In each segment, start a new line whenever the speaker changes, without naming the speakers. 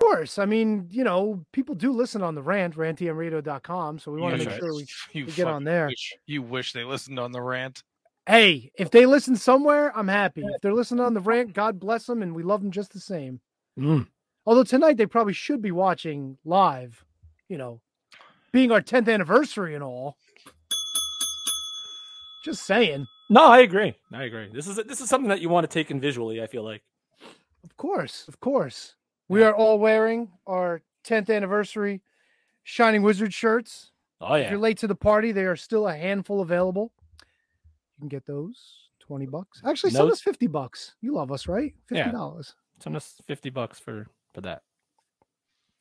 course. I mean, you know, people do listen on the rant, rantymradio.com. So we want to
You-
make sure we,
you
we get on
fucking
there.
wish- you wish they listened on the rant.
Hey, if they listen somewhere, I'm happy. If they're listening on the rant, God bless them and we love them just the same.
Mm.
Although tonight they probably should be watching live, you know, being our 10th anniversary and all. Just saying.
No, I agree. I agree. This is this is something that you want to take in visually. I feel like.
Of course, of course. We are all wearing our 10th anniversary Shining Wizard shirts.
Oh
If
yeah.
you're late to the party, they are still a handful available. You can get those 20 bucks. Actually, send
Notes.
us 50 bucks. You love us, right?
Yeah.
$50.
Send us fifty bucks for for that.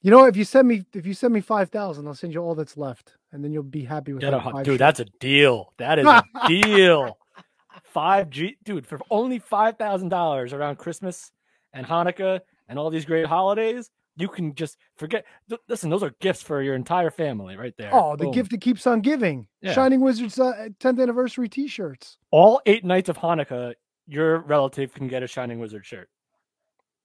You know, if you send me if you send me 5,000, I'll send you all that's left and then you'll be happy with
Get a
having
hun-
five
dude,
shirts.
that's a deal. That is a deal. Five G, dude, for only five thousand dollars around Christmas and Hanukkah and all these great holidays, you can just forget. th- Listen, those are gifts for your entire family, right there.
Oh, the
Boom.
gift that keeps on giving.
Yeah.
Shining Wizards uh, 10th anniversary t-shirts.
All eight nights of Hanukkah, your relative can get a Shining Wizard shirt.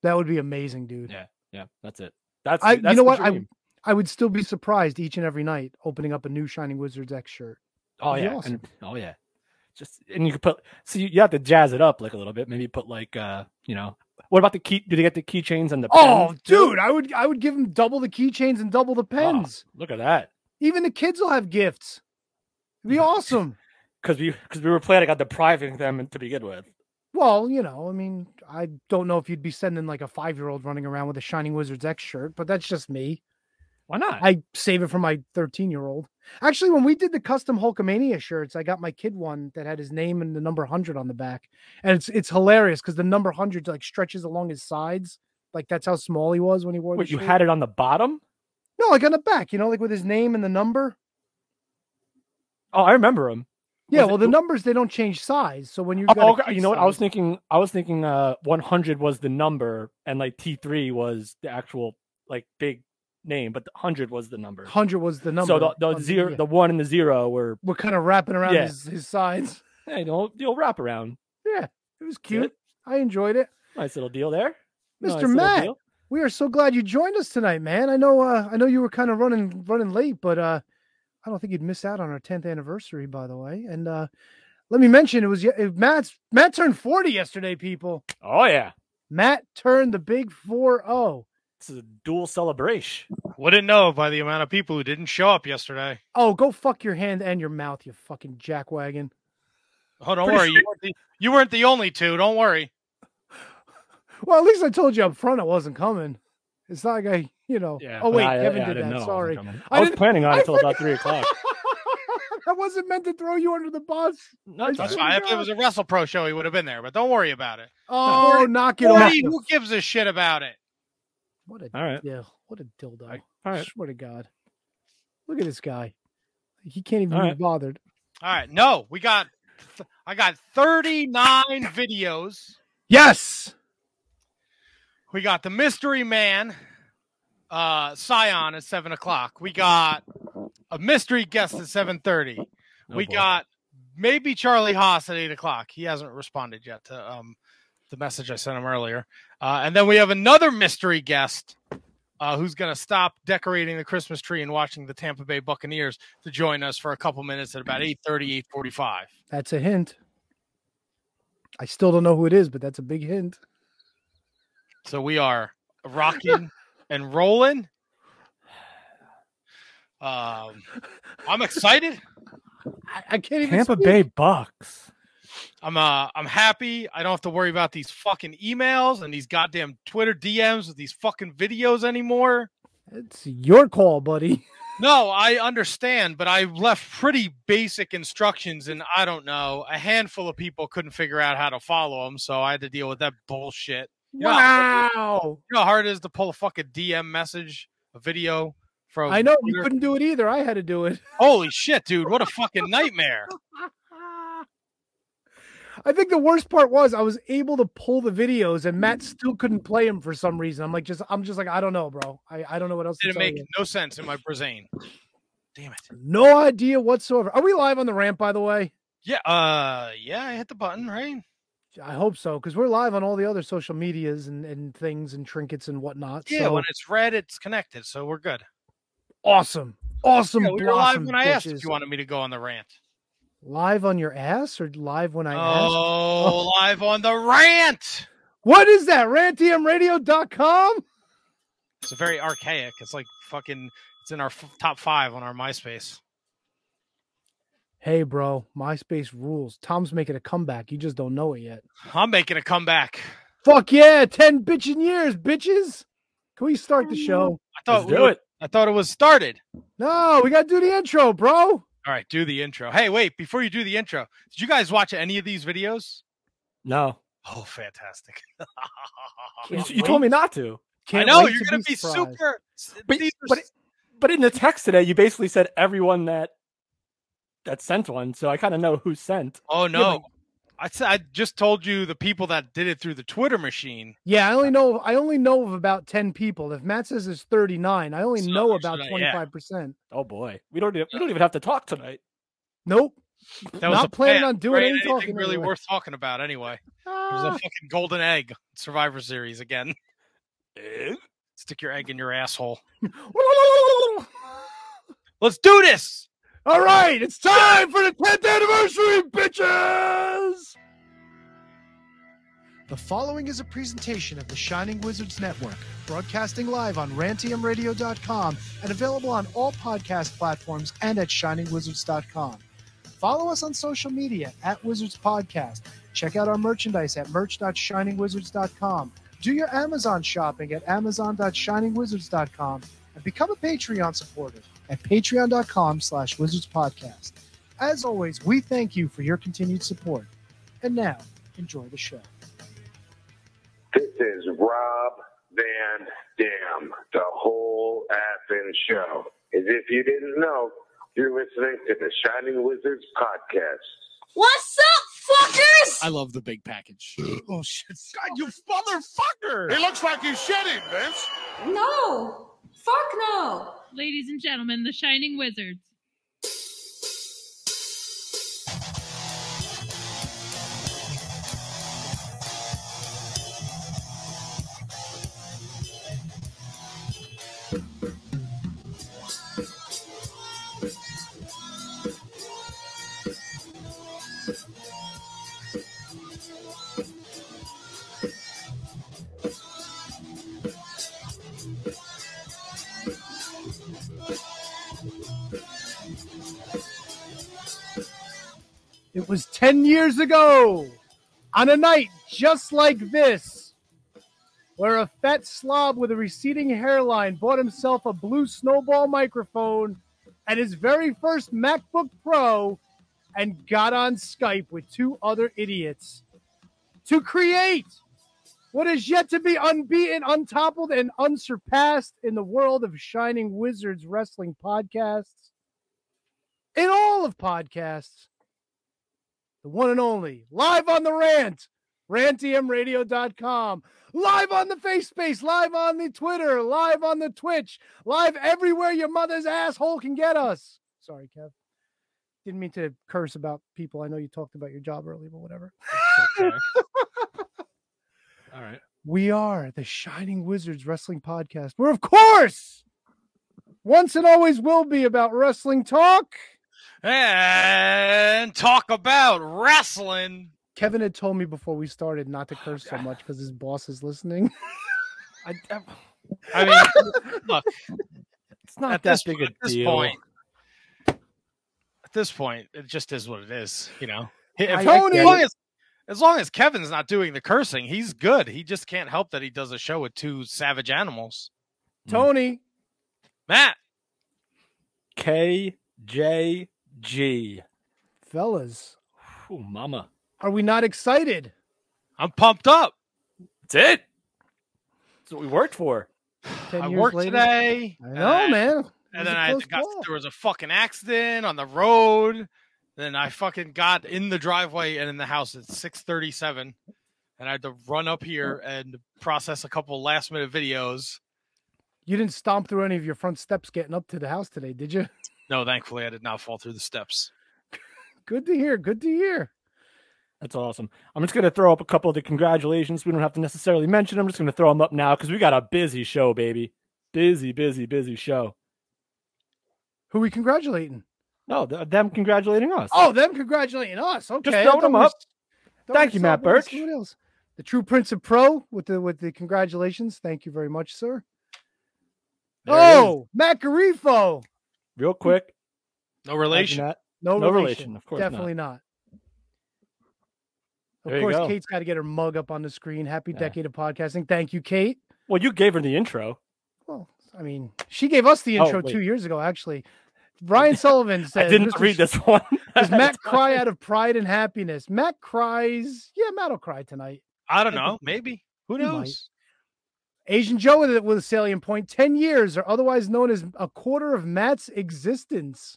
That would be amazing, dude.
Yeah, yeah, that's it. That's,
I,
that's
you know
the
what? I,
dream.
I would still be surprised each and every night opening up a new Shining Wizards X shirt.
Oh
That'd be
yeah,
awesome.
and, oh yeah. Just and you could put so you, you have to jazz it up like a little bit. Maybe put like uh you know what about the key? Do they get the keychains and the?
Oh,
pens, too?
dude, I would I would give them double the keychains and double the
Oh,
pens.
look at that.
Even the kids will have gifts. It'd be awesome.
Because we because we were planning on depriving them to begin with.
Well, you know, I mean, I don't know if you'd be sending like a five year old running around with a Shining Wizards X shirt, but that's just me.
Why not?
I save it for my 13 year old. Actually, when we did the custom Hulkamania shirts, I got my kid one that had his name and the number 100 on the back. And it's it's hilarious because the number 100 like stretches along his sides. Like that's how small he was when he wore the
Wait, you
shirt.
had it on the bottom?
No, like on the back, you know, like with his name and the number.
Oh, I remember them.
Yeah,
Was it
well, the
who-
numbers they don't change size. So when you
Oh,
got a
okay,
kid
You know what? I was
size-
thinking. I was thinking. Uh, one hundred was the number, and like T three was the actual like big name, but the hundred was the number.
100 was the number.
so the, the
on
zero,
yeah.
the one and the zero were
we're kind of wrapping around
Yeah.
his, his sides.
hey, you know, the old wrap around.
Yeah, it was cute. I enjoyed it.
Nice little deal there,
Mr.
little
Matt.
deal.
We are so glad you joined us tonight, man. I know uh, I know you were kind of running running late, but uh, I don't think you'd miss out on our 10th anniversary, by the way. And uh, let me mention it was ye- it- Matt's Matt turned 40 yesterday, people.
Oh yeah,
Matt turned the big oh. 4-0.
this is a dual celebration.
Wouldn't know by the amount of people who didn't show up yesterday.
Oh, go fuck your hand and your mouth, you fucking jackwagon.
Oh, don't
Pretty
worry. You weren't, the, you weren't the only two. Don't worry.
Well, at least I told you up front I wasn't coming. It's not like I, you know. oh
but
wait,
I-
Kevin
yeah, I
did
didn't know I wasn't
that. Sorry.
coming.
I
I, was
didn't-
planning on
I
it until about
forgot.
three o'clock.
I wasn't meant to throw you under the bus.
No, it's all
That's
right.
swear
why
to
if it was a Wrestle Pro show, he would have been there. But don't worry about it.
Oh, knock it off.
40, who gives a shit about it?
What a
All right.
yeah, what a dildo.
I- All right.
Swear to God. Look at this guy. He can't even
All
be
right.
bothered.
All right. No, we got. I got 39 videos.
Yes.
We got the mystery man, uh, Scion at seven o'clock. We got a mystery guest at seven thirty.
Oh,
we
boy.
got maybe Charlie Haas at eight o'clock. He hasn't responded yet to um, the message I sent him earlier. Uh, and then we have another mystery guest uh, who's going to stop decorating the Christmas tree and watching the Tampa Bay Buccaneers to join us for a couple minutes at about 8.30, 8.45.
That's a hint. I still don't know who it is, but that's a big hint.
So we are rocking and rolling. Um, I'm excited.
I, I can't even
Tampa
speak.
Bay Bucks.
I'm uh, I'm happy. I don't have to worry about these fucking emails and these goddamn Twitter DMs with these fucking videos anymore.
It's your call, buddy.
No, I understand, but I left pretty basic instructions, and I don't know. A handful of people couldn't figure out how to follow them, so I had to deal with that bullshit. You know how-
Wow.
you know how hard it is to pull a fucking DM message, a video from.
I know you
Twitter?
couldn't do it either. I had to do it.
Holy shit, dude! What a fucking nightmare.
I think the worst part was I was able to pull the videos and Matt still couldn't play him for some reason. I'm like just I'm just like I don't know, bro. I, I don't know what else to
Didn't
tell
make
you.
no sense in my brain. Damn it.
No
uh,
idea whatsoever. Are we live on the ramp by the way?
Yeah. Uh. Yeah. I hit the button right.
I hope so because we're live on all the other social medias and, and things and trinkets and whatnot.
Yeah,
so,
when it's red, it's connected, so we're good.
awesome, awesome.
Yeah, we were live
blossom
when I asked if
bitches.
you wanted me to go on the rant.
live on your ass or live when I ask.
Oh, live on the rant.
What is that? Rantiumradio.com.
It's a very archaic. It's like fucking. It's in our f- top five on our MySpace.
Hey, bro, MySpace rules. Tom's making a comeback. You just don't know it yet.
I'm making a comeback.
Fuck yeah, ten bitchin' years, bitches. Can we start the show?
I
Let's
thought we
do
were-
it.
I thought it was started.
No, we gotta do the intro, bro.
All right, do the intro. Hey, wait, before you do the intro, did you guys watch any of these videos?
No,
Oh, fantastic.
you,
Can't
you
wait.
told me not to.
I
Can't
know
wait
you're
to
going to be,
surprised.
super.
But-
these are
but
s-
But in the text today, you basically said everyone that that sent one, so I kind of know who sent.
oh, no. I, s- I just told you the people that did it through the Twitter machine.
Yeah, I only know I only know of about ten people. If Matt says it's thirty nine, I only
So
know
there's
about
that, yeah.
twenty five percent.
Oh boy, we don't e- we don't even have to talk tonight.
Nope.
That was
Not
a
planning
plan,
on doing
right?
any
anything
talking
really
anyway.
worth talking about anyway. There's a
Ah,
fucking golden egg Survivor Series again.
Eh?
Stick your egg in your asshole. Let's do this.
All right, it's time for the tenth anniversary, bitches.
The following is a presentation of the Shining Wizards Network, broadcasting live on rantiumradio.com and available on all podcast platforms and at shiningwizards.com. Follow us on social media at Wizards Podcast. Check out our merchandise at merch.shiningwizards.com. Do your Amazon shopping at amazon.shiningwizards.com and become a Patreon supporter at patreon.com slash wizards podcast. As always, we thank you for your continued support. And now, enjoy the show.
This is Rob Van Dam, the whole effing show. As if you didn't know, you're listening to the Shining Wizards podcast.
What's up, fuckers?
I love the big package.
Oh shit! God, you motherfucker!
looks like you shit him, Vince.
no. Fuck no.
Ladies and gentlemen, the Shining Wizards.
It was ten years ago, on a night just like this, where a fat slob with a receding hairline bought himself a blue snowball microphone and his very first MacBook Pro, and got on Skype with two other idiots to create what is yet to be unbeaten, untoppled, and unsurpassed in the world of Shining Wizards wrestling podcasts. In all of podcasts, the one and only, live on the rant, rantmradio.com, live on the face space, live on the Twitter, live on the Twitch, live everywhere your mother's asshole can get us. Sorry, Kev. Didn't mean to curse about people. I know you talked about your job early, but whatever.
Okay. All right.
We are the Shining Wizards Wrestling Podcast. We're, of course, once and always will be about wrestling talk.
And talk about wrestling.
Kevin had told me before we started not to curse so much because his boss is listening.
I, I,
I mean,
it's not that
at this,
big
at
a
this
deal.
point, at this point, it just is what it is. You know, If-
I- I
Tony-
get
as, long
it.
as, as long as Kevin's not doing the cursing, he's good. He just can't help that he does a show with two savage animals.
Tony,
Matt,
K J G.
fellas,
Oh, mama.
are we not excited?
I'm pumped up.
That's it. That's what we worked for.
Ten
I
years
worked
later?
today.
I
and
know,
I-
man. It was
And then
a
I
close
got
call.
there was a fucking accident on the road. Then I fucking got in the driveway and in the house at 637. And I had to run up here and process a couple last minute videos.
You didn't stomp through any of your front steps getting up to the house today, did you?
No, thankfully I did not fall through the steps.
Good to hear. Good to hear.
That's awesome. I'm just going to throw up a couple of the congratulations. We don't have to necessarily mention them. I'm just going to throw them up now because we got a busy show, baby. Busy, busy, busy show.
Who we congratulating?
No, th- them congratulating us.
Oh, them congratulating us. Okay, I
throwing
thought
them
we were
up.
s- thought
Thank you,
we were
Matt
celebrating
Birch.
someone else. The True Prince of Pro with the with the congratulations. Thank you very much, sir.
There it is.
oh, Matt Garifo.
real quick.
No
thank you,
relation.
Nat.
No,
No
relation.
relation, of course not.
Definitely not.
There
Of
you
course,
go.
Kate's got to get her mug up on the screen. Happy
Yeah.
decade of podcasting. Thank you, Kate.
Well, you gave her the intro.
Well, I mean, she gave us the
Oh,
intro
wait.
two years ago, actually. Brian Sullivan said,
I didn't
Mr.
read this one.
Does Matt cry out of pride and happiness? Matt cries. Yeah, Matt will cry tonight.
I don't know. Maybe. Who
He might.
knows?
Asian Joe with, with a salient point 10 years or otherwise known as a quarter of Matt's existence.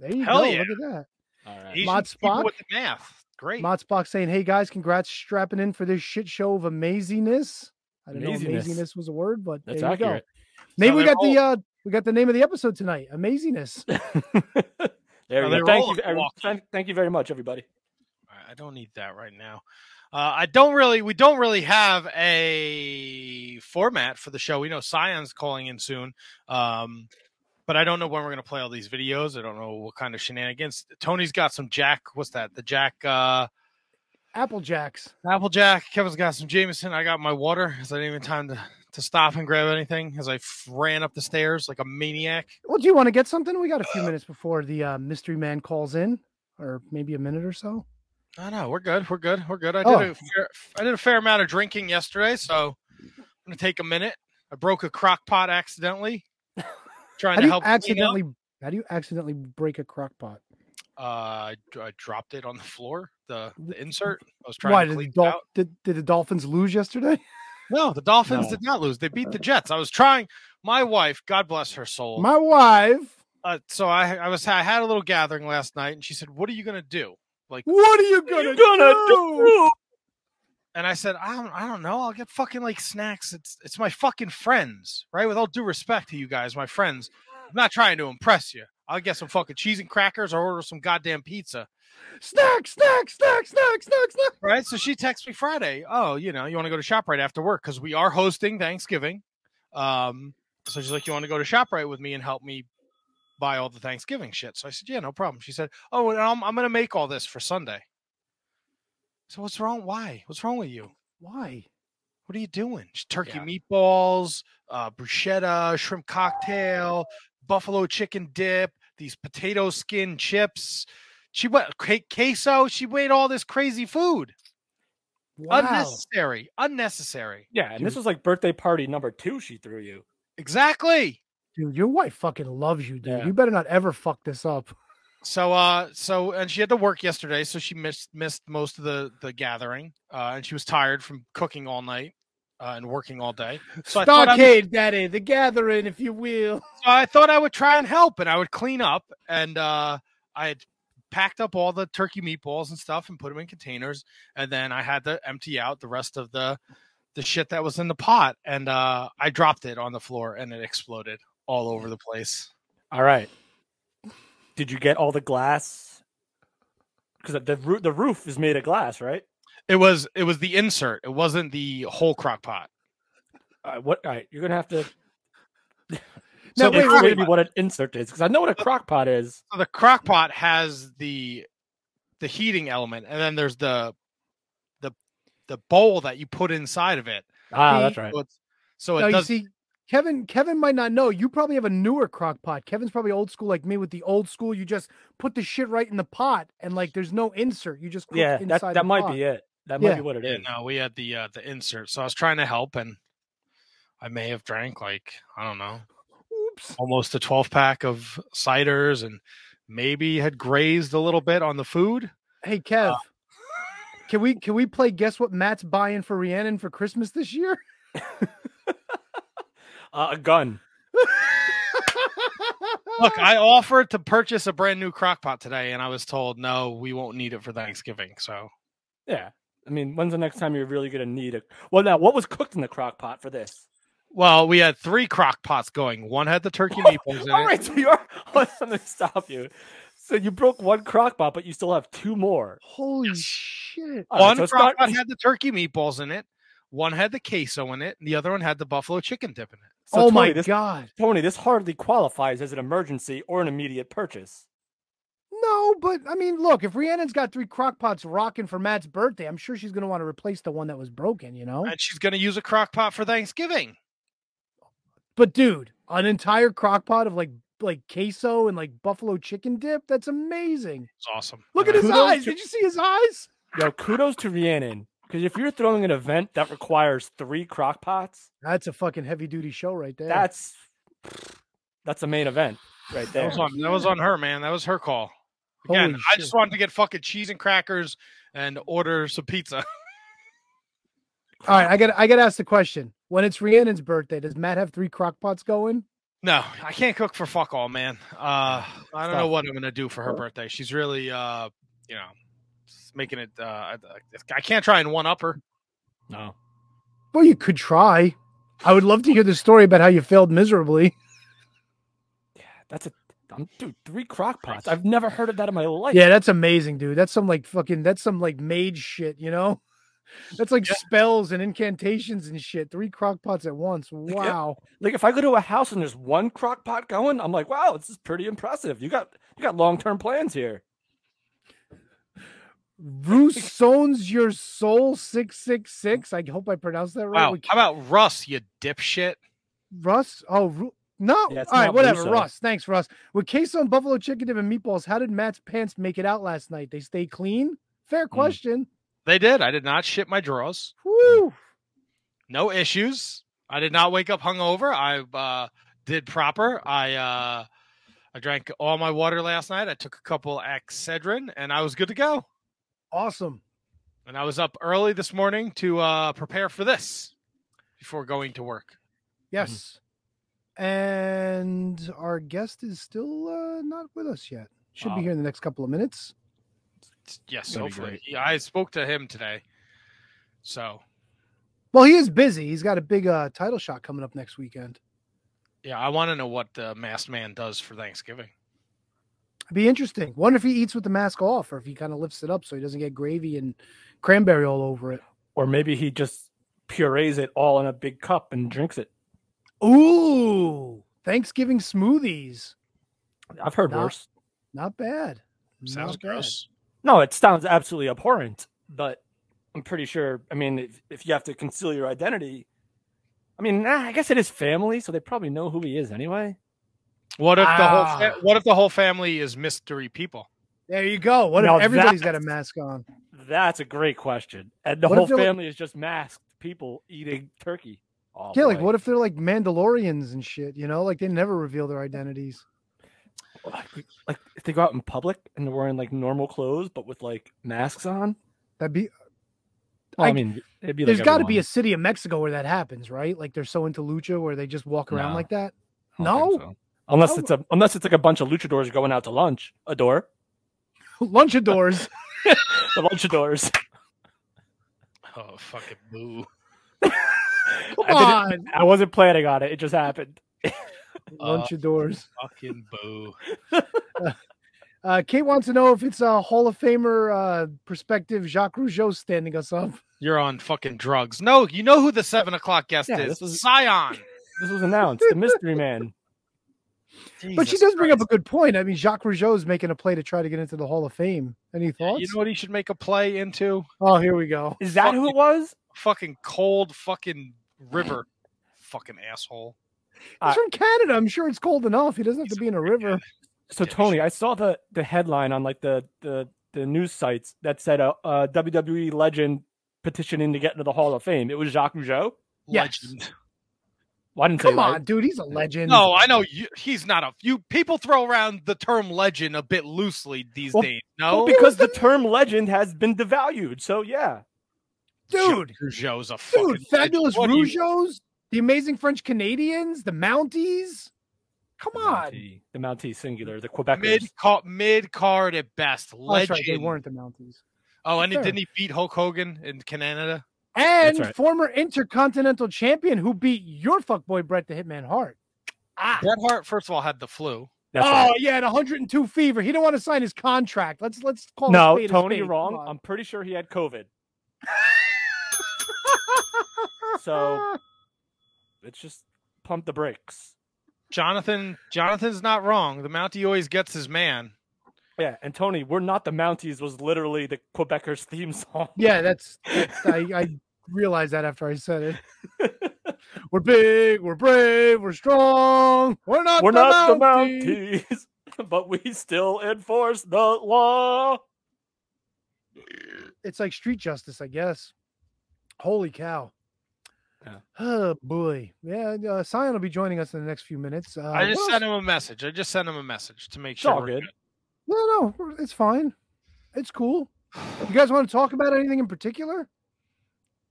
There you
Hell
go.
yeah.
Look at that.
All right.
Asian
Mod
people
Spock?
with the math. Great.
Motzbach saying, Hey guys, congrats strapping in for this shit show of amazingness. I didn't know
Amazingness.
amazingness was a word, but
That's
there you
accurate.
go. Maybe
how
we
they
got the uh we got the name of the episode tonight. Amazingness.
there
Now
we
they
go.
were all
Thank you,
at
every-
Milwaukee.
thank, thank you very much, everybody.
All right, I don't need that right now. Uh, I don't really. We don't really have a format for the show. We know Scion's calling in soon, um, but I don't know when we're going to play all these videos. I don't know what kind of shenanigans. Tony's got some Jack. What's that? The Jack uh,
Apple Jacks.
Applejack. Kevin's got some Jameson. I got my water. 'cause I didn't even time to, to stop and grab anything as I f- ran up the stairs like a maniac.
Well, do you want to get something? We got a few minutes before the uh, mystery man calls in, or maybe a minute or so.
No, no, we're good. We're good. We're good. I did
Oh.
a fair, I did a fair amount of drinking yesterday, so I'm gonna take a minute. I broke a crock pot accidentally.
How
Trying
do
to
you
help clean up.
accidentally? How do you accidentally break a crock pot?
Uh, I d- I dropped it on the floor. The, the insert. I was trying
Why
to
did the,
clean it
Dol-
out.
did, did the Dolphins lose yesterday? Uh,
No, the Dolphins
No.
did not lose. They beat the Jets. I was trying. My wife, God bless her soul.
My wife,
uh, so I, I was I had a little gathering last night, and she said, "What are you gonna do?" Like,
what are you gonna, do?
and I said, I don't, I don't know. I'll get fucking like snacks. It's, it's my fucking friends, right? With all due respect to you guys, my friends, I'm not trying to impress you. I'll get some fucking cheese and crackers or order some goddamn pizza,
Snack, snack, snack, snack, snack, snack.
right? So she texts me Friday. Oh, you know, you want to go to Shoprite after work because we are hosting Thanksgiving. Um, so she's like, you want to go to Shoprite with me and help me buy all the Thanksgiving shit? So I said, yeah, no problem. She said, oh, and I'm, I'm gonna make all this for Sunday. So what's wrong? Why? What's wrong with you?
Why?
What are you doing? Sh- Turkey
Yeah.
meatballs, uh, bruschetta, shrimp cocktail, buffalo chicken dip, these potato skin chips. She went ca- queso. She made all this crazy food.
Wow.
Unnecessary. Unnecessary.
Yeah, and this was like birthday party number two she threw you.
Exactly.
Dude, your wife fucking loves you, dude.
Yeah.
You better not ever fuck this up.
So uh so and she had to work yesterday, so she missed missed most of the the gathering. Uh and she was tired from cooking all night uh, and working all day. So I thought I would
Daddy, the gathering, if you will.
So I thought I would try and help and I would clean up. And uh, I had packed up all the turkey meatballs and stuff and put them in containers. And then I had to empty out the rest of the the shit that was in the pot. And uh, I dropped it on the floor and it exploded all over the place.
All right. Did you get all the glass? Because the roof, the roof is made of glass, right?
It was it was the insert. It wasn't the whole crock pot.
All right, what? All right, you're gonna have to
Now,
so
wait,
explain
wait,
to me what an insert is, because I know what a crock pot is.
So the crock pot has the the heating element, and then there's the the the bowl that you put inside of it.
Ah,
See?
that's right.
So, it's, so it
Now, Hmm. you
does
see, Kevin, Kevin might not know. You probably have a newer crock pot. Kevin's probably old school like me with the old school. You just put the shit right in the pot and like there's no insert. You just cook
Yeah, that,
inside
that
the
might
pot.
be it. That
Yeah.
might be what it
Yeah,
is.
no, we had the uh, the insert. So I was trying to help, and I may have drank like I don't know,
Oops.
almost a twelve pack of ciders, and maybe had grazed a little bit on the food. Uh,
Hey Kev. Can we can we play guess what Matt's buying for Rhiannon for Christmas this year?
Uh, a gun.
Look, I offered to purchase a brand new crock pot today, and I was told no, we won't need it for Thanksgiving. So
Yeah. I mean, when's the next time you're really gonna need a? Well, now what was cooked in the crock pot for this?
well, we had three crock pots going. One had the turkey meatballs in
All
it.
right, so you're. Let me stop you. So you broke one crock pot, but you still have two more.
Holy shit.
All right,
one
so it's
crock
not-
pot had the turkey meatballs in it, one had the queso in it, and the other one had the buffalo chicken dip in it.
so
oh
Tony,
my
this-
god.
Tony, this hardly qualifies as an emergency or an immediate purchase.
No, but I mean, look, if Rhiannon's got three crock pots rocking for Matt's birthday, I'm sure she's gonna want to replace the one that was broken, you know?
And she's going to use a crock pot for Thanksgiving.
But dude, an entire crock pot of like like queso and like buffalo chicken dip, that's amazing.
It's awesome.
Look
And
at his
Kudos
eyes.
to-
Did you see his eyes?
Yo, kudos to Rhiannon. Because if you're throwing an event that requires three crock pots,
That's a fucking heavy duty show right there.
that's that's a main event right
That
there.
was, on, that was on her, man. That was her call.
Holy
Again, I
shit.
just wanted to get fucking cheese and crackers and order some pizza.
All right, I got I got to ask the question. When it's Rhiannon's birthday, does Matt have three crock pots going?
No, I can't cook for fuck all, man. Uh, I don't know
Stop.
what I'm gonna do for her birthday. She's really, uh, you know, s- making it. Uh, I, I can't try and one up her.
No.
Well, you could try. I would love to hear the story about how you failed miserably.
Yeah, that's a I'm, dude, three crock pots. I've never heard of that in my life.
Yeah, that's amazing, dude. That's some like fucking that's some like mage shit, you know? That's like
Yeah.
spells and incantations and shit. Three crock pots at once.
yep.
Wow.
Like if I go to a house and there's one crock pot going, I'm like, wow, this is pretty impressive. You got you got long term plans here.
Roussones your soul 666. I hope I pronounced that right.
Wow,
We-
how about Russ, you dipshit?
Russ? Oh, Ru- no.
Yeah, it's
All right,
not
whatever.
Russo.
Russ. Thanks, Russ. With queso and buffalo chicken dip and meatballs, how did Matt's pants make it out last night? They stay clean?
Hmm.
Fair question.
They did. I did not shit my drawers.
Woo.
No issues. I did not wake up hungover. I uh, did proper. I uh, I drank all my water last night. I took a couple Excedrin, and I was good to go.
Awesome.
And I was up early this morning to uh, prepare for this before going to work.
Mm-hmm.
Yes. And our guest is still uh, not with us yet. Should
Wow.
be here in the next couple of minutes.
Yes,
That'd be
hopefully.
great.
Yeah, I spoke to him today. So
Well, he is busy. He's got a big uh, title shot coming up next weekend.
yeah, I want to know what the masked man does for Thanksgiving.
It'd be interesting. Wonder if he eats with the mask off or if he kind of lifts it up so he doesn't get gravy and cranberry all over it.
Or maybe he just purees it all in a big cup and drinks it.
Ooh, Thanksgiving smoothies.
I've heard
Nah.
worse.
Not bad. Not
Sounds
bad.
gross.
No, it sounds absolutely abhorrent, but I'm pretty sure. I mean, if, if you have to conceal your identity, I mean, nah, I guess it is family, so they probably know who he is anyway.
What if the whole
Ah.
fa- what if the whole family is mystery people?
There you go. What
Now
if everybody's got a
that's-
mask on?
That's a great question. And the
What if
whole
they're like-
family is just masked people eating turkey. Oh,
yeah, like
boy.
what if they're like Mandalorians and shit? You know, like they never reveal their identities.
Like, like if they go out in public and they're wearing like normal clothes but with like masks on.
That'd be.
Well, I,
I-
mean, it'd be
There's
like
got to be a
everyone.
city of Mexico where that happens, right? Like they're so into lucha where they just walk around
No.
like that.
I don't think
no?
so. Unless
How-
it's a unless it's like a bunch of luchadors going out to lunch. A door,
Lunchadors.
the luchadors.
Oh fucking boo.
Come
I didn't-
on.
I wasn't planning on it. It just happened.
Uh,
Lunchadors.
fucking boo.
Uh, Kate wants to know if it's a Hall of Famer uh, perspective. Jacques Rougeau standing us up.
You're on fucking drugs. No, you know who the seven o'clock guest
Yeah,
is.
this was-
Scion.
This was announced. The mystery man.
But she
Jesus
does bring up a
Christ.
good point. I mean, Jacques Rougeau is making a play to try to get into the Hall of Fame. Any thoughts?
You know what he should make a play into?
oh, here we go.
Is that who it was?
Fucking cold fucking river. fucking asshole.
Uh,
He's from Canada. I'm sure it's cold enough. He doesn't have to be in a river.
So
Yeah,
Tony, I saw the the headline on like the the the news sites that said a, a WWE legend petitioning to get into the Hall of Fame. It was Jacques Rougeau.
Yes.
Legend.
Well, I didn't say
Come
right.
on, dude. He's a legend.
No, I know you, he's not a. You people throw around the term legend a bit loosely these
Well,
days.
Well,
No,
because the term legend has been devalued. So yeah,
dude.
Rougeau's a fucking
Dude, fabulous
legend. What do you-
Rougeaus, the amazing French Canadians, the Mounties. Come
the
on.
Mountie, the Mountie singular, the Quebecers.
Mid card, mid card at best.
Oh, that's
Legend.
right. They weren't the Mounties.
Oh, and he,
Sure.
didn't he beat Hulk Hogan in Canada?
And
right.
former intercontinental champion who beat your fuckboy Bret the Hitman Hart.
Bret Hart, first of all, had the flu.
That's
Ah. oh
right.
yeah, at 102 fever. He didn't want to sign his contract. Let's let's call. a
No,
spade a
Tony,
spade.
you're
Come
wrong.
on.
I'm pretty sure he had COVID. so let's just pump the brakes.
Jonathan, Jonathan's not wrong. The Mountie always gets his man.
Yeah, and Tony, we're not the Mounties was literally the Quebecers theme song.
Yeah, that's, that's I, I realized that after I said it. we're big, we're brave, we're strong. We're not
we're
the
not
Mounties.
the Mounties, but we still enforce the law.
It's like street justice, I guess. Holy cow.
Yeah.
Oh boy. Yeah, and, uh, Sion will be joining us in the next few minutes. Uh,
I just
what
sent
else-
him a message. I just sent him a message to make
It's
sure.
all
we're
good.
No, no, it's fine. It's cool. You guys want to talk about anything in particular?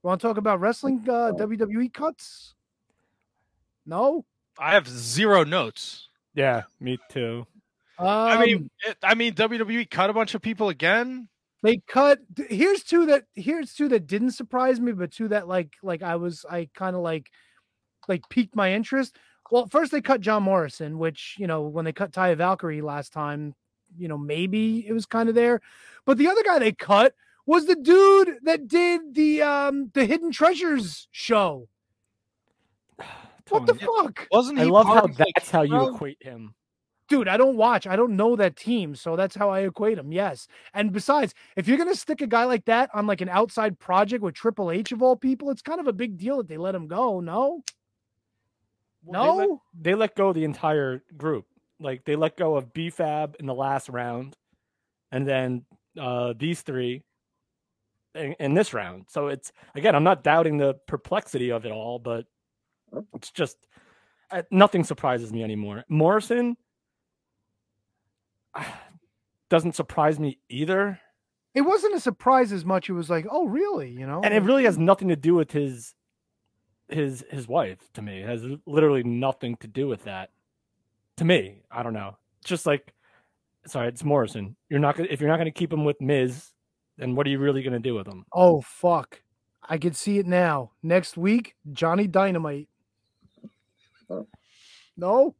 Want to talk about wrestling uh, WWE cuts? No.
I have zero notes.
Yeah, me too.
Um,
I mean, it, I mean, WWE cut a bunch of people again.
They cut. th- Here's two that here's two that didn't surprise me, but two that like like I was I kind of like like piqued my interest. Well, first they cut John Morrison, which you know when they cut Ty Valkyrie last time, you know maybe it was kind of there, but the other guy they cut was the dude that did the um the Hidden Treasures show. What the
Tony,
fuck,
Wasn't
I
he?
love
part
how
of, like,
that's how you
Hero?
equate him.
dude? I don't watch. I don't know that team, so that's how I equate him. Yes, and besides, if you're gonna stick a guy like that on like an outside project with Triple H of all people, it's kind of a big deal that they let him go. No,
Well,
no.
They let go the entire group. Like they let go of BFAB in the last round, and then uh these three in, in this round. So it's again, I'm not doubting the perplexity of it all, but it's just uh, nothing surprises me anymore. Morrison ah, doesn't surprise me either.
it wasn't a surprise as much. It was like, oh, really? You know,
and it
like,
really has nothing to do with his his his wife to me it has literally nothing to do with that to me i don't know It's just like sorry it's morrison you're not gonna if you're not gonna keep him with miz then what are you really gonna do with him
Oh fuck! I can see it now. Next week, Johnny Dynamite.
Oh.
No,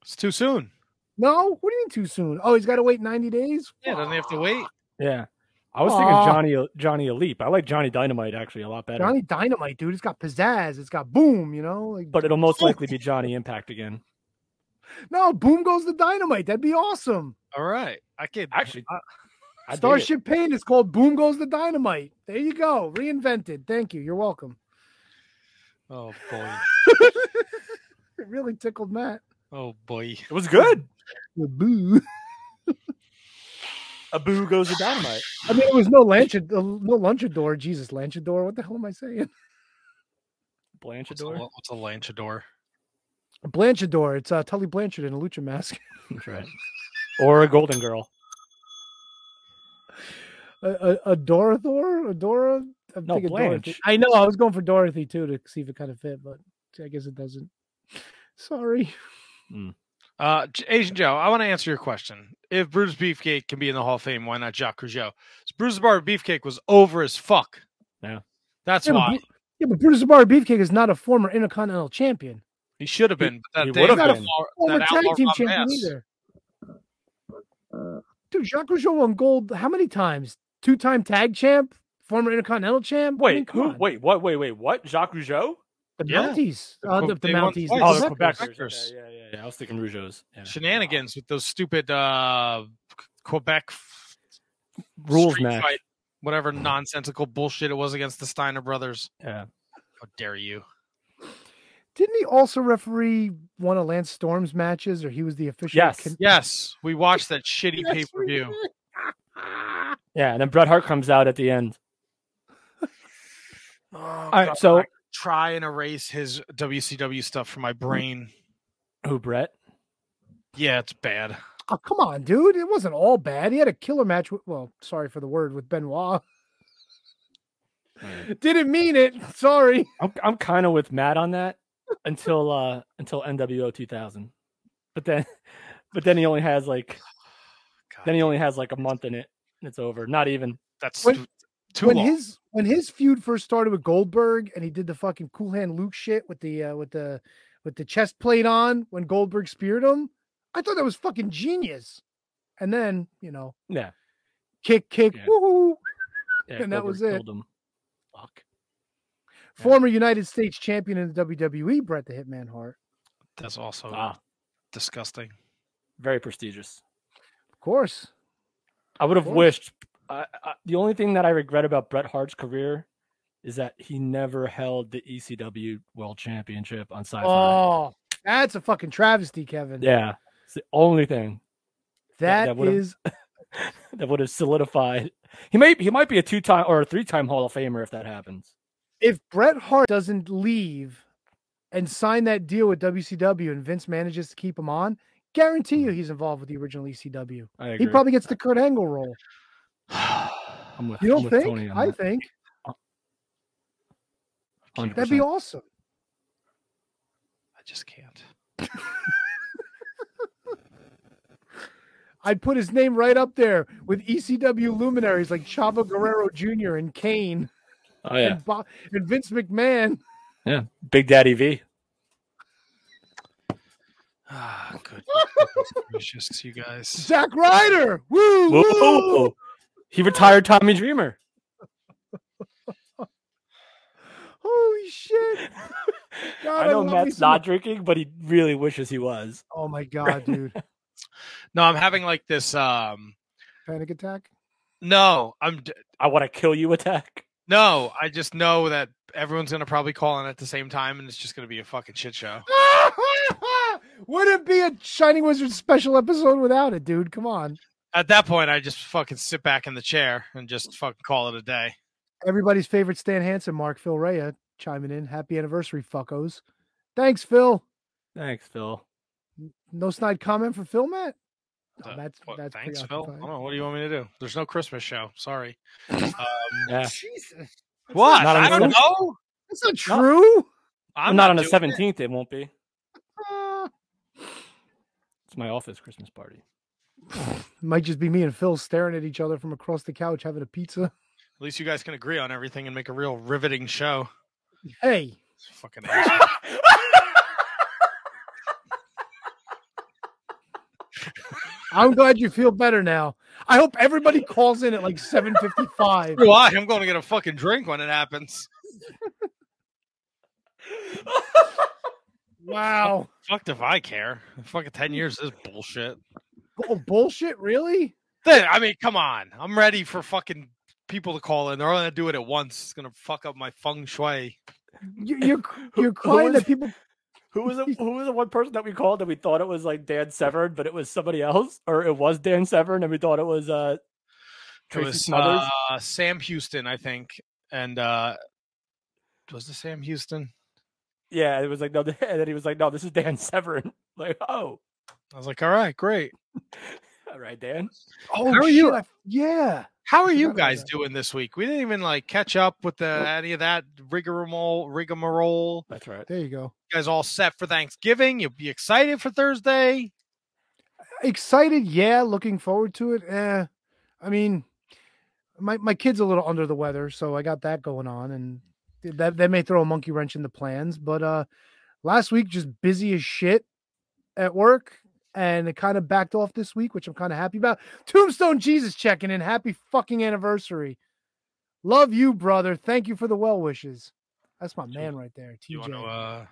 It's too soon.
no. What do you mean too soon? Oh, he's got to wait ninety days.
Yeah, doesn't he have to wait?
yeah i was thinking
Aw.
johnny johnny leap i like johnny dynamite actually a lot better
Johnny Dynamite, dude. It's got pizzazz. It's got boom. You know, like
but it'll most likely be johnny impact again
no boom goes the dynamite. That'd be awesome.
All right, I could
actually I dig it.
Starship Pain is called Boom Goes the Dynamite. There you go, reinvented. Thank you. You're welcome.
Oh boy.
It really tickled Matt.
Oh boy.
it was good
Boo.
a boo goes to dynamite
I mean, it was no Lanchad- no Lunchador. Jesus, Lanchador. What the hell am I saying?
What's a,
blanchador
what's a lanchador?
Blanchador. It's uh, Tully Blanchard in a lucha mask.
That's right or a golden girl
A, a, a Dorothor? A Dora? I'm
No,
thinking Dorothy.
Blanche.
I know. I was going for Dorothy too to see if it kind of fit, but I guess it doesn't. Sorry.
Uh, J- Asian Joe, I want to answer your question. If Brutus Beefcake can be in the Hall of Fame, why not Jacques Rougeau? Brutus Bar Beefcake was over as fuck.
Yeah.
That's
Yeah, but
why
Bru- Yeah, but Brutus Bar Beefcake is not a former Intercontinental Champion
he should have been. But
he
that day
would've
that
been.
outlaw-
former
that outlaw
tag team
Rob
champion
Bass-
either. Dude, Jacques Rougeau won gold how many times? Two time tag champ, former Intercontinental champ. I mean,
Wait,
come
who?
on.
Wait, what? Wait, wait, what? Jacques Rougeau?
The
Yeah.
Mounties.
The
Uh,
Quebec-
the, the
they won
Mounties.
twice.
the
Oh, the
Quebecers.
Quebecers. Quebecers.
Yeah, yeah, yeah, yeah. I was thinking Rougeau's. Yeah.
Shenanigans with those stupid uh, Q- Quebec f-
Wow. Rules
street
match.
fight, whatever nonsensical bullshit it was against the Steiner brothers.
Mm. Yeah.
How dare you?
Didn't he also referee one of Lance Storm's matches, or he was the official?
Yes.
Yes, we watched that shitty
Yes, we
pay per view.
did.
Yeah, and then Bret Hart comes out at the end.
Oh,
All
God,
right, so
I try and erase his WCW stuff from my brain.
who? Bret?
Yeah, it's bad.
Oh, come on, dude. It wasn't all bad. He had a killer match. With, well, sorry for the word with Benoit. Didn't mean it. Sorry.
I'm I'm kind of with Matt on that until uh until NWO 2000, but then but then he only has like
God,
then he only has like a month in it. and It's over. Not even.
that's
when-
too, too
when
long.
his when his feud first started with Goldberg, and he did the fucking Cool Hand Luke shit with the uh, with the with the chest plate on when Goldberg speared him. I thought that was fucking genius. And then, you know,
Yeah.
kick, kick,
Yeah.
woohoo.
Eric
And that was
Goldberg
it.
killed him. Fuck. Yeah.
Former United States champion in the WWE, Bret the Hitman Hart.
That's also
Ah,
disgusting.
very prestigious.
Of course.
I would have
course.
wished. I, I, the only thing that I regret about Bret Hart's career is that he never held the ECW World Championship on sci-fi.
Oh, that's a fucking travesty, Kevin.
Yeah, it's the only thing that- that
that
would've-
is
that would have solidified. He may he might be a two-time or a three-time Hall of Famer if that happens.
if Bret Hart doesn't leave and sign that deal with WCW and Vince manages to keep him on, guarantee you he's involved with the original ECW.
Mm-hmm. I agree.
He probably gets the Kurt Angle role.
I'm with,
You
I'm
don't
with Tony
think?
on
I
that.
think
100%.
that'd be awesome.
I just can't.
I'd put his name right up there with ECW luminaries like Chavo Guerrero Jr. and Kane
Oh yeah,
and, Bob, and Vince McMahon.
yeah. Big Daddy V.
Ah, good goodness gracious, you guys.
Zack Ryder. Woo!
Whoa,
woo!
He retired Tommy Dreamer.
Holy shit. God,
I know
love me
Matt's
so much.
not drinking, but he really wishes he was.
Oh my god, dude.
No, I'm having like this. Um,
Panic attack.
no, I'm d-
I want to kill you attack.
no. I just know that everyone's gonna probably call in at the same time, and it's just gonna be a fucking shit show.
Would it be a Shining Wizard special episode without it, dude? Come on.
At that point, I just fucking sit back in the chair and just fucking call it a day.
Everybody's favorite Stan Hansen, Mark Phil Rea, chiming in. Happy anniversary, fuckos. Thanks, Phil.
Thanks, Phil.
No snide comment for Phil, Matt. Oh,
Uh,
that's
What,
that's
thanks, Phil. I
preoccupied.
don't know. What do you want me to do? There's no Christmas show. Sorry. Um,
Yeah.
Jesus,
what?
Not on
I
the
don't
seventh-
know.
that's not true.
I'm not, on the
doing it.
seventeenth. It. won't be.
Uh,
It's my office Christmas party.
might just be me and Phil staring at each other from across the couch having a pizza.
At least you guys can agree on everything and make a real riveting show.
Hey,
Fucking asshole.
I'm glad you feel better now. I hope everybody calls in at like 7:55.
Do I? I'm going to get a fucking drink when it happens.
Wow.
Fucked if I care. Fucking ten years is bullshit.
Oh, bullshit, really?
Then- I mean, come on. I'm ready for fucking people to call in. They're only gonna do it at once. It's gonna fuck up my feng shui.
You, you're you're
who
crying
was-
that people.
Who was the, who was the one person that we called that we thought it was like Dan Severn, but it was somebody else, or it was Dan Severn, and we thought it was uh
It
Tracy
was
Smothers.
uh, Sam Houston, I think, and uh was it Sam Houston?
yeah, it was like no, and then he was like, no, this is Dan Severn. Like, oh,
I was like, all right, great.
all right, Dan.
Oh,
How are
shit,
you-
I- yeah.
How are you
forgot about
guys
that.
doing this week? We didn't even like catch up with the any of that rigmarole. Rigmarole.
That's right.
There you go.
You guys all set for Thanksgiving? You'll be excited for Thursday.
Excited, yeah. Looking forward to it. Eh. I mean, my my kid's a little under the weather, so I got that going on, and that that may throw a monkey wrench in the plans. But uh, last week just busy as shit at work, and it kind of backed off this week, which I'm kind of happy about. Tombstone Jesus checking in. Happy fucking anniversary. Love you, brother. Thank you for the well wishes. That's my man right there, TJ.
Do you want to? Uh,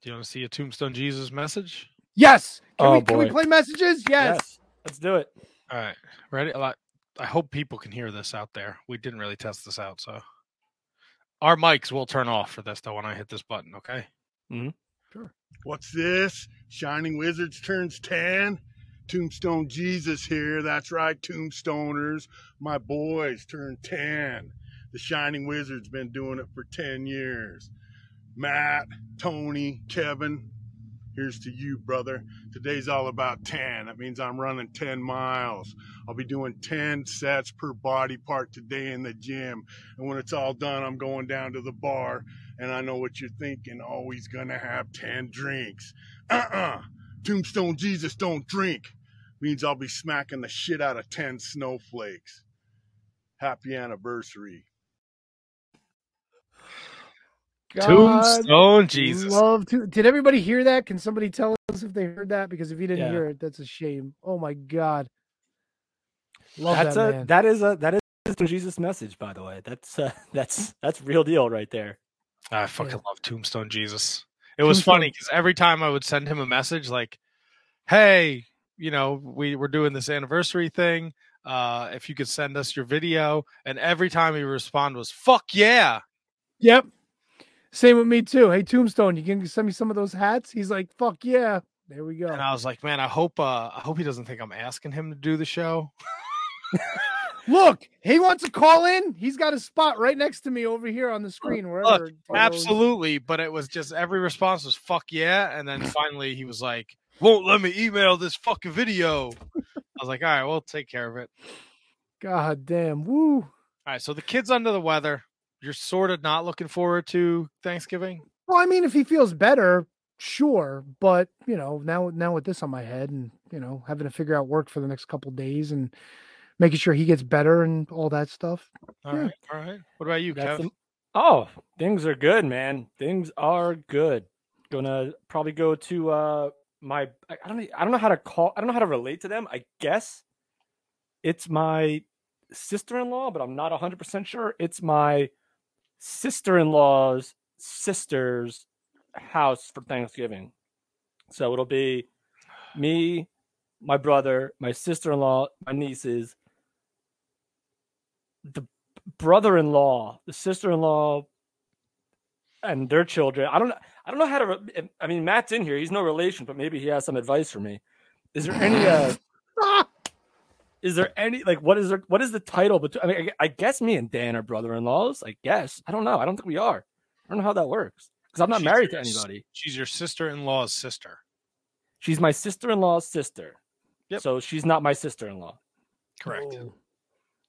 do you want to see a Tombstone Jesus message?
Yes. Can,
Oh,
we, can we
boy.
play messages? Yes.
let's do it.
All right, ready? Well, I- I hope people can hear this out there. We didn't really test this out, so our mics will turn off for this though when I hit this button. Okay.
Mm-hmm.
What's this? Shining Wizards turns 10? Tombstone Jesus here. That's right, Tombstoners. My boys turned 10. The Shining Wizards been doing it for 10 years. Matt, Tony, Kevin, here's to you, brother. Today's all about 10. That means I'm running 10 miles. I'll be doing 10 sets per body part today in the gym. And when it's all done, I'm going down to the bar and I know what you're thinking. Always gonna have 10 drinks. Uh uh Tombstone Jesus don't drink. Means I'll be smacking the shit out of 10 snowflakes. Happy anniversary.
God.
Tombstone Jesus.
Love to. Did everybody hear that? Can somebody tell us if they heard that? Because if you didn't
Yeah.
hear it, that's a shame. Oh my God. Love
That's
that
a
man.
that is a that is Jesus' message, by the way. That's uh, that's that's real deal right there.
I fucking love Tombstone Jesus. It was funny because every time I would send him a message like, "Hey, you know, we we're doing this anniversary thing. Uh, if you could send us your video," and every time he would respond was, "Fuck yeah."
Yep. Same with me too. Hey Tombstone, you can send me some of those hats. He's like, fuck yeah. There we go.
And I was like, "Man, I hope uh, I hope he doesn't think I'm asking him to do the show."
Look, he wants to call in. He's got a spot right next to me over here on the screen. Wherever.
Absolutely, but it was just every response was "fuck yeah," and then finally he was like, "Won't let me email this fucking video." I was like, "All right, we'll take care of it."
God damn. Woo.
All right, so the kid's under the weather. You're sort of not looking forward to Thanksgiving.
Well, I mean, if he feels better, sure. But you know, now now with this on my head, and you know, having to figure out work for the next couple days, and making sure he gets better and all that stuff.
All
Yeah.
right, all right. What about you,
That's
Kev?
the- oh, things are good, man. Things are good. Gonna probably go to uh my I I don't e- I don't know how to call I don't know how to relate to them. I guess it's my sister-in-law, but I'm not 100% sure. It's my sister-in-law's sister's house for Thanksgiving. So it'll be me, my brother, my sister-in-law, my nieces, the brother-in-law, the sister-in-law, and their children. I don't know. I don't know how to. Re- I mean, Matt's in here. He's no relation, but maybe he has some advice for me. Is there any? Uh, is there any like what is there? What is the title? But I mean, I, gue- I guess me and Dan are brother-in-laws. I guess I don't know. I don't think we are. I don't know how that works because I'm not
She's
married to
your s-
anybody.
She's your sister-in-law's sister.
She's my sister-in-law's sister.
Yep.
So she's not my sister-in-law.
Correct.
Oh,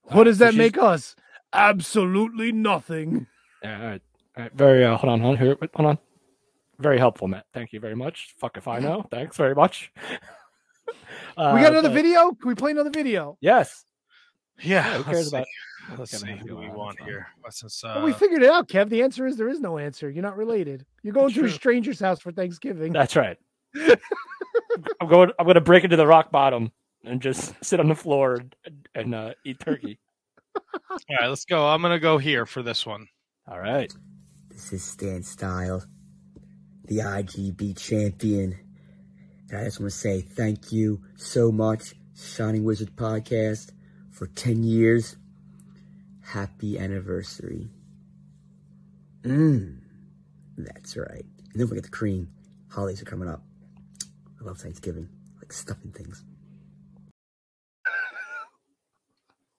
What does
so
that
she's-
make us? Absolutely nothing.
Yeah, all right. All right. Very, uh, hold on, hold on, here, wait, hold on. Very helpful, Matt. Thank you very much. Fuck if I
Mm-hmm.
know. Thanks very much.
we
Uh,
got another
but-
video. Can we play another video?
Yes.
Yeah.
Yeah, who
let's
cares
see.
about?
Let's
Kevin
see
has to
who
go
we
out,
want
so.
here. Well, Since uh,
Well, we figured it out, Kev. The answer is there is no answer. You're not related. You're going to a
True.
stranger's house for Thanksgiving.
That's right. I'm going. I'm going to break into the rock bottom and just sit on the floor and, and uh, eat turkey.
all right, let's go. I'm gonna go here for this one.
All right.
This is Stan Style, the IGB champion. And I just want to say thank you so much, Shining Wizard Podcast, for 10 years. Happy anniversary. Mmm. That's right. And don't forget the cream. Holidays are coming up. I love Thanksgiving. I like stuffing things.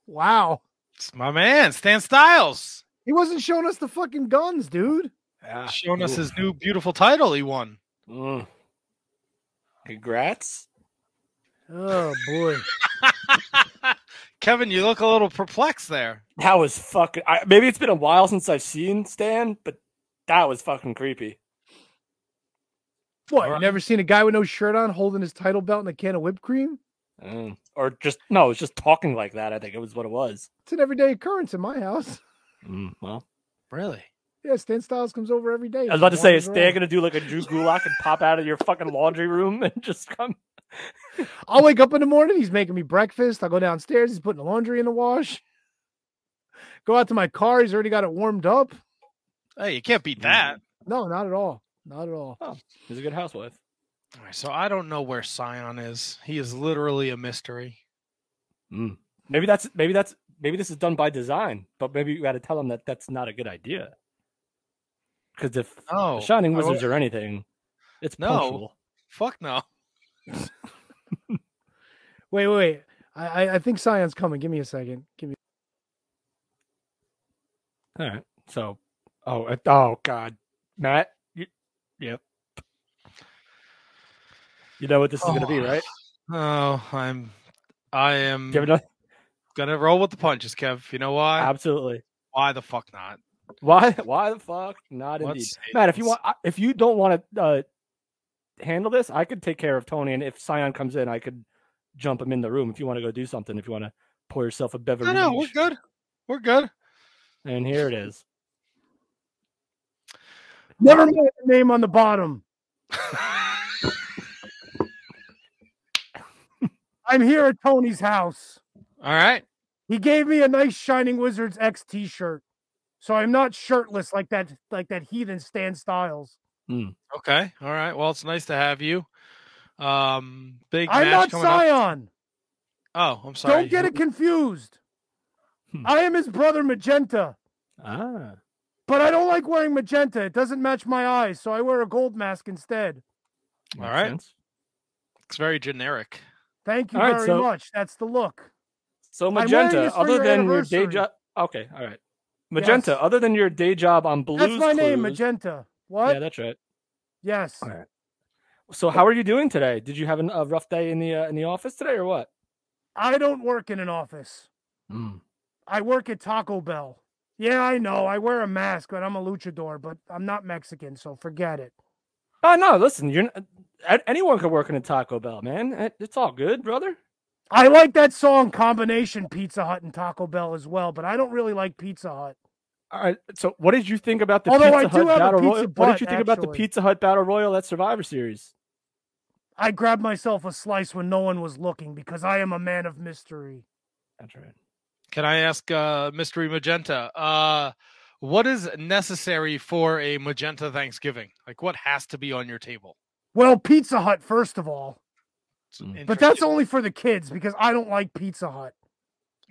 Wow.
It's my man, Stan Styles,
He wasn't showing us the fucking guns, dude.
Yeah.
showing us
Ooh.
his new beautiful title he won.
Mm. Congrats.
Oh boy.
Kevin, you look a little perplexed there.
That was fucking. I, maybe it's been a while since I've seen Stan, but that was fucking creepy.
What?
All
You
right.
never seen a guy with no shirt on holding his title belt and a can of whipped cream?
Mm. Or just no, it's just talking like that. I think it was what it was.
It's an everyday occurrence in my house.
Mm, well,
Really?
Yeah, Stan Styles comes over every day.
I was about to say, is
Wanders
Stan
around.
gonna do like a Drew Gulak and pop out of your fucking laundry room and just come?
I'll wake up in the morning. He's making me breakfast. I'll go downstairs. He's putting the laundry in the wash. Go out to my car. He's already got it warmed up.
Hey, you can't beat that.
No, not at all. Not at all.
Oh, He's a good housewife.
All right, so I don't know where Scion is. He is literally a mystery.
Maybe that's maybe that's maybe this is done by design, but maybe you got to tell him that that's not a good idea. Because if
No,
the Shining
I
Wizards or
won't-
anything, it's
No.
punctual.
Fuck no.
Wait, wait, wait. I, I- I think Scion's coming. Give me a second. Give me.
All right. So, oh, it- oh, God, Matt, you, yep. You know what this is gonna be,
Oh.
right?
Oh, I'm, I am
Give it a,
gonna roll with the punches, Kev. You know why?
absolutely.
why the fuck not?
Why? Why the fuck not?
Let's
Indeed,
see,
Matt. If you
let's-
want, I- if you don't want to uh, handle this, I could take care of Tony. And if Scion comes in, I could jump him in the room. If you want to go do something, if you want to pour yourself a beverage,
No, no, we're good. We're good.
And here it is.
Never mind the name on the bottom. I'm here at Tony's house.
All right.
He gave me a nice Shining Wizards X T-shirt, so I'm not shirtless like that, like that heathen Stan Styles.
Mm.
Okay. All right. Well, it's nice to have you. Um, big
I'm
match
not
coming up.
Scion.
Oh, I'm sorry.
Don't get it confused.
Hmm.
I am his brother Magenta,
Ah,
but I don't like wearing magenta. It doesn't match my eyes, so I wear a gold mask instead.
makes
right.
sense.
It's very generic.
Thank you
All right,
very
so-
much. That's the look.
So
I'm wearing this
magenta,
for
other
your
than your day
anniversary.
job. Okay, all right. Magenta,
Yes.
other than your day job on Blues
That's my name,
Clues-
Magenta. What?
Yeah, that's right.
yes.
All right. So how are you doing today? Did you have an, a rough day in the uh, in the office today or what?
I don't work in an office.
Mm.
I work at Taco Bell. Yeah, I know. I wear a mask, but I'm a luchador, but I'm not Mexican, so forget it.
Oh no, listen, you're n- a- anyone could work in a Taco Bell, man. It- It's all good, brother.
I like that song combination Pizza Hut and Taco Bell as well, but I don't really like Pizza Hut.
All right. So what did you think about the
Although I
Pizza
do
Hut
have a
Battle Royal?
pizza
what
butt,
did you think about the
actually.
Pizza Hut Battle Royal at Survivor Series?
I grabbed myself a slice when no one was looking because I am a man of mystery.
That's right.
Can I ask uh, Mystery Magenta? Uh, what is necessary for a magenta Thanksgiving? Like, what has to be on your table?
Well, Pizza Hut, first of all,
It's
Mm.
but that's
interesting.
only for the kids because I don't like Pizza Hut.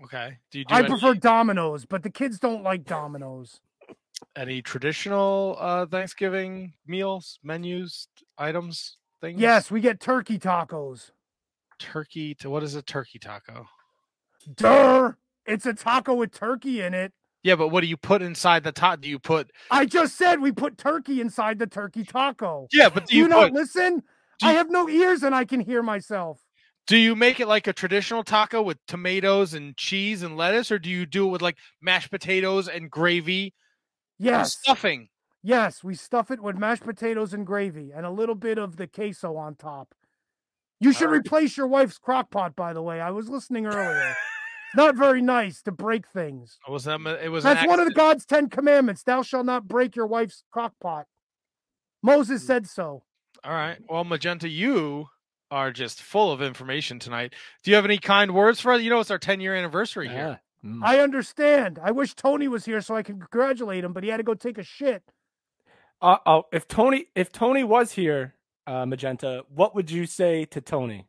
okay. Do you do
I
any,
prefer Domino's, but the kids don't like Domino's.
any traditional uh, Thanksgiving meals, menus, items, things?
Yes, we get turkey tacos.
Turkey. To, what is a turkey taco?
Durr! It's a taco with turkey in it.
Yeah, but what do you put inside the taco? Do you put?
I just said we put turkey inside the turkey taco.
Yeah, but do
Do you
you
not
put,
listen?
do
I
you-
have no ears and I can hear myself.
do you make it like a traditional taco with tomatoes and cheese and lettuce, or do you do it with like mashed potatoes and gravy and
Yes.
stuffing?
Yes, we stuff it with mashed potatoes and gravy and a little bit of the queso on top. You should replace your wife's crock pot, by the way. I was listening earlier. not very nice to break things.
It was um, it was an
That's one of the
accident.
God's Ten Commandments. Thou shalt not break your wife's crock pot.
Mm.
Moses said so.
All right. Well, Magenta, you are just full of information tonight. Do you have any kind words for us? You know, it's our 10 year anniversary here.
Yeah. Mm.
I understand. I wish Tony was here so I could congratulate him, but he had to go take a shit.
Uh, oh, if Tony, if Tony was here, uh, Magenta, what would you say to Tony?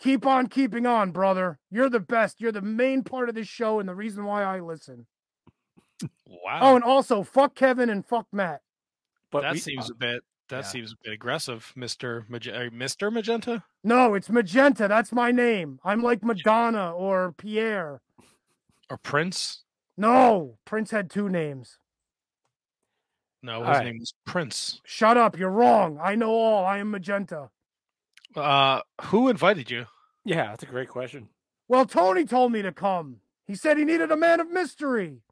Keep on keeping on, brother. You're the best. You're the main part of this show and the reason why I listen.
Wow.
Oh, and also, fuck Kevin and fuck Matt.
But
that
we-
seems
uh,
a bit. That
yeah.
seems a bit aggressive, Mister Mag- uh, Mister Magenta.
No, it's Magenta. That's my name. I'm like Madonna or Pierre.
or Prince.
No, Prince had two names.
No,
All
his
right.
name was Prince.
Shut up. You're wrong. I know all. I am Magenta.
Uh, who invited you?
yeah, that's a great question.
Well, Tony told me to come. He said he needed a man of mystery.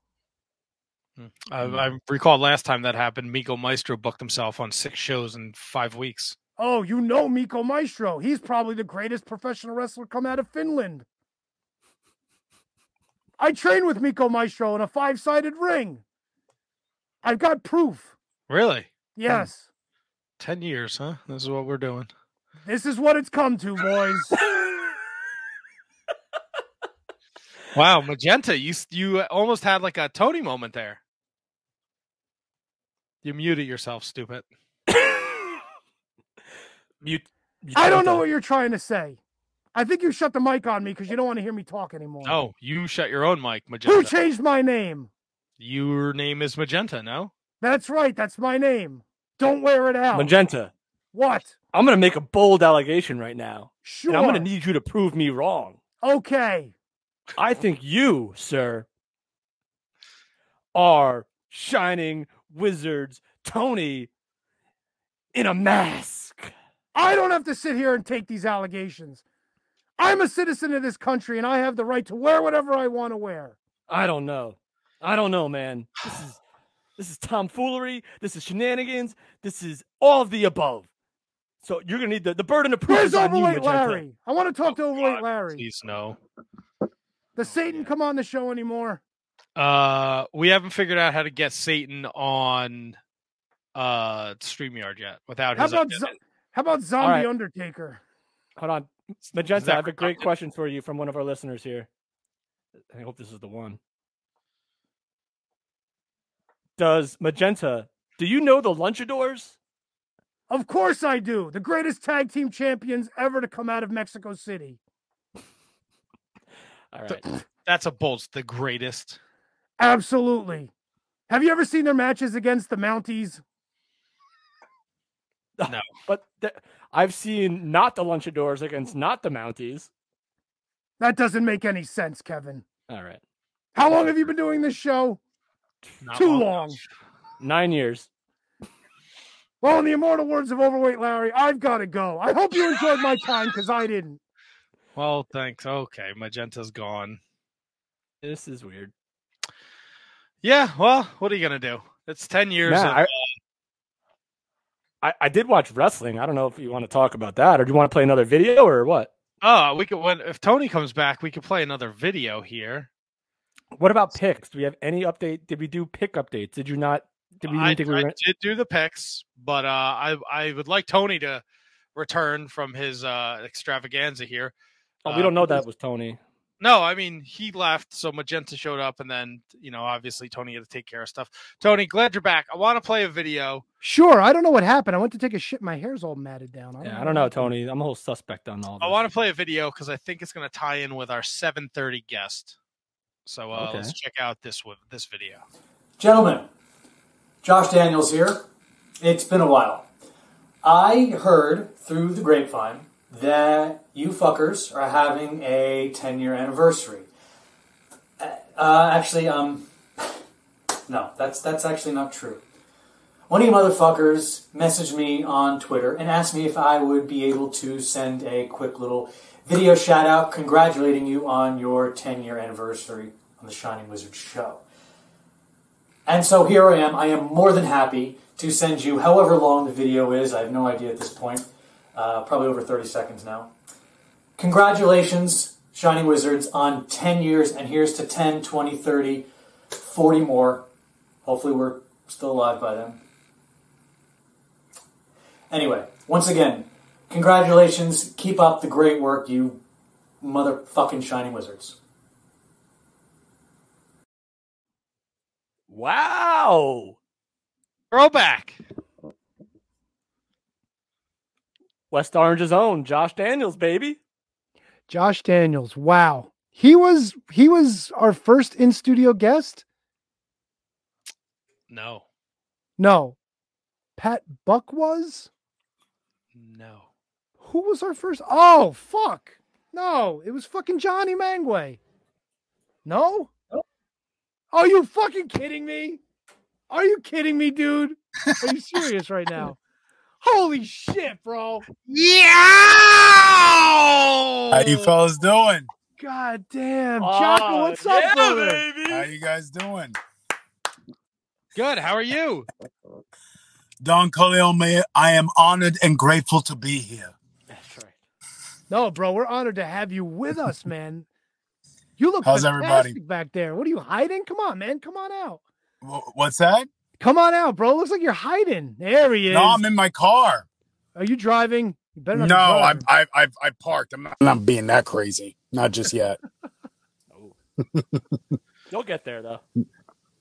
I,
Mm-hmm.
I recall last time that happened. Miko Maestro booked himself on six shows in five weeks.
Oh, you know Miko Maestro. He's probably the greatest professional wrestler come out of Finland. I trained with Miko Maestro in a five sided ring. I've got proof.
Really,
Yes.
ten years, huh? This is what we're doing.
This is what it's come to, boys.
Wow, Magenta, you s- you almost had like a Tony moment there. You muted yourself, stupid.
Mute. mute
I don't
Magenta.
know what you're trying to say. I think you shut the mic on me because you don't want to hear me talk anymore.
No, you shut your own mic,
Oh. Who
Magenta.
changed my name?
Your name is Magenta, no?
That's right. That's my name. Don't wear it out.
Magenta.
what?
I'm gonna make a bold allegation right now,
Sure.
and I'm gonna need you to prove me wrong.
okay.
I think you, sir, are shining wizards Tony in a mask.
I don't have to sit here and take these allegations. I'm a citizen of this country and I have the right to wear whatever I want to wear.
I don't know. I don't know, man. This is this is tomfoolery. This is shenanigans. This is all of the above. So you're gonna need the, the burden of proof.
Where's
is on you,
Overweight
Magenta. Oh,
Larry? I want to talk to Overweight Larry.
Please no.
Does Satan come on the show anymore?
Uh, we haven't figured out how to get Satan on uh StreamYard yet without
How
his
about zo- how about Zombie
right.
Undertaker?
Hold on, Magenta.
that
I have a great
redundant?
question for you from one of our listeners here. I hope this is the one. Does Magenta? Do you know the Lunchadors?
Of course I do. The greatest tag team champions ever to come out of Mexico City.
All right.
that's a bolt the greatest.
Absolutely. Have you ever seen their matches against the Mounties?
But th- I've seen not the Lunchadors against not the Mounties.
That doesn't make any sense, Kevin.
All right.
How long have you been doing this show?
Not
Too
long.
long.
Nine years.
Well, in the immortal words of Overweight Larry, I've got to go. I hope you enjoyed my time because I didn't.
Well, thanks. Okay, Magenta's gone.
This is weird.
Yeah, well, what are you gonna do? It's ten years.
Matt,
of- uh,
I, I, I did watch wrestling. I don't know if you want to talk about that or do you want to play another video or what?
oh, we could when if Tony comes back, we could play another video here.
What about picks? Do we have any update? Did we do pick updates? Did you not? Did we
I,
think we
I
were?
did do the picks, but uh, I I would like Tony to return from his uh, extravaganza here.
oh, we
uh,
don't know that was Tony.
No, I mean he left, so Magenta showed up, and then you know obviously Tony had to take care of stuff. Tony, glad you're back. I want to play a video.
Sure, I don't know what happened. I went to take a shit. My hair's all matted down.
Yeah, I don't
Oh.
know, Tony. I'm a whole suspect on
Oh,
all. This.
I want to play a video because I think it's going to tie in with our 7:30 guest. So uh,
Okay.
let's check out this one, this video.
Gentlemen, Josh Daniels here. It's been a while. I heard through the grapevine that you fuckers are having a 10 year anniversary. Uh, actually, um, no, that's, that's actually not true. One of you motherfuckers messaged me on Twitter and asked me if I would be able to send a quick little video shout out congratulating you on your 10 year anniversary on the Shining Wizard show. And so here I am. I am more than happy to send you however long the video is. I have no idea at this point. Uh, probably over 30 seconds now. Congratulations, Shining Wizards, on 10 years. And here's to 10, 20, 30, 40 more. Hopefully, we're still alive by then. Anyway, once again, congratulations. Keep up the great work, you motherfucking Shining Wizards.
Wow,
Oh, Throwback.
West Orange's own Josh Daniels, baby.
Josh Daniels. Wow, he was he was our first in studio guest.
No,
No, Pat Buck was.
no.
Who was our first? Oh fuck! No, it was fucking Johnny Mangway. No. Are you fucking kidding me? Are you kidding me, dude? Are you serious right now? Holy shit, bro!
Yeah.
How you fellas doing?
God damn,
Oh,
Jocko, what's
yeah,
up, brother?
How you guys doing?
Good. How are you?
Don Corleone, Mayor, I am honored and grateful to be here.
That's right.
No, bro, we're honored to have you with us, man. You look
How's everybody?
fantastic back there. What are you hiding? Come on, man. Come on out.
Wh- What's that?
Come on out, bro. Looks like you're hiding. There he is.
No, I'm in my car.
Are you driving? You better
No,
not
I,
be driving.
I, I, I parked. I'm not, I'm not being that crazy. Not just yet.
Oh. You'll get there though.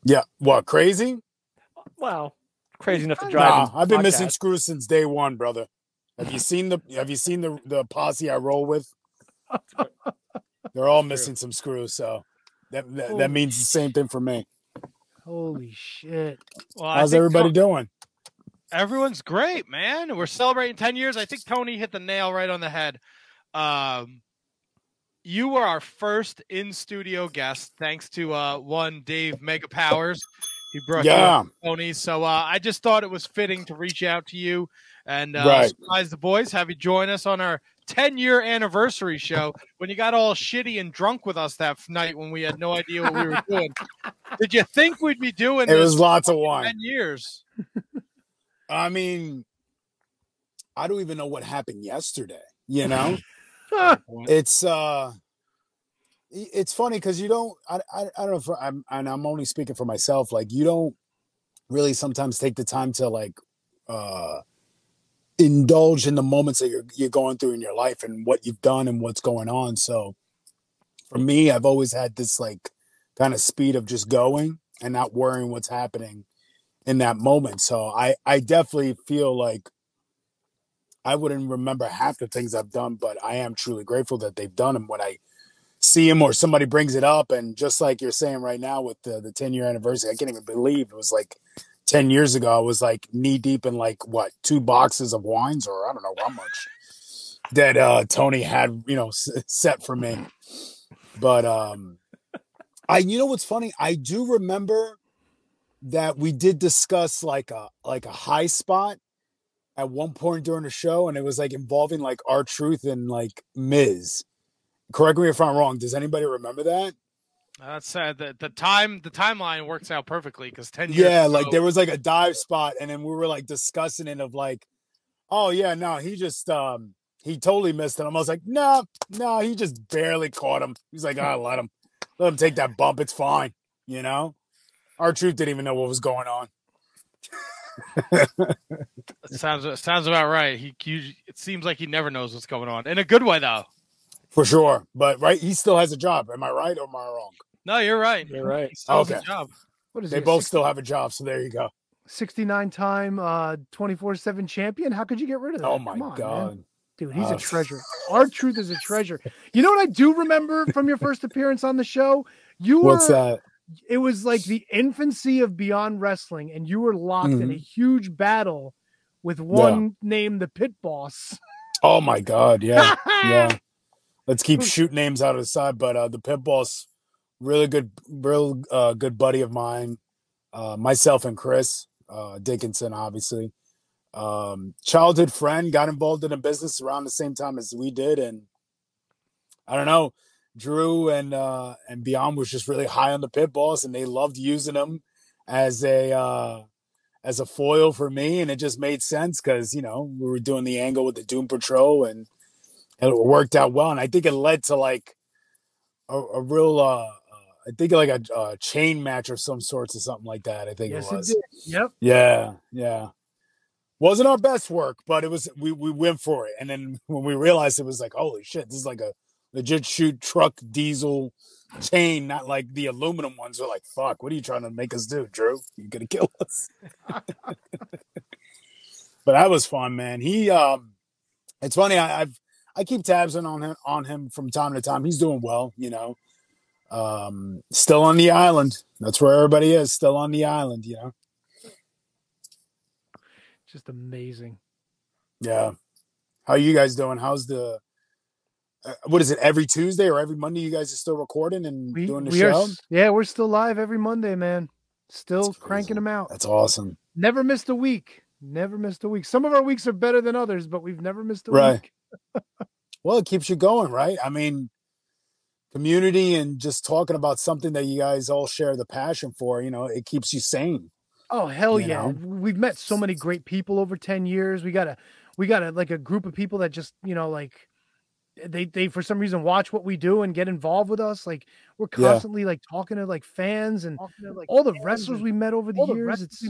Yeah. What, crazy?
Wow, crazy enough to
Nah,
drive.
Nah,
into the
I've been
podcast.
missing screws since day one, brother. Have you seen the Have you seen the the posse I roll with? They're all
That's true.
missing some screws, so that that,
Holy
that means the same thing for me.
Holy shit.
Well, I
How's
think
everybody
Ton-
doing?
Everyone's great, man. We're celebrating ten years. I think Tony hit the nail right on the head. Um, you were our first in studio guest, thanks to uh, one Dave Mega Powers. He brought you
Yeah,
Tony. So uh, I just thought it was fitting to reach out to you and uh,
Right.
surprise the boys, have you join us on our 10 year anniversary show. When you got all shitty and drunk with us that night when we had no idea what we were doing, did you think we'd be doing
it
this
was lots of
for
wine.
10 years?
I mean, I don't even know what happened yesterday. You know, it's uh, i- it's funny because you don't. I, I I don't know. For, I'm and I'm only speaking for myself. Like you don't really sometimes take the time to like uh indulge in the moments that you're you're going through in your life and what you've done and what's going on. So for me, I've always had this like kind of speed of just going and not worrying what's happening in that moment. So I I definitely feel like I wouldn't remember half the things I've done, but I am truly grateful that they've done them when I see them or somebody brings it up. And just like you're saying right now with the, the 10 year anniversary, I can't even believe it was like 10 years ago. I was like knee deep in like what, two boxes of wines or I don't know how much that uh, Tony had, you know, s- set for me. But um I, you know what's funny? I do remember that we did discuss like a, like a high spot at one point during the show, and it was like involving like our truth and like Miz. Correct me if I'm wrong. Does anybody remember that?
Uh, That's sad. The, the time the timeline works out perfectly because ten years.
Yeah, like
ago-
there was like a dive spot, and then we were like discussing it of like, oh yeah, no, he just um he totally missed it. I was like, no, no, he just barely caught him. He's like, ah, let him, let him take that bump. It's fine, you know. Our truth didn't even know what was going on.
sounds sounds about right. He, you- it seems like he never knows what's going on in a good way though.
For sure. But right, he still has a job. Am I right or am I wrong?
No, you're right.
You're right.
He still has
Okay.
a job.
What is
They
he, a
both
60
still have a job, so there you go.
69 time uh 24/7 champion. How could you get rid of that?
Oh my
Come on,
god.
man. Dude, he's
Uh,
a treasure. Our truth is a treasure. You know what I do remember from your first appearance on the show? You were
What's that?
it was like the infancy of Beyond Wrestling, and you were locked in a
Mhm.
huge battle with one named the Pit Boss.
Oh my god, yeah. Yeah. Let's keep shoot names out of the side, but uh the pit boss really good real uh good buddy of mine. Uh myself and Chris uh Dickinson obviously. Um childhood friend got involved in a business around the same time as we did and I don't know. Drew and uh and Beyond was just really high on the pit boss and they loved using him as a uh as a foil for me and it just made sense because you know we were doing the angle with the Doom Patrol and and it worked out well and I think it led to like a, a real uh uh, I think like a, a chain match of some sorts or something like that I think
yes,
it
it
was
did. Yep.
yeah yeah wasn't our best work but it was we we went for it and then when we realized it was like holy shit this is like a legit shoot truck diesel chain not like the aluminum ones we're like fuck what are you trying to make us do Drew you're gonna kill us but that was fun, man. He, um, it's funny. I, I've I keep tabs on on him on him from time to time. He's doing well, you know. Um, still on the island. That's where everybody is. Still on the island, you know.
Just amazing.
Yeah. How you guys doing? How's the? Uh, what is it? Every Tuesday or every Monday? You guys are still recording and
We
doing the
we are
show.
s- yeah, we're still live every Monday, man. Still cranking them out.
That's awesome.
Never missed a week. Never missed a week. Some of our weeks are better than others, but we've never missed a
Right.
week.
Well, it keeps you going, right? I mean, community and just talking about something that you guys all share the passion for. You know, it keeps you sane.
Oh hell
You know?
yeah! We've met so many great people over ten years. We got a we got a like a group of people that just you know like they they for some reason watch what we do and get involved with us. Like we're
Yeah.
constantly like talking to like fans and all the wrestlers we met over the years. It's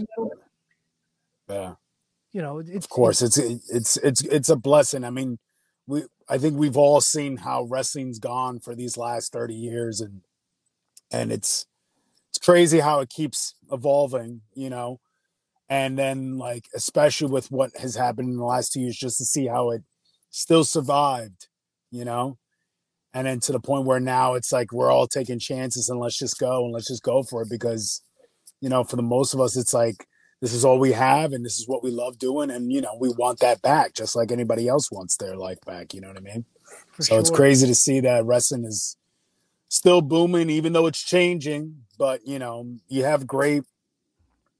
Yeah.
you know it- it's
of course it's it's it's it's a blessing i mean we i think we've all seen how wrestling's gone for these last 30 years and and it's it's crazy how it keeps evolving you know and then like especially with what has happened in the last two years just to see how it still survived you know and then to the point where now it's like we're all taking chances and let's just go and let's just go for it because you know for the most of us it's like this is all we have and this is what we love doing and you know we want that back just like anybody else wants their life back you know what i mean
For
so it's
sure.
crazy to see that wrestling is still booming even though it's changing but you know you have great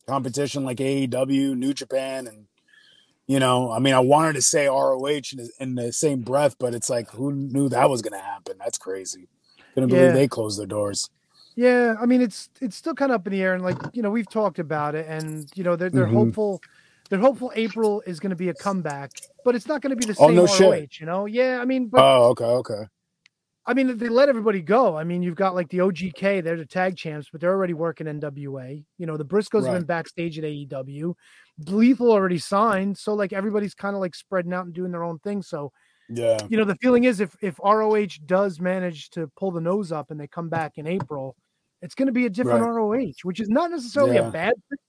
competition like AEW New Japan and you know I mean I wanted to say ROH in the, in the same breath but it's like who knew that was going to happen that's crazy couldn't believe
Yeah.
they closed their doors
Yeah, I mean it's it's still kind of up in the air, and like you know we've talked about it, and you know they're they're
Mhm.
hopeful, they're hopeful April is going to be a comeback, but it's not going to be the
oh
same
no
ROH,
shit
you know. Yeah, I mean, but
oh okay okay
I mean, they let everybody go. I mean, you've got like the OGK, they're the tag champs, but they're already working NWA. You know, the Briscoes have
Right.
been backstage at AEW. Lethal already signed, so like everybody's kind of like spreading out and doing their own thing. So,
Yeah.
you know, the feeling is if if ROH does manage to pull the nose up and they come back in April, it's going to be a different
Right.
ROH, which is not necessarily
Yeah.
a bad thing.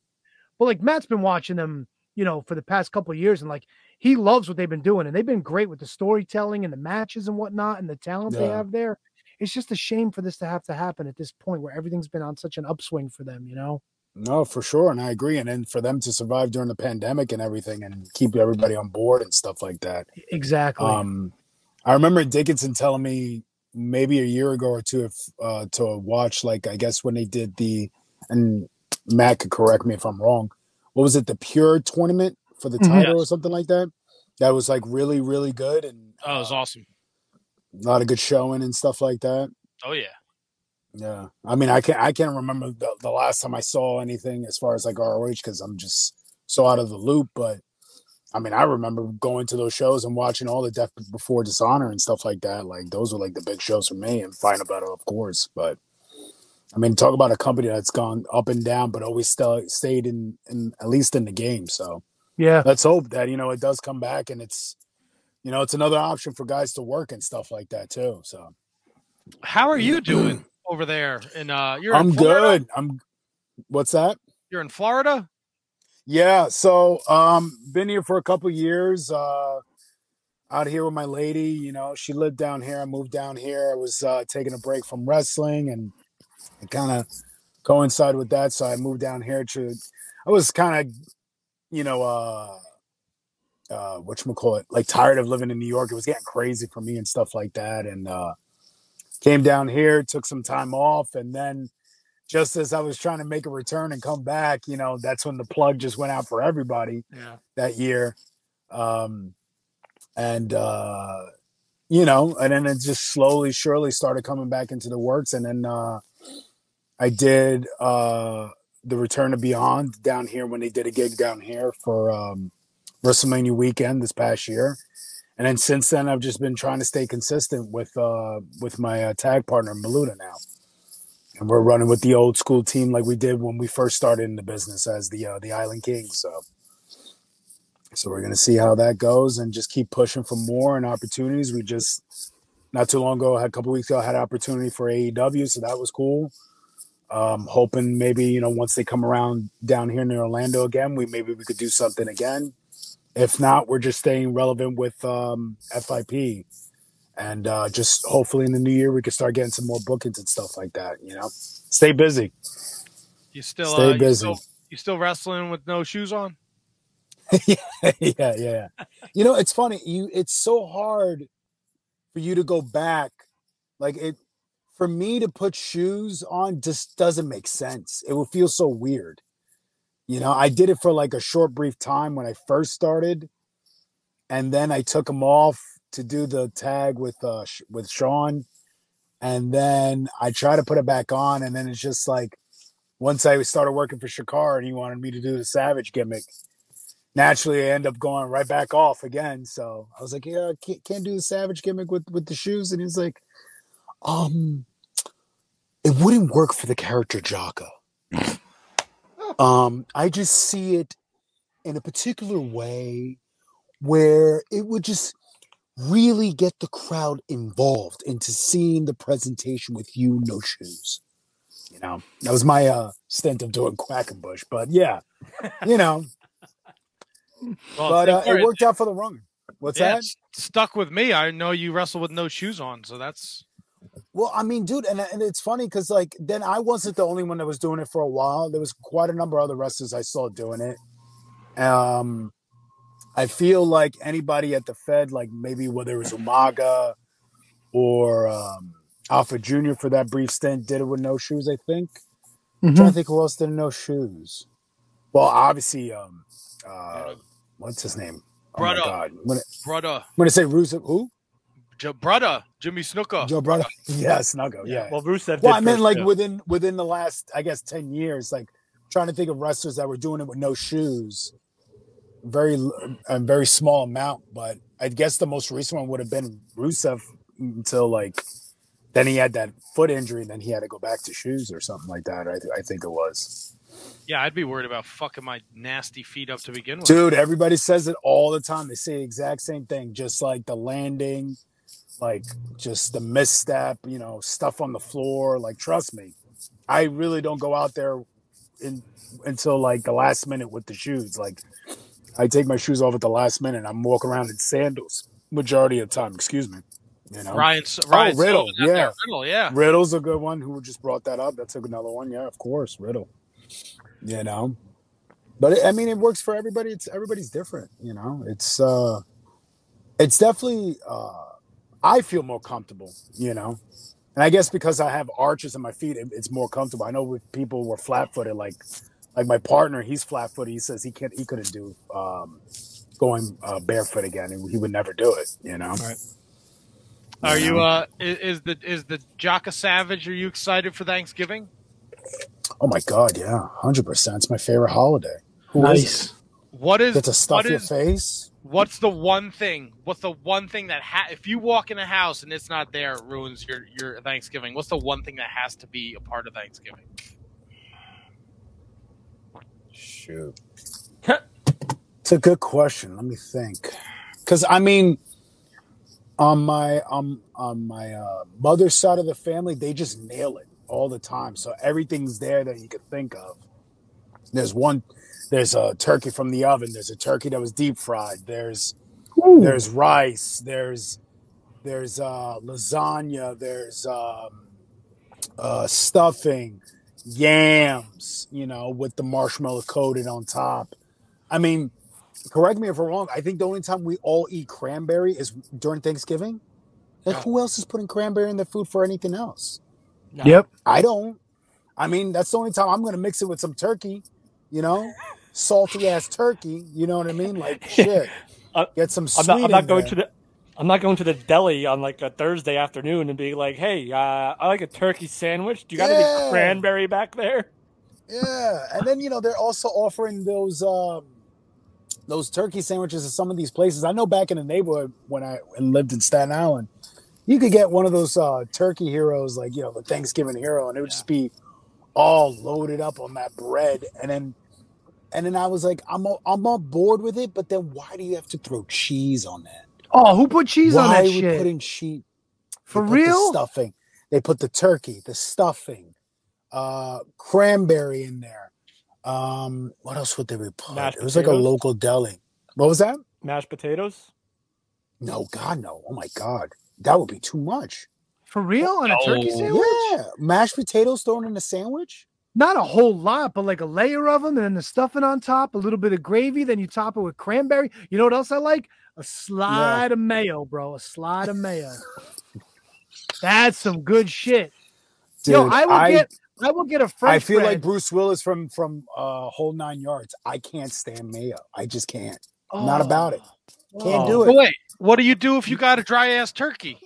But like Matt's been watching them, you know, for the past couple of years, and like he loves what they've been doing, and they've been great with the storytelling and the matches and whatnot, and the talent they
Yeah.
have there. It's just a shame for this to have to happen at this point where everything's been on such an upswing for them, you know.
No, for sure, and I agree. And then for them to survive during the pandemic and everything, and keep everybody on board and stuff like that.
Exactly.
Um, I remember Dickinson telling me maybe a year ago or two if uh, to watch like I guess when they did the and Matt could correct me if I'm wrong. What was it? The Pure tournament for the
Mhm.
title or
Yes.
something like that. That was like really really good and
Oh, it was awesome.
a lot of good showing and stuff like that.
Oh yeah.
Yeah, I mean, I can't I can't remember the, the last time I saw anything as far as like ROH because I'm just so out of the loop. But I mean, I remember going to those shows and watching all the Death Before Dishonor and stuff like that. Like those were like the big shows for me, and Final Battle, of course. But I mean, talk about a company that's gone up and down, but always still stayed in, in at least in the game. So
Yeah.
let's hope that you know it does come back, and it's you know it's another option for guys to work and stuff like that too. So
How are you doing over there? In uh, you're
I'm
in Florida?
good. I'm what's that?
You're in Florida.
Yeah, so um been here for a couple years. Uh out here with my lady, you know, she lived down here. I moved down here. I was uh taking a break from wrestling and it kind of coincided with that, so I moved down here to I was kind of, you know, uh uh whatchamacallit, like tired of living in New York. It was getting crazy for me and stuff like that and uh came down here, took some time off and then just as I was trying to make a return and come back, you know, that's when the plug just went out for everybody
Yeah.
that year. Um, and, uh, you know, and then it just slowly, surely started coming back into the works. And then uh, I did uh, the Return to Beyond down here when they did a gig down here for um, WrestleMania weekend this past year. And then since then, I've just been trying to stay consistent with uh, with my uh, tag partner Maluda now, and we're running with the old school team like we did when we first started in the business as the uh, the Island Kings. So So we're gonna see how that goes and just keep pushing for more and opportunities. We just not too long ago, had a couple weeks ago, had an opportunity for AEW, so that was cool. Um, hoping maybe you know once they come around down here in Orlando again, we maybe we could do something again. If not, we're just staying relevant with um, FIP, and uh, just hopefully in the new year we could start getting some more bookings and stuff like that. You know, stay busy,
You still
stay
uh, you
busy.
still you still wrestling with no shoes on?
yeah, yeah. You know, it's funny. You, it's so hard for you to go back. Like it, for me to put shoes on just doesn't make sense. It would feel so weird. You know, I did it for like a short, brief time when I first started, and then I took them off to do the tag with uh Sh- with Sean, and then I try to put it back on, and then it's just like once I started working for Shakar and he wanted me to do the Savage gimmick, naturally I end up going right back off again. So I was like, yeah, I can't, can't do the Savage gimmick with with the shoes, and he's like, um, it wouldn't work for the character Jocko. Um, I just see it in a particular way where it would just really get the crowd involved into seeing the presentation with you no shoes. You know, that was my uh stint of doing Quackenbush, but yeah, you know,
Well,
but
thank
uh, it
you.
worked out for the wrong. What's
yeah,
that?
it's stuck with me. I know you wrestle with no shoes on, so that's
Well, I mean, dude, and, and it's funny because like then I wasn't the only one that was doing it for a while. There was quite a number of other wrestlers I saw doing it. Um, I feel like anybody at the Fed, like maybe whether it was Umaga or um, Alpha Junior for that brief stint, did it with no shoes. I think. I'm trying to think who else did no shoes. Well, obviously, um, uh, what's his name? Oh my
Brother.
God, I'm gonna,
brother,
I'm gonna say Rusev. Who?
J- brother, Jimmy Snooker.
Joe Brother. yeah, Snuggo. Yeah.
Well, Rusev.
Well,
did
I meant
first,
like
yeah.
within within the last, I guess, ten years. Like trying to think of wrestlers that were doing it with no shoes, very l- a very small amount. But I guess the most recent one would have been Rusev until like Then he had that foot injury, and then he had to go back to shoes or something like that. I, I think it was.
Yeah, I'd be worried about fucking my nasty feet up to begin with.
Dude, everybody says it all the time. They say the exact same thing, just like the landing, like just the misstep, you know, stuff on the floor. Like, trust me, I really don't go out there in, until like the last minute with the shoes. Like, I take my shoes off at the last minute. and I'm walking around in sandals majority of the time. Excuse me. You know,
Ryan S- Ryan
oh, Riddle,
Sullivan out
yeah,
there. Riddle, yeah.
Riddle's a good one. Who just brought that up? That's another one. Yeah, of course, Riddle. You know, but it, I mean, it works for everybody. It's everybody's different. You know, it's uh, it's definitely uh, I feel more comfortable. You know, and I guess because I have arches in my feet, it, it's more comfortable. I know with people who are flat footed, like like my partner, he's flat footed. He says he can't, he couldn't do um, going uh, barefoot again. He, he would never do it. You know.
Are you
know?
uh i- is the is the Jocka Savage are you excited for Thanksgiving?
Oh my god, yeah, hundred percent. It's my favorite holiday. Who is
Nice.
it?
What is
Get to
what
stuff your
is
face.
what's the one thing? What's the one thing that ha- if you walk in a house and it's not there, it ruins your your Thanksgiving. What's the one thing that has to be a part of Thanksgiving?
Shoot, it's a good question. Let me think. Because I mean, on my um on my uh, mother's side of the family, they just nail it all the time. So everything's there that you could think of. There's one. There's a turkey from the oven. There's a turkey that was deep fried. There's there's rice. There's there's uh, lasagna. There's um, uh, stuffing, yams, you know, with the marshmallow coated on top. I mean, correct me if I'm wrong. I think the only time we all eat cranberry is during Thanksgiving. Like, who else is putting cranberry in their food for anything else?
No.
Yep.
I don't. I mean, that's the only time I'm going to mix it with some turkey, you know, salty ass turkey. You know what I mean? Like, shit,
I,
get some
Uh, I'm not.
sweet
I'm not
in
going
there.
to the. I'm not going to the deli on like a Thursday afternoon and being like, "Hey, uh, I like a turkey sandwich. Do you got any
Yeah.
cranberry back there?"
Yeah. And then, you know, they're also offering those, um, those turkey sandwiches at some of these places. I know back in the neighborhood when I and lived in Staten Island, you could get one of those uh, turkey heroes, like you know the Thanksgiving hero, and it would
Yeah.
just be all loaded up on that bread. And then and then I was like, I'm o- I'm on board with it, but then why do you have to throw cheese on that?
Oh, who put cheese on
Why
that
are we
shit?
putting cheese? They
For
put the
real?
stuffing, they put the turkey, the stuffing, uh, cranberry in there. Um, what else would they put?
Mashed
It was like a
potatoes.
local deli. What was that?
Mashed potatoes.
No, God, no. Oh my God. That would be too much.
For real on a turkey
No.
sandwich?
Yeah. Mashed potatoes thrown in a sandwich?
Not a whole lot, but like a layer of them, and then the stuffing on top, a little bit of gravy, then you top it with cranberry. You know what else I like? A
Yeah.
slide of mayo, bro. A slide of mayo. That's some good shit. Yo,
Dude,
I will
I
get I will get a
I
French
feel like
bread.
Bruce Willis from from uh whole nine yards. I can't stand mayo. I just can't. Not
Oh,
about it. Can't
oh.
do
But
it.
wait, what do you do if you got a dry ass turkey?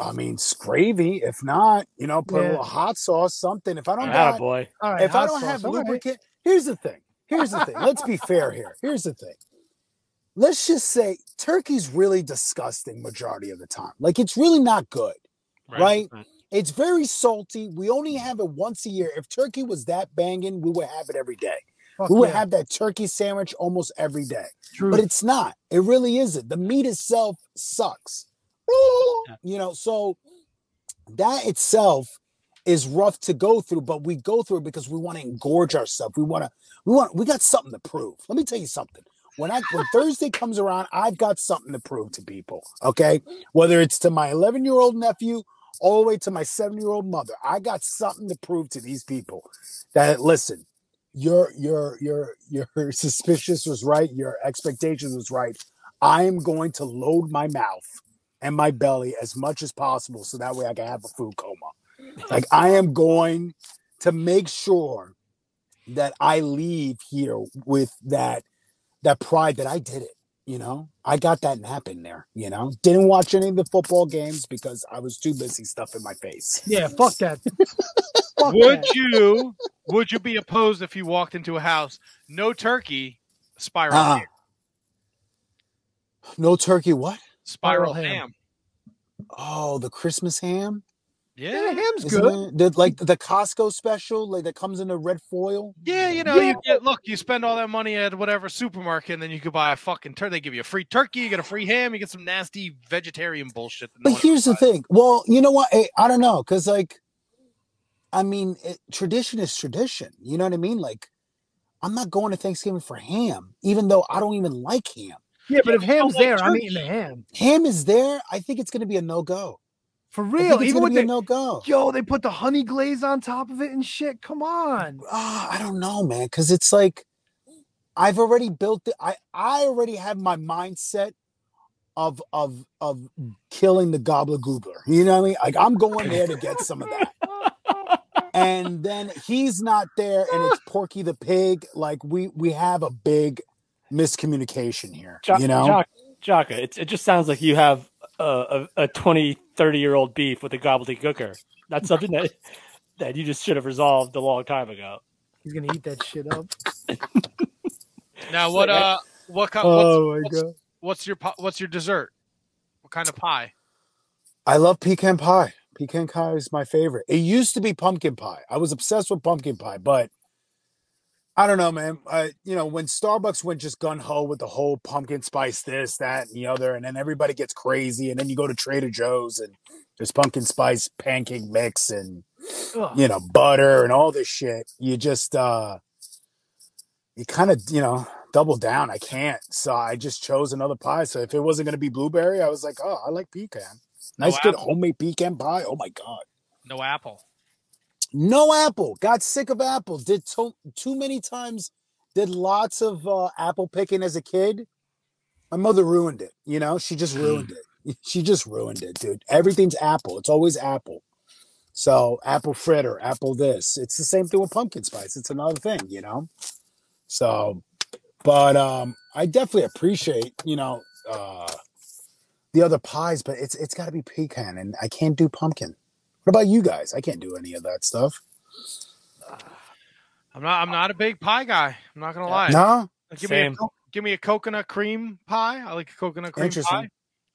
I mean, it's gravy. If not, you know, put a
Yeah.
little hot sauce, something. If I don't
Atta
got
boy.
All right,
if I
hot
don't
sauce.
have
All right.
lubricant, here's the thing. Here's the thing. Let's be fair here. Here's the thing. let's just say turkey's really disgusting majority of the time. Like it's really not good,
Right.
right? It's very salty. We only have it once a year. If turkey was that banging, we would have it every day. We
Fuck
would
yeah.
have that turkey sandwich almost every day. But
Truth.
it's not. It really isn't. The meat itself sucks.
Yeah.
You know, so that itself is rough to go through, but we go through it because we want to engorge ourselves. We want to, we want, we got something to prove. Let me tell you something. When I when Thursday comes around, I've got something to prove to people. Okay, whether it's to my 11 year old nephew all the way to my seven year old mother, I got something to prove to these people that listen, your your your your suspicious was right, your expectations was right. I am going to load my mouth and my belly as much as possible so that way I can have a food coma. Like I am going to make sure that I leave here with that that pride that I did it, you know? I got that nap in there, you know? Didn't watch any of the football games because I was too busy stuffing my face.
Yeah, fuck that. Fuck
Would
that.
you would you be opposed if you walked into a house no turkey, spiral
Uh-uh.
ham,
No turkey what?
Spiral
spiral
ham.
ham?
Oh, the Christmas ham.
Yeah,
ham's
Isn't
good.
it? The- like the Costco special, like that comes in the red foil.
Yeah, you know, you get look, you spend all that money at whatever supermarket, and then you could buy a fucking turkey. They give you a free turkey, you get a free ham, you get some nasty vegetarian bullshit. that no
But
one-
here's the thing. Well, you know what? I, I don't know, cause like, I mean, it, tradition is tradition. You know what I mean? Like, I'm not going to Thanksgiving for ham, even though I don't even like ham.
Yeah, but if ham's there, I'm eating the ham.
Ham is there. I think it's going to be a no go.
For
think
real,
it's
even
gonna
with
be a
the
no-go.
Yo, they put the honey glaze on top of it and shit. Come on.
Uh, I don't know, man, because it's like I've already built the I I already have my mindset of of of killing the gobbler goobler. You know what I mean? Like I'm going there to get some of that. And then he's not there and it's Porky the pig. Like we we have a big miscommunication here.
Jo-
you know?
Jock, Jocka, it, it just sounds like you have a, a, a 20, 30 year old beef with a gobbledygooker. That's something that, that you just should have resolved a long time ago.
He's gonna eat that shit up.
Now, what uh, what kind?
Oh, my
what's,
God.
what's, what's your pi- what's your dessert? What kind of pie?
I love pecan pie. Pecan pie is my favorite. It used to be pumpkin pie. I was obsessed with pumpkin pie, but I don't know, man. I, you know, when Starbucks went just gun ho with the whole pumpkin spice, this, that, and the other, and then everybody gets crazy, and then you go to Trader Joe's and there's pumpkin spice pancake mix and you know butter and all this shit. You just uh you kind of you know double down. I can't, so I just chose another pie. So if it wasn't gonna be blueberry, I was like, oh, I like pecan.
No
Nice, good
apple.
homemade pecan pie. Oh my god.
No apple.
No apple. Got sick of apple. Did to- too many times. Did lots of uh, apple picking as a kid. My mother ruined it. You know, she
Hmm.
just ruined it. She just ruined it, dude. Everything's apple. It's always apple. So apple fritter, apple this. It's the same thing with pumpkin spice. It's another thing, you know. So, but um, I definitely appreciate you know uh, the other pies, but it's it's got to be pecan, and I can't do pumpkin. What about you guys? I can't do any of that stuff.
I'm not. I'm not a big pie guy. I'm not gonna lie.
No?
Give me
Same.
a co- give me a coconut cream pie. I like a coconut cream
Interesting.
pie.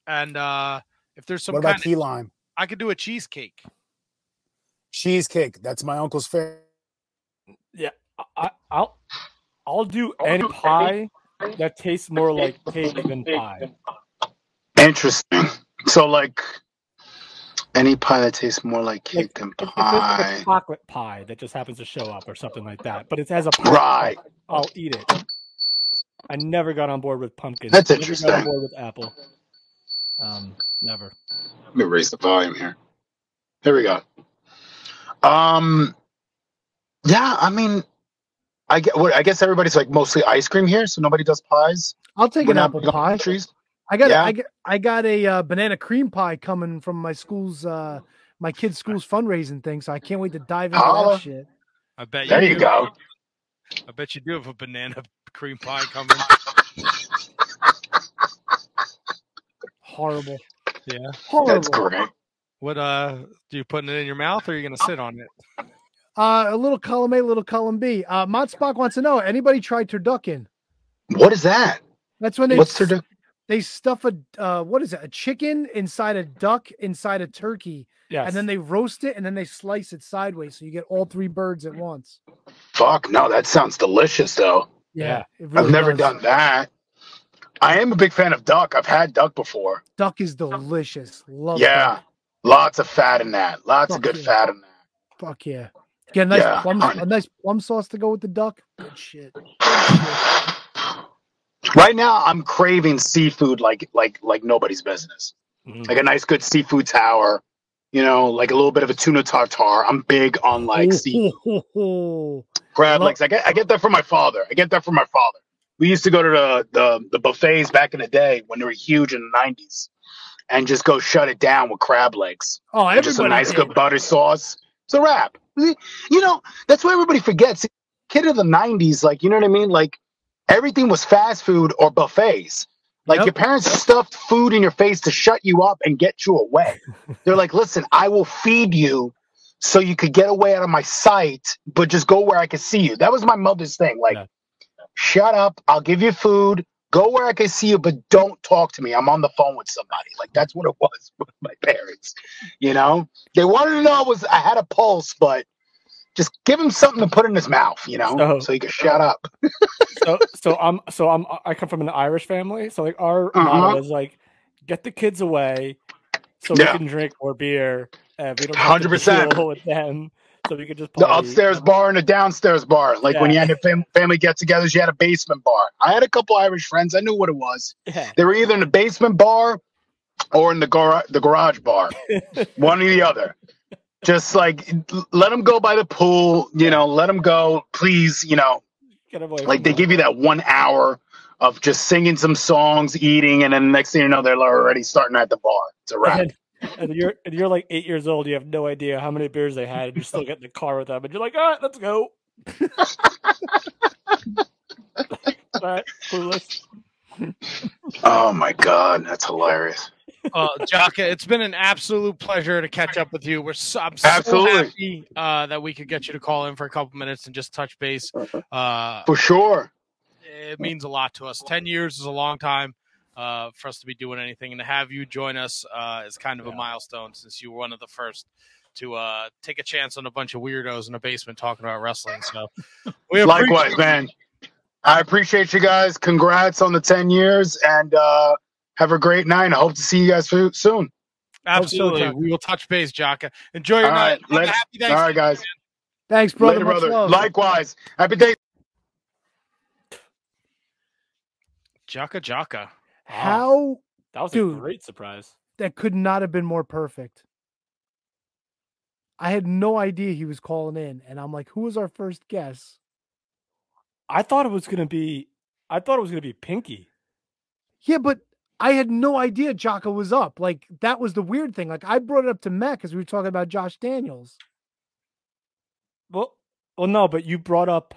And uh if there's some
What about
kind
key lime?
I could do a cheesecake.
Cheesecake. That's my uncle's favorite.
Yeah, I, I- I'll I'll do any pie that tastes more like cake than pie.
Interesting. So, like any pie that tastes more like
Like
cake than
if, if there's like a
pie.
chocolate pie that just happens to show up or something like that, but it has a pumpkin,
Right.
I'll eat it. I never got on board with pumpkin.
That's
Never got on
interesting.
board with apple. Um, never.
Let me raise the volume here. Here we go. Um. Yeah. I mean, I get. What, I guess everybody's like mostly ice cream here, so nobody does pies.
I'll take
We're
an
not
apple
big on
pie.
trees.
I got a,
Yeah.
I got I got a uh, banana cream pie coming from my school's uh my kids' school's fundraising thing, so I can't wait to dive into that
Holla.
shit.
I bet
There
you
you
do.
go.
I bet you do have a banana cream pie coming.
Horrible.
Yeah.
That's
Horrible.
great.
What uh do you putting it in your mouth or are you gonna sit on it?
Uh a little column A, little column B. Uh Mott Spock wants to know anybody tried turducken?
What is that?
That's when they
What's
s-
their?
they stuff a uh what is it, a chicken inside a duck inside a turkey, and
Yes.
then they roast it and then they slice it sideways so you get all three birds at once.
Fuck no. That sounds delicious though.
Yeah,
Yeah.
it
I've
really
never
does.
done that. I am a big fan of duck. I've had duck before.
Duck is delicious. Love duck.
Yeah. Lots of fat in that. Lots of
Fuck
good
yeah.
fat in that.
Fuck yeah. Get a nice
Yeah.
plum
honey.
a nice plum sauce to go with the duck. Good shit. Good shit.
Right now I'm craving seafood like like like nobody's business.
Mm-hmm.
Mm.
Like a nice good seafood tower, you know, like a little bit of a tuna tartar. I'm big on like
Oh,
seafood.
ho, ho, ho.
Crab
Love
legs. eh, I get I get that from my father. I get that from my father. We used to go to the, the the buffets back in the day when they were huge in the nineties and just go shut it down with crab legs
Oh,
and just a
everybody
nice
did.
good butter sauce. It's a wrap. You know, that's what everybody forgets. Kid of the '90s, like you know what I mean. Like everything was fast food or buffets. Like your
Yep.
parents stuffed food in your face to shut you up and get you away. They're like, "Listen, I will feed you." So you could get away out of my sight, but just go where I could see you. That was my mother's thing. Like,
Yeah.
shut up. I'll give you food.
Go where I can see you, but don't talk to me. I'm on the phone with somebody. Like that's what it was with my parents. You know, they wanted to know I was I had a pulse, but just give him something to put in his mouth. You know,
So-
so he could shut up.
so so I'm so I'm I come from an Irish family. So like our
Uh-huh.
motto is like get the kids away so we
Yeah,
can drink more beer and we don't have to
hundred percent.
deal with them. So we can just
The
party.
upstairs bar and the downstairs bar. Like when
Yeah.
you had the fam- family get-togethers, you had a basement bar. I had a couple Irish friends. I knew what it was.
Yeah.
They were either in the basement bar or in the gar- the garage bar. One or the other. Just like l- let them go by the pool. You
Yeah.
know, let them go. Please, you know,
Get away
like
from
they
them.
give you that one hour of just singing some songs, eating, and then next thing you know, they're already starting at the bar. It's a
And
wrap.
then and you're and you're like eight years old, you have no idea how many beers they had, and you're still getting in the car with them, and you're like, all right, let's go. All right, clueless.
Oh my god, that's hilarious.
Uh, Jaka, it's been an absolute pleasure to catch up with you. We're so, I'm so
Absolutely,
happy uh, that we could get you to call in for a couple minutes and just touch base. Uh,
for sure.
it means a lot to us. Ten years is a long time uh, for us to be doing anything, and to have you join us uh, is kind of a milestone since you were one of the first to uh, take a chance on a bunch of weirdos in a basement talking about wrestling. So we appreciate
Likewise, man. I appreciate you guys. Congrats on the ten years, and uh, have a great night. I hope to see you guys so- soon.
Hope so,
absolutely.
Chuck.
We will touch base, Jaka. Enjoy
All
your night.
right,
Have a
later.
happy
All
Thanksgiving.
right, guys.
Thanks, brother.
Later,
Much
brother.
love.
Likewise. Happy day.
Jaka Jaka.
Wow.
How,
That was a
dude,
great surprise.
that could not have been more perfect. I had no idea he was calling in, and I'm like, who was our first guest?
I thought it was gonna be I thought it was gonna be Pinky.
Yeah, but I had no idea Jocko was up. Like that was the weird thing. Like I brought it up to Matt because we were talking about Josh Daniels.
Well well no, but you brought up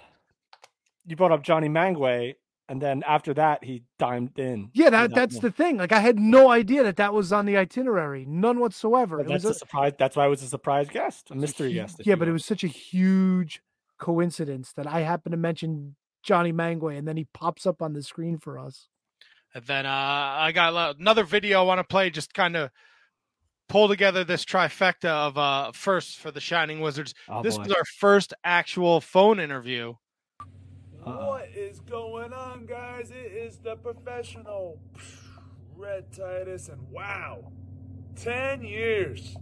you brought up Johnny Mangway, and then after that he dimed in
Yeah,
to
that
that
that's
one.
the thing. Like I had no idea that that was on the itinerary, none whatsoever.
But
It was
that's
a,
a surprise. That's why it was a surprise guest, a
it's a
mystery
hu-
guest, if
yeah,
you
but it
will.
was such a huge coincidence that I happened to mention Johnny Mangway, and then he pops up on the screen for us.
And then uh, I got lo- another video I want to play, just kind of pull together this trifecta of uh, firsts for the Shining Wizards.
Oh
This
boy.
was our first actual phone interview.
Uh-oh.
is going on, guys? It is the professional Red Titus, and wow, 10 years.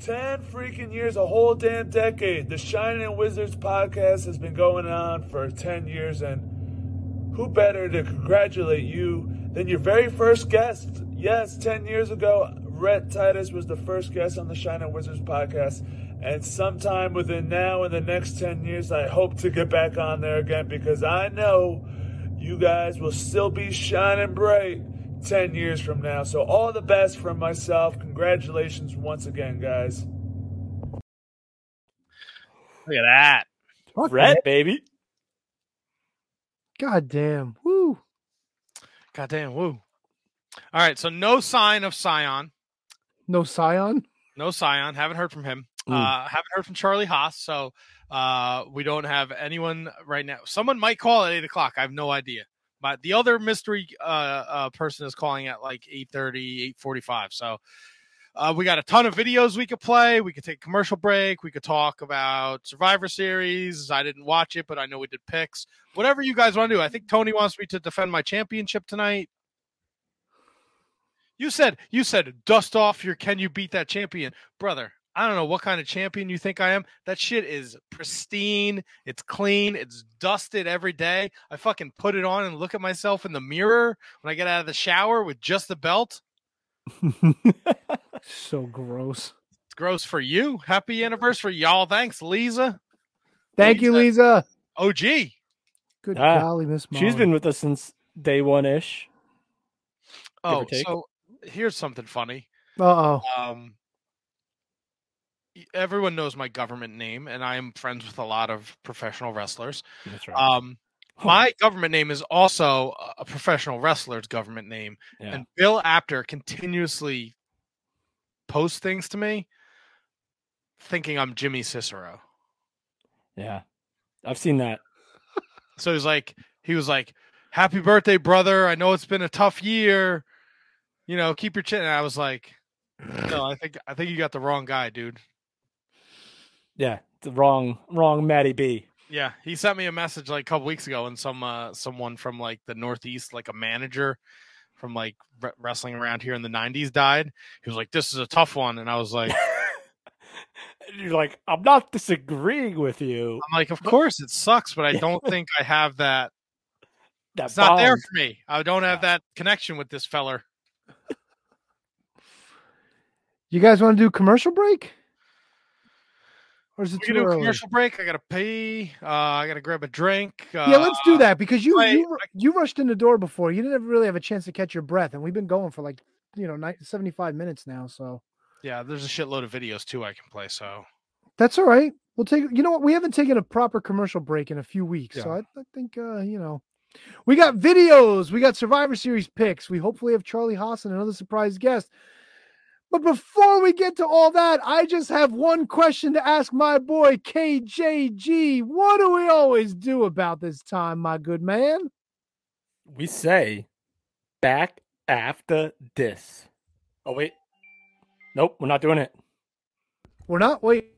10 freaking years, a whole damn decade. The Shining Wizards podcast has been going on for 10 years, and who better to congratulate you than your very first guest? Yes, 10 years ago, Rhett Titus was the first guest on the Shining Wizards podcast. And sometime within now and the next 10 years, I hope to get back on there again because I know you guys will still be shining bright 10 years from now. So, all the best from myself. Congratulations once again, guys.
Look at that.
Fuck yeah.
Red baby.
God damn. Woo.
Goddamn, woo. All right, so no sign of Scion.
No Scion.
No Scion. Haven't heard from him.
Mm.
Uh, haven't heard from Charlie Haas. So uh, we don't have anyone right now. Someone might call at eight o'clock. I have no idea. But the other mystery uh, uh, person is calling at like 8.30, 8.45. So Uh, we got a ton of videos we could play. We could take a commercial break. We could talk about Survivor Series. I didn't watch it, but I know we did picks. Whatever you guys want to do. I think Tony wants me to defend my championship tonight. You said you said dust off your can you beat that champion, brother. I don't know what kind of champion you think I am. That shit is pristine. It's clean. It's dusted every day. I fucking put it on and look at myself in the mirror when I get out of the shower with just the belt.
So gross.
It's gross for you. Happy anniversary, y'all. Thanks, Lisa.
Thank you,
Lisa,
Lisa.
OG.
Good
ah,
golly, Miss
she's
Molly.
been with us since day one ish, give or
Oh,
take.
so here's something funny.
Uh oh.
Um, y- e, everyone knows my government name, and I am friends with a lot of professional wrestlers.
That's right.
Um,
Huh.
my government name is also a- a professional wrestler's government name,
Yeah.
and Bill Apter continuously posts things to me thinking I'm Jimmy Cicero.
Yeah. I've seen that.
So he's like, he was like, happy birthday, brother. I know it's been a tough year. You know, keep your chin. And I was like, no, I think I think you got the wrong guy, dude.
Yeah, the wrong wrong Matty B.
Yeah, he sent me a message like a couple weeks ago, and some uh, someone from like the Northeast, like a manager from like re- wrestling around here in the '90s, died. He was like, "This is a tough one," and I was like,
You're like, I'm not disagreeing with you.
"I'm like, of course it sucks, but I don't think I have that.
That
it's not there
bond.
for me. I don't have that connection with this feller."
You guys want to do commercial break? Or is it
We
too
can do a
early?
commercial break. I gotta pee. Uh, I gotta grab a drink. Uh,
yeah, let's do that because you
I-
you, you rushed in the door before. You didn't really have a chance to catch your breath, and we've been going for like you know ni- seventy five minutes now. So
Yeah, there's a shitload of videos too I can play. So
that's all right. We'll take. You know what? We haven't taken a proper commercial break in a few weeks, so I,
Yeah.
I think uh, you know we got videos. We got Survivor Series picks. We hopefully have Charlie Haas and another surprise guest. But before we get to all that, I just have one question to ask my boy KJG. What do we always do about this time, my good man?
We say back after this. Oh wait. Nope, we're not doing it.
We're not wait.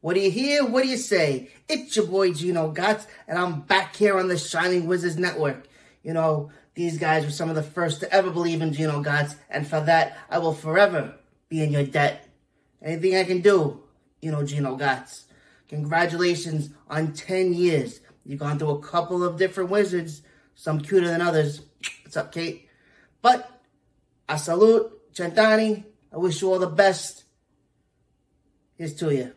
What do you hear? What do you say? It's your boy Gino Guts, and I'm back here on the Shining Wizards Network. You know, these guys were some of the first to ever believe in Gino Guts, and for that, I will forever be in your debt. Anything I can do, you know, Gino Guts. Congratulations on 10 years. You've gone through a couple of different wizards, some cuter than others. What's up, Kate? But I salute Chantani. I wish you all the best. Here's to you.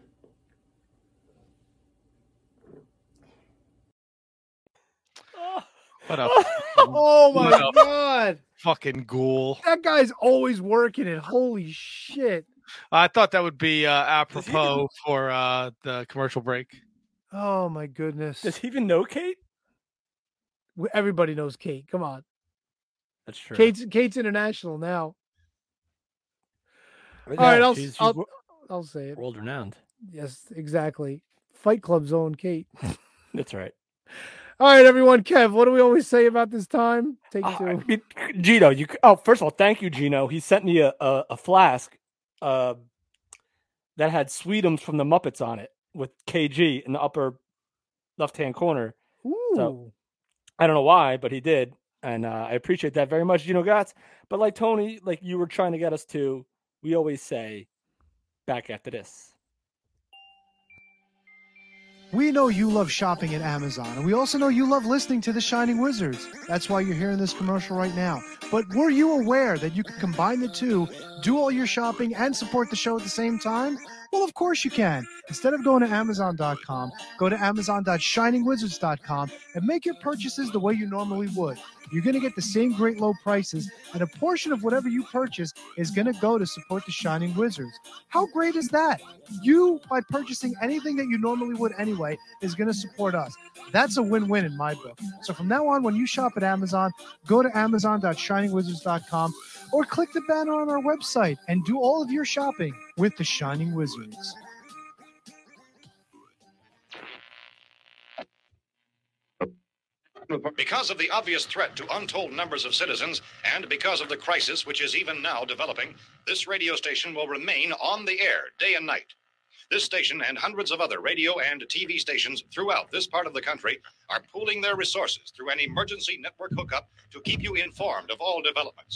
what a
Oh my
What up?
god.
fucking ghoul.
That guy's always working it. Holy shit.
I thought that would be uh, apropos for uh, the commercial break.
Oh my goodness. Does
he even know Kate?
Everybody knows Kate. Come on.
That's true.
Kate's Kate's international now.
I mean,
All right,
yeah,
I'll,
she's- she's
I'll,
wo-
I'll say it.
world renowned.
Yes, exactly. Fight Club's own Kate.
That's right.
All right, everyone. Kev, what do we always say about this time? Take two.
I mean, Gino, you. c- Oh, first of all, thank you, Gino. He sent me a a, a flask, uh, that had Sweetums from the Muppets on it with KG in the upper left hand corner. So
Ooh.
I don't know why, but he did, and uh, I appreciate that very much, Gino Gatz. But like Tony, like you were trying to get us to, we always say, back after this.
We know you love shopping at Amazon, and we also know you love listening to The Shining Wizards. That's why you're hearing this commercial right now. But were you aware that you could combine the two, do all your shopping, and support the show at the same time? Well, of course you can. Instead of going to Amazon.com, go to Amazon.shiningwizards.com and make your purchases the way you normally would. You're going to get the same great low prices, and a portion of whatever you purchase is going to go to support the Shining Wizards. How great is that? You, by purchasing anything that you normally would anyway, is going to support us. That's a win win in my book. So from now on, when you shop at Amazon, go to amazon.shiningwizards.com or click the banner on our website and do all of your shopping with the Shining Wizards.
Because of the obvious threat to untold numbers of citizens and because of the crisis which is even now developing, this radio station will remain on the air day and night. This station and hundreds of other radio and TV stations throughout this part of the country are pooling their resources through an emergency network hookup to keep you informed of all developments.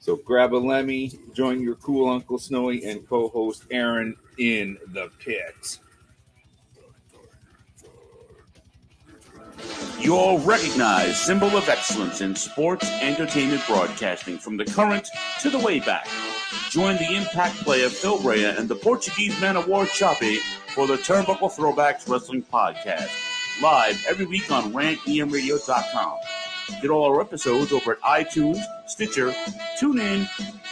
So grab a Lemmy, join your cool Uncle Snowy and co host Aaron in the pit.
Your recognized symbol of excellence in sports entertainment broadcasting from the current to the way back. Join the impact player Phil Rea and the Portuguese man of war Chape for the Turnbuckle Throwbacks Wrestling Podcast. live every week on E rantemradio.com. Get all our episodes over at iTunes, Stitcher, TuneIn,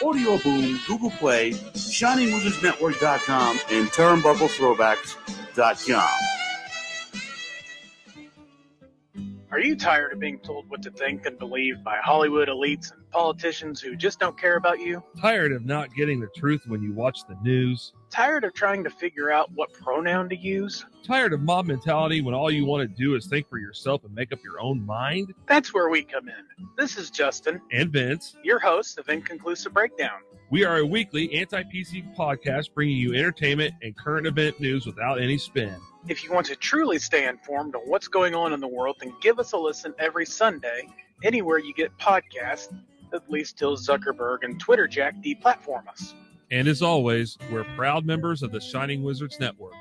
Audio Boom, Google Play, ShiningWizardsNetwork.com, and TurnbuckleThrowbacks.com.
Are you tired of being told what to think and believe by Hollywood elites and politicians who just don't care about you?
Tired of not getting the truth when you watch the news?
Tired of trying to figure out what pronoun to use?
Tired of mob mentality when all you want to do is think for yourself and make up your own mind?
That's where we come in. This is Justin,
And Vince,
your host of Inconclusive Breakdown.
we are a weekly anti PC podcast bringing you entertainment and current event news without any spin.
If you want to truly stay informed on what's going on in the world, then give us a listen every Sunday, anywhere you get podcasts, at least till Zuckerberg and Twitter Jack deplatform us.
And as always, we're proud members of the Shining Wizards Network.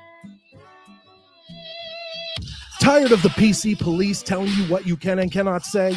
Tired of the PC police telling you what you can and cannot say?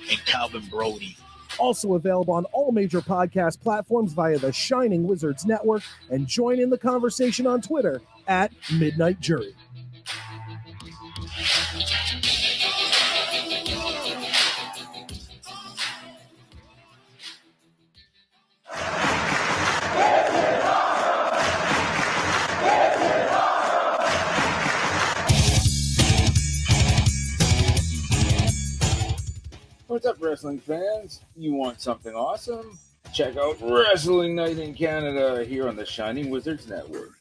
and Calvin Brody.
also available on all major podcast platforms via the Shining Wizards Network, and join in the conversation on Twitter at Midnight Jury.
What's up, wrestling fans? You want something awesome? Check out Wrestling Night in Canada here on the Shining Wizards Network.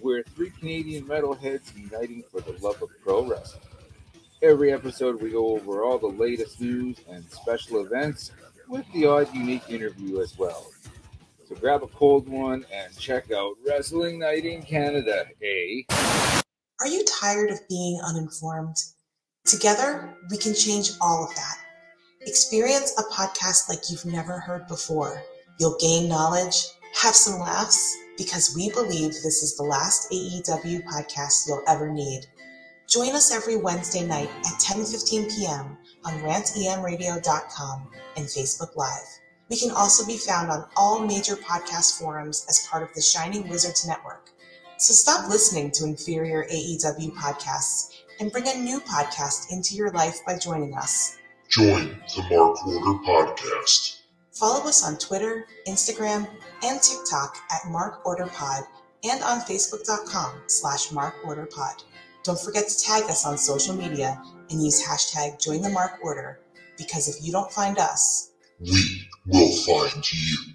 We're three Canadian metalheads uniting for the love of pro wrestling. Every episode, we go over all the latest news and special events with the odd unique interview as well. So grab a cold one and check out Wrestling Night in Canada, eh?
Are you tired of being uninformed? Together, we can change all of that. Experience a podcast like you've never heard before. You'll gain knowledge, have some laughs, because we believe this is the last AEW podcast you'll ever need. Join us every Wednesday night at 10:15 p.m. on E rantemradio.com and Facebook Live. We can also be found on all major podcast forums as part of the Shining Wizards Network. So stop listening to inferior AEW podcasts and bring a new podcast into your life by joining us.
Join the Mark Warner Podcast.
Follow us on Twitter, Instagram, and TikTok at Mark Order Pod and on Facebook.com slash Mark Order Pod. Don't forget to tag us on social media and use hashtag join the Mark Order because if you don't find us,
We will find you.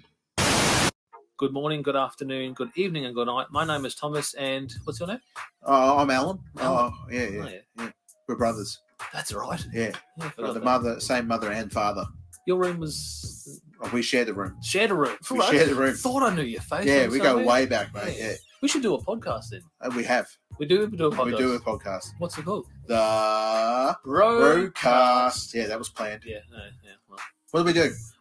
Good morning, good afternoon, good evening, and good night. My name is Thomas, and what's your name?
Oh, I'm Alan.
Alan.
Oh, yeah, yeah,
Oh,
yeah, We're brothers.
That's right.
Yeah.
Yeah, I forgot
We're the
that.
mother, same mother and father.
Your room was
Oh, We shared a room.
shared a room.
We
Right.
shared a room.
Thought I knew your face.
Yeah,
I'm
we
so
go
weird.
way back, mate. Yeah.
We should do a podcast then.
And we have.
We do do a podcast.
We do a podcast.
What's it called?
The Broadcast. Yeah, that was planned.
Yeah, no, yeah. Well.
What do we do?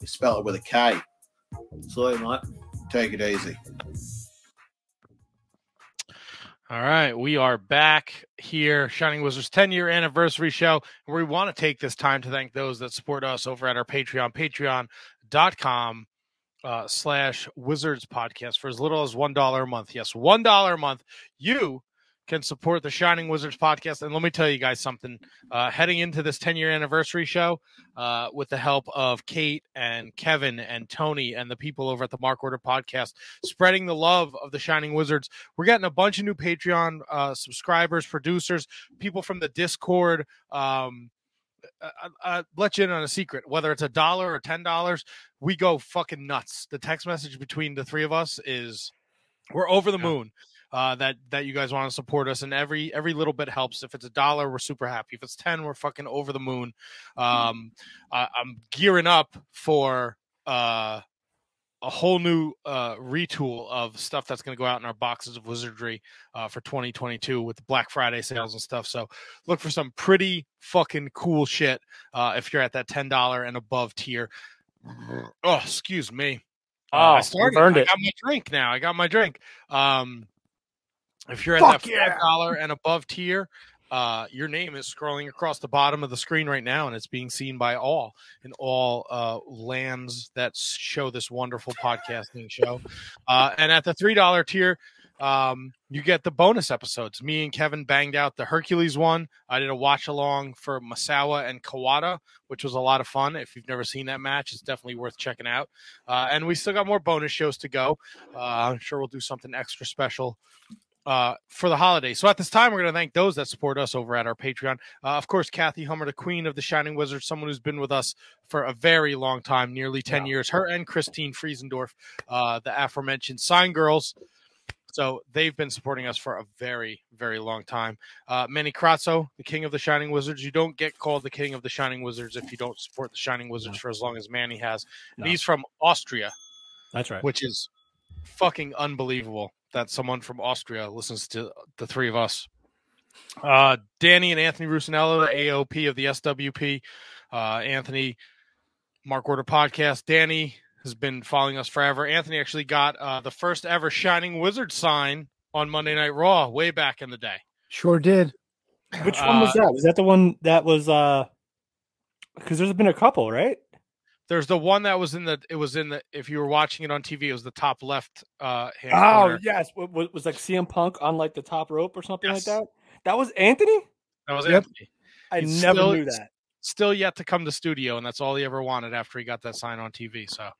We spell it with a K.
Slow, mate.
Take it easy.
All right, we are back here, Shining Wizards 10 year anniversary show. We want to take this time to thank those that support us over at our Patreon, patreon.com uh, slash wizards podcast for as little as $1 a month. Yes, $1 a month. You can support the Shining Wizards podcast. And let me tell you guys something. Uh, heading into this 10 year anniversary show, uh, with the help of Kate and Kevin and Tony and the people over at the Mark Order podcast, spreading the love of the Shining Wizards, we're getting a bunch of new Patreon uh, subscribers, producers, people from the Discord. Um, uh, uh, let you in on a secret. Whether it's a dollar or ten dollars, we go fucking nuts. The text message between the three of us is we're over the moon. Uh, that that you guys want to support us, and every every little bit helps. If it's a dollar, we're super happy. If it's ten, we're fucking over the moon. Um, I, I'm gearing up for uh a whole new uh, retool of stuff that's going to go out in our boxes of wizardry uh, for 2022 with the Black Friday sales and stuff. So look for some pretty fucking cool shit uh, if you're at that ten dollar and above tier. Oh, excuse me. Uh,
Oh,
I started.
you've earned
I
it.
got my drink now. I got my drink. Um, if you're at
Fuck
that five dollar and above tier, uh, your name is scrolling across the bottom of the screen right now, and it's being seen by all in all uh, lands that s- show this wonderful podcasting show. Uh, and at the three dollar tier, um, you get the bonus episodes. Me and Kevin banged out the Hercules one. I did a watch along for Masawa and Kawada, which was a lot of fun. If you've never seen that match, it's definitely worth checking out. Uh, and we still got more bonus shows to go. Uh, I'm sure we'll do something extra special uh, for the holiday. So at this time, we're going to thank those that support us over at our Patreon. Uh, of course, Kathy Hummer, the queen of the Shining Wizard, someone who's been with us for a very long time, nearly 10 years. Her and Christine Friesendorf, uh, the aforementioned Sign Girls. So they've been supporting us for a very, very long time. Uh, Manny Crazzo, the king of the Shining Wizards. You don't get called the king of the Shining Wizards if you don't support the Shining Wizards for as long as Manny has. And
No.
he's from Austria.
That's right.
Which is fucking unbelievable that someone from Austria listens to the three of us. Uh, Danny and Anthony Rusinello, the AOP of the SWP. Uh, Anthony, Mark Order Podcast. Danny has been following us forever. Anthony actually got uh, the first ever Shining Wizard sign on Monday Night Raw way back in the day.
Sure did.
Which one was
Uh,
that? Was that the one that was uh because there's been a couple, right?
There's the one that was in the it was in the if you were watching it on TV, it was the top left uh hand
oh
corner.
yes, Wa- wa- was like CM Punk on like the top rope or something like that. That was Anthony.
That was
Yep.
Anthony.
I
He's
never knew that.
Still yet to come to studio, and that's all he ever wanted after he got that sign on TV. So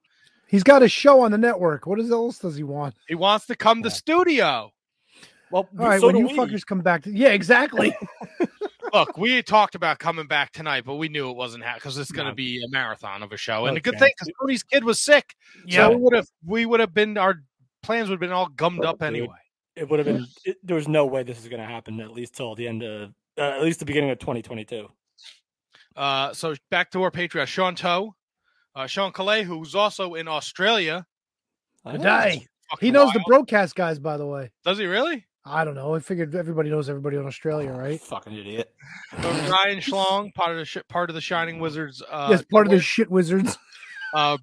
He's got a show on the network. What is- else does he want?
he wants to come to studio.
Well,
All right, when you fuckers come back, to, yeah, exactly.
Look, we talked about coming back tonight, but we knew it wasn't happening because it's going to
No.
be a marathon of a show. Oh, And
No
a good
chance.
thing because Cody's kid was sick.
Yeah.
So we would have we would have been our plans would have been all gummed up
Dude,
anyway.
It would have been. It, there was no way this is going to happen at least till the end of uh, at least the beginning of 2022.
Uh, so back to our Patreon, Sean Toe, uh, Sean Calais, who's also in Australia.
Oh,
Today. He knows the broadcast guys, by the way.
Does he really?
I don't know. I figured everybody knows everybody in Australia, right?
Oh, Fucking idiot.
Ryan Schlong, part of the sh- part of the Shining Wizards. Uh,
yes, part of the shit wizards.
uh,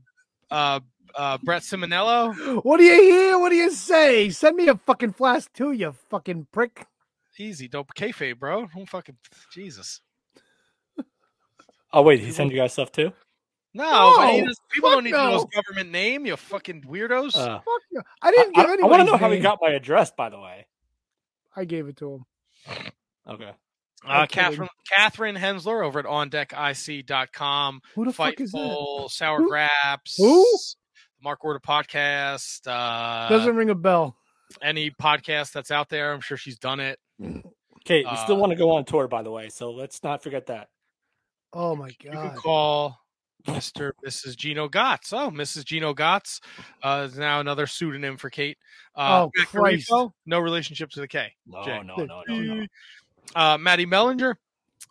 uh, uh, Brett Simonello.
What do you hear? What do you say? Send me a fucking flask too, you fucking prick.
Easy, dope kayfabe, bro. Don't fucking Jesus.
Oh wait, he sent you guys stuff too.
No,
No,
but he does- people
fuck
don't need to know his
no.
government name. You fucking weirdos.
Uh,
Fuck you. I didn't give
I,
anyone.
want to know how he
Mm-hmm.
got my address, by the way.
I gave it to him.
Okay.
Uh,
I'm kidding.
Catherine Catherine Hensler over at ondeckic.com.
Who the
Fightful,
fuck is that?
Sour
Who-
Graps,
Who
Mark Order Podcast. Uh,
doesn't ring a bell?
any podcast that's out there. I'm sure she's done it.
Kate, we still
Uh,
want to go on tour, by Mm. the way, so let's not forget that.
Oh my
You can
god!
call Mr. Mrs. Gino Gotts. Oh, Mrs. Gino Gotts uh, is now another pseudonym for Kate. Uh,
Oh,
Matt
Christ.
Garifo, no relationship to the K.
No,
J.
no, no, no, no.
Uh, Maddie Mellinger,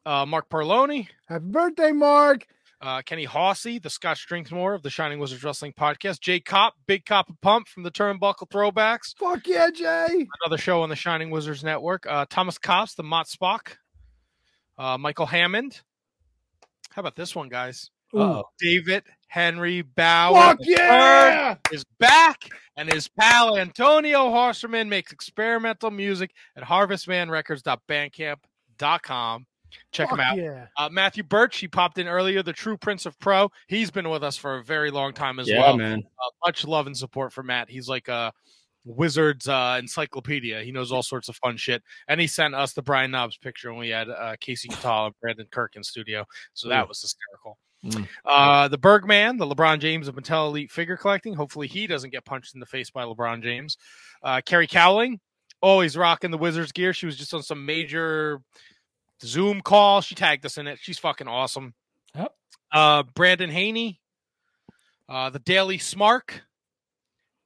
uh, Mark Parloni,
Happy birthday, Mark.
uh, Kenny Hossey, the Scotch Drinksmore of the Shining Wizards Wrestling Podcast, Jay Cop, Big Cop of Pump from the Turnbuckle Throwbacks,
Fuck yeah, Jay.
another show on the Shining Wizards Network, uh, Thomas Cops, the Mott Spock, uh, Michael Hammond. How about this one, guys?
Oh,
David Henry Bauer
Fuck
III
yeah!
is back, and his pal Antonio Horserman makes experimental music at harvestmanrecords.bandcamp.com. Check him
Fuck
out.
yeah.
Uh, Matthew Birch, he popped in earlier, the true Prince of Pro. He's been with us for a very long time as
Yeah,
well.
man.
Uh, much love and support for Matt. He's like a Wizards uh, encyclopedia. He knows all sorts of fun shit, and he sent us the Brian Knobs picture when we had uh, Casey Catal and Brandon Kirk in studio. So that
Mm.
was hysterical. Uh, the Bergman, the LeBron James of Mattel Elite figure collecting. Hopefully, he doesn't get punched in the face by LeBron James. Uh, Carrie Cowling, always rocking the Wizards gear. She was just on some major Zoom call. She tagged us in it. She's fucking awesome.
Yep.
Uh, Brandon Haney, uh, the Daily Smark,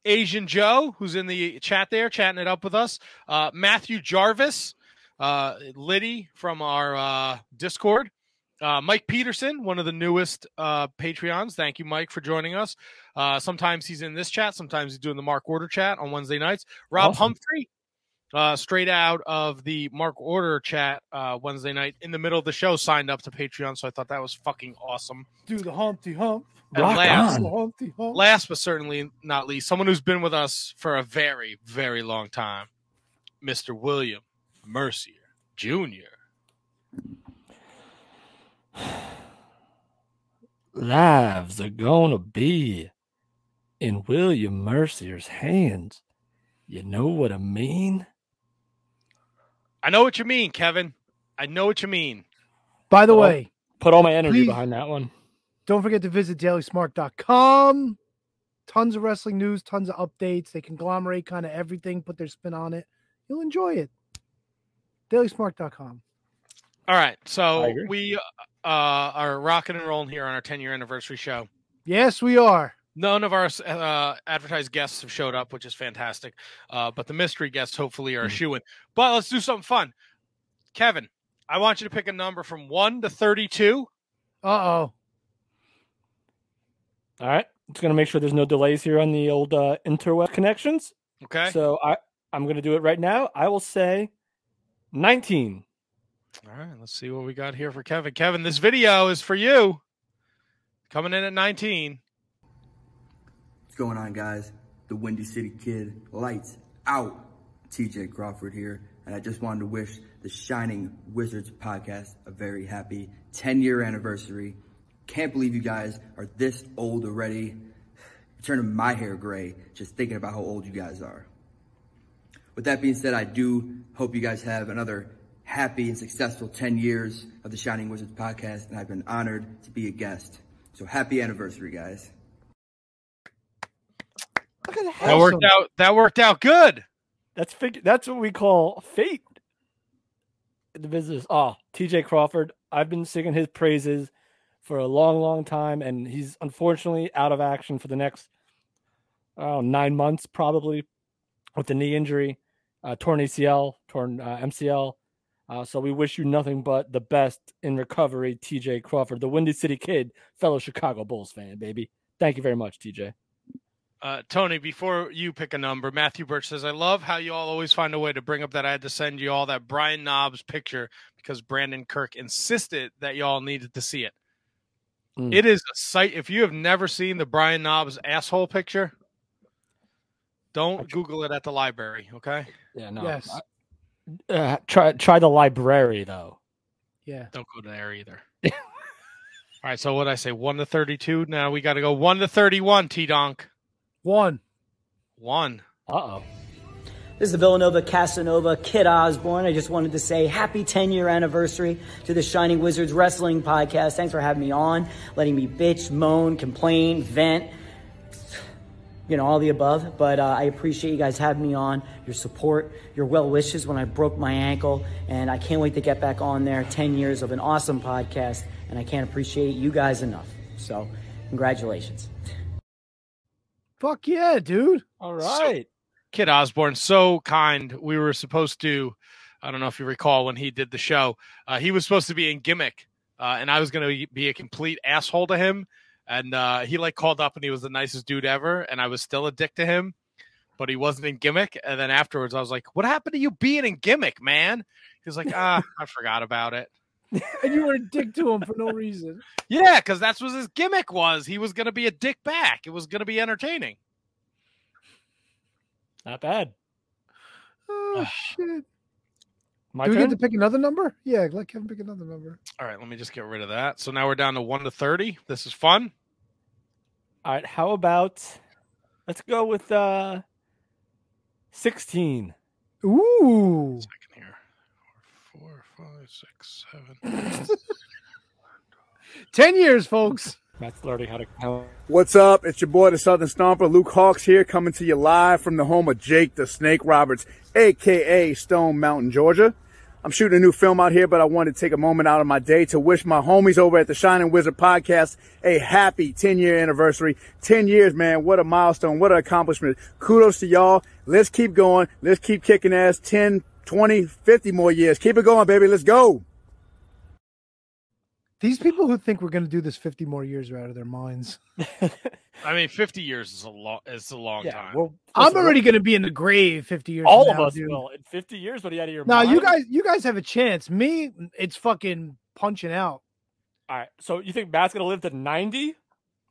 Asian Joe, who's in the chat there, chatting it up with us. Uh, Matthew Jarvis, uh, Liddy from our uh, Discord. Uh, Mike Peterson, one of the newest uh, Patreons. Thank you, Mike, for joining us. Uh, sometimes he's in this chat. Sometimes he's doing the Mark Order chat on Wednesday nights. Rob
Awesome.
Humphrey, uh, straight out of the Mark Order chat uh, Wednesday night in the middle of the show, signed up to Patreon. So I thought that was fucking awesome.
Do the Humpty Hump.
And last,
Do the Humpty Hump.
last but certainly not least, someone who's been with us for a very, very long time, Mr. William Mercier Jr.
lives are gonna be in William Mercier's hands. You know what I mean?
I know what you mean, Kevin. I know what you mean.
By the way,
put all my energy
please-
behind that one.
Don't forget to visit dailysmart.com. Tons of wrestling news, tons of updates. They conglomerate kind of everything, put their spin on it. You'll enjoy it. dailysmart.com.
All right,
I
so
agree.
we uh, are rocking and rolling here on our 10 year anniversary show.
Yes, we are.
None of our uh, advertised guests have showed up, which is fantastic. Uh, but the mystery guests hopefully
Mm-hmm.
are a shoe in. But let's do something fun. Kevin, I want you to pick a number from 1 to 32.
Uh oh.
All right. Just gonna make sure there's no delays here on the old uh, interweb connections.
Okay.
So I I'm gonna do it right now. I will say 19.
All right, let's see what we got here for Kevin. Kevin, this video is for you. Coming in at 19.
What's going on, guys? The Windy City Kid, lights out. TJ Crawford here, and I just wanted to wish the Shining Wizards podcast a very happy 10 year anniversary. Can't believe you guys are this old already. Turning my hair gray just thinking about how old you guys are. With that being said, I do hope you guys have another happy and successful 10 years of the Shining Wizards podcast, and I've been honored to be a guest. So happy anniversary, guys.
That worked out. That worked out good.
That's fig- that's what we call fate. The business. Oh, TJ Crawford. I've been singing his praises for a long, long time, and he's unfortunately out of action for the next oh, nine months, probably, with the knee injury, uh, torn ACL, torn uh, MCL. Uh, so we wish you nothing but the best in recovery, TJ Crawford, the Windy City Kid, fellow Chicago Bulls fan, baby. Thank you very much, TJ.
Uh, Tony, before you pick a number, Matthew Birch says, I love how you all always find a way to bring up that I had to send you all that Brian Knobs picture because Brandon Kirk insisted that y'all needed to see it.
Mm.
It is a sight. If you have never seen the Brian Knobs asshole picture, don't Google it at the library, okay?
Yeah,
Yes.
Uh, try try the library though.
Yeah.
Don't go there either. All right. So what I say, one to thirty-two. Now we got to go one to thirty-one. T Donk.
One.
One.
Uh oh.
This is the Villanova Casanova Kid Osborne. I just wanted to say happy 10 year anniversary to the Shining Wizards Wrestling Podcast. Thanks for having me on, letting me bitch, moan, complain, vent, you know, all the above. But uh, I appreciate you guys having me on, your support, your well wishes when I broke my ankle. And I can't wait to get back on there. 10 years of an awesome podcast. And I can't appreciate you guys enough. So, congratulations.
Fuck yeah, dude.
Oh.
All
right. Kid Osborne, so kind. We were supposed to, I don't know if you recall when he did the show, uh, he was supposed to be in gimmick, uh, and I was going to be a complete asshole to him. And uh, he like called up and he was the nicest dude ever, and I was still a dick to him, but he wasn't in gimmick. And then afterwards, I was like, "What happened to you being in gimmick, man?" He was like, "Ah, I forgot about it."
And you were a dick to him for no reason.
Yeah, because that's what his gimmick was. He was going to be a dick back. It was going to be entertaining.
Not bad.
Oh shit.
My
Do we
turn?
get to pick another number? Yeah, let Kevin pick another number.
All right, let me just get rid of that. So now we're down to one to thirty. This is fun.
All right. How about let's go with uh 16.
Ooh.
Five, six, seven.
10 years, folks.
Matt's learning how to count.
What's up? It's your boy, the Southern Stomper, Luke Hawks here, coming to you live from the home of Jake the Snake Roberts, aka Stone Mountain, Georgia. I'm shooting a new film out here, but I wanted to take a moment out of my day to wish my homies over at the Shining Wizard podcast a happy 10 year anniversary. 10 years, man. What a milestone. What an accomplishment. Kudos to y'all. Let's keep going. Let's keep kicking ass 10, 20, 50 more years. Keep it going, baby. Let's go.
These people who think we're going to do this 50 more years are out of their minds.
I mean, fifty years is a long. It's a long time.
I'm already going to be in the grave 50 years.
All
from
of
now,
us
dude.
will. In 50 years, what are you out of your
No,
mind?
you guys, you guys have a chance. Me, it's fucking punching out.
All right. So you think Matt's going to live to 90?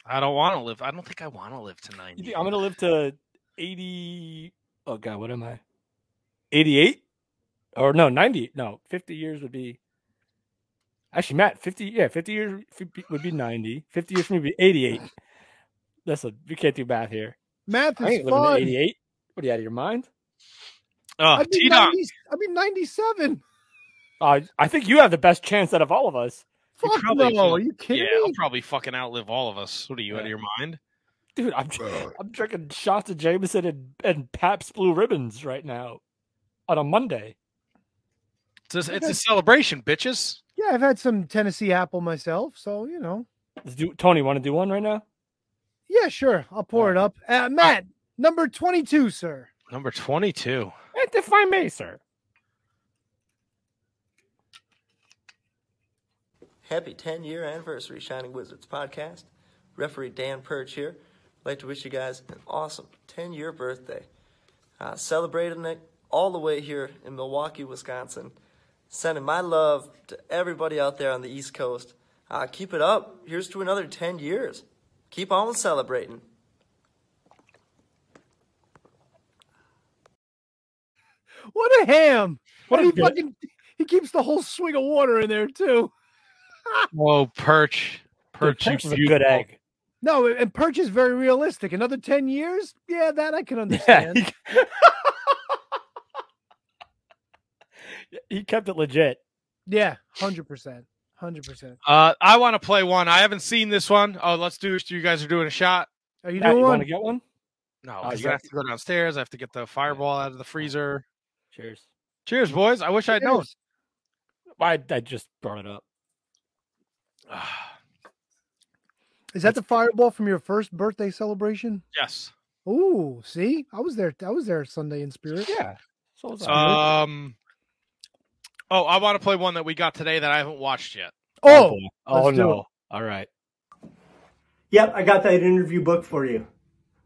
I don't want to live. I don't think I want to live to ninety.
You think I'm going to live to 80. Oh, God. What am I? 88? Or no, 90. No, 50 years would be. Actually, Matt, 50. Yeah, 50 years would be- would be 90. 50 years from me would be 88. Listen, we can't do math here.
Math
I
is
ain't living to
fun.
88. What are you out of your mind?
Uh,
I'd be, 90, I'd be 97.
Uh, I think you have the best chance out of all of us.
Fuck no. Are you kidding
Yeah,
me?
I'll probably fucking outlive all of us. What are you out of your mind?
Dude, I'm I'm drinking shots of Jameson and, and Pabst Blue Ribbons right now on a Monday.
It's a, it's a celebration, bitches.
Yeah, I've had some Tennessee apple myself, so you know.
Let's do, Tony, want to do one right now?
Yeah, sure. I'll pour it up. Uh, Matt, number 22, sir.
Number twenty-two.
And if I may, sir.
Happy 10 year anniversary, Shining Wizards podcast. Referee Dan Purge here. I'd like to wish you guys an awesome 10 year birthday. Uh, celebrating it all the way here in Milwaukee, Wisconsin. Sending my love to everybody out there on the East Coast. Uh, keep it up. Here's to another 10 years. Keep on celebrating.
What a ham.
What
he fucking he keeps the whole swig of water in there too.
Whoa, perch,
Perch
perch, you
is a good
beautiful-
egg.
No, and Perch is very realistic. Another 10 years? Yeah, that I can understand.
He kept it legit.
Yeah, 100%. 100%.
Uh, I want to play one. I haven't seen this one. Oh, let's do. You guys are doing a shot.
Are you
Matt,
doing
you
one?
want to get one?
No,
Oh,
because
you
I
got-
have to go downstairs. I have to get the fireball out of the freezer.
Cheers.
Cheers, boys. I wish I'd known.
I, I just brought it up.
Is that the fireball from your first birthday celebration?
Yes.
Ooh, see? I was there I was there Sunday in spirit.
Yeah. So was
Um. Oh, I want to play one that we got today that I haven't watched yet.
Oh,
Oh,
let's do
no.
it.
All right.
Yep, I got that interview booked for you.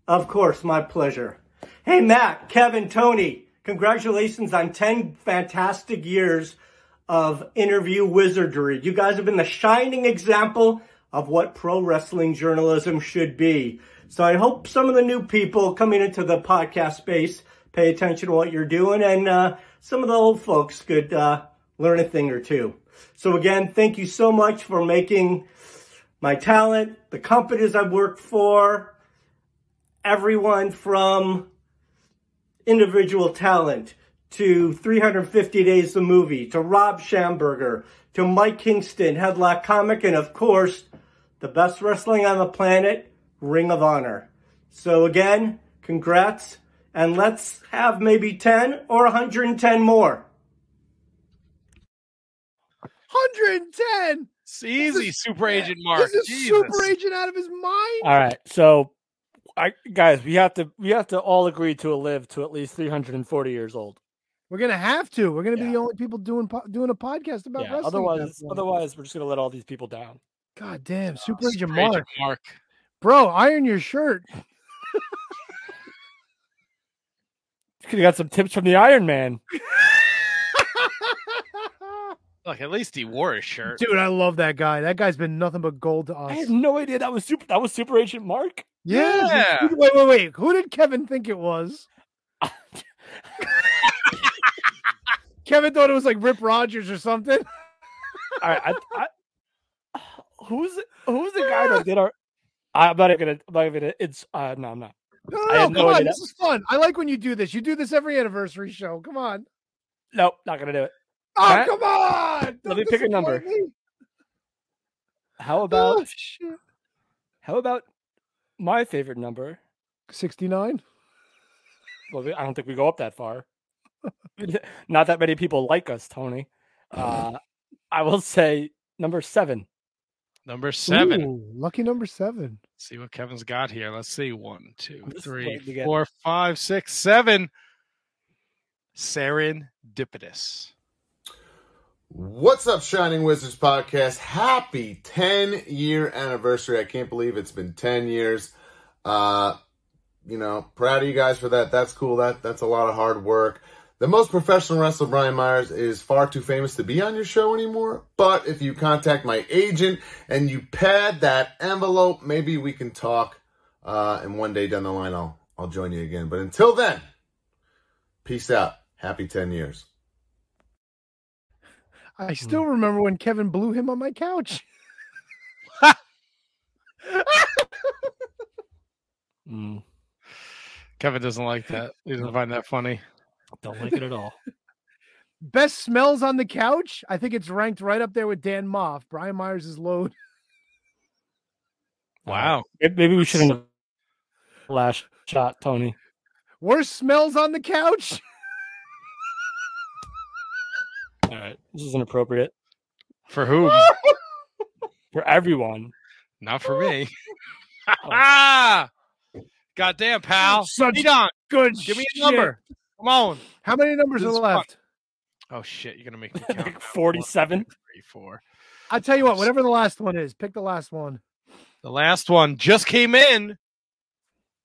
Of course, my pleasure. Hey, Matt, Kevin, Tony, congratulations on 10 fantastic years of interview wizardry. You guys have been the shining example of what pro wrestling journalism should be. So I hope some of the new people coming into the podcast space pay attention to what you're doing and uh, some of the old folks could uh, learn a thing or two. So again, thank you so much for making my talent, the companies I work for, everyone from individual talent to 350 Days the Movie, to Rob Schamberger, to Mike Kingston, Headlock Comic, and of course, the best wrestling on the planet, Ring of Honor. So again, congrats, and let's have maybe 10 or 110 more.
110.
It's easy, super agent Mark.
This is super agent out of his mind.
All right. So, I guys, we have to we have to all agree to live to at least 340 years old.
We're gonna have to. We're gonna be the only people doing po- doing a podcast about
Yeah,
wrestling. at that
otherwise,
point.
otherwise we're just gonna let all these people down.
God damn, Super Agent
Oh, Agent
Mark. Bro, iron your shirt.
Could have got some tips from the Iron Man.
Look, at least he wore his shirt.
Dude, I love that guy. That guy's been nothing but gold to us.
I had no idea that was super. That was Super Agent Mark.
Yes.
Yeah.
Wait, wait, wait. Who did Kevin think it was? Kevin thought it was like Rip Rogers or something.
All right, I, I, who's who's the guy that did our? I'm not even gonna. I'm not even gonna. It's uh, no, I'm not.
No,
I
no,
have
no
no
come on.
idea.
This is fun. I like when you do this. You do this every anniversary show. Come on.
Nope, not gonna do it.
Oh,
All right,
come on.
Let
Don't
me pick a number.
disappoint me. Oh,
How about how about my favorite number?
69?
Well, we- I don't think we go up that far. Not that many people like us, Tony. Uh, I will say number seven.
Number seven.
Ooh, lucky number seven.
see what Kevin's got here. Let's see. One, two,
This is
three,
what we get.
four, five, six, seven. Serendipitous.
What's up, Shining Wizards podcast? Happy 10 year anniversary. I can't believe it's been 10 years. Uh, you know, proud of you guys for that. That's cool. That That's a lot of hard work. The most professional wrestler, Brian Myers, is far too famous to be on your show anymore. But if you contact my agent and you pad that envelope, maybe we can talk. Uh, and one day down the line, I'll, I'll join you again. But until then, peace out. Happy 10 years.
I still remember when Kevin blew him on my couch.
Mm.
Kevin doesn't like that. He doesn't find that funny.
Don't like it at all.
Best smells on the couch. I think it's ranked right up there with Dan Moff. Brian Myers is load.
Wow.
Um, Maybe we shouldn't have last shot, Tony.
Worst smells on the couch.
All right, this is inappropriate.
For who?
for everyone.
Not for me.
Oh.
ah! Goddamn, pal.
Such
Lead on.
Good.
Give me a
shit.
number. Come on.
How many numbers
This
are
is fun.
left?
Oh, shit. You're going to make me count. now.
47.
Three, four.
I tell you what, whatever the last one is, pick the last one.
The last one just came in a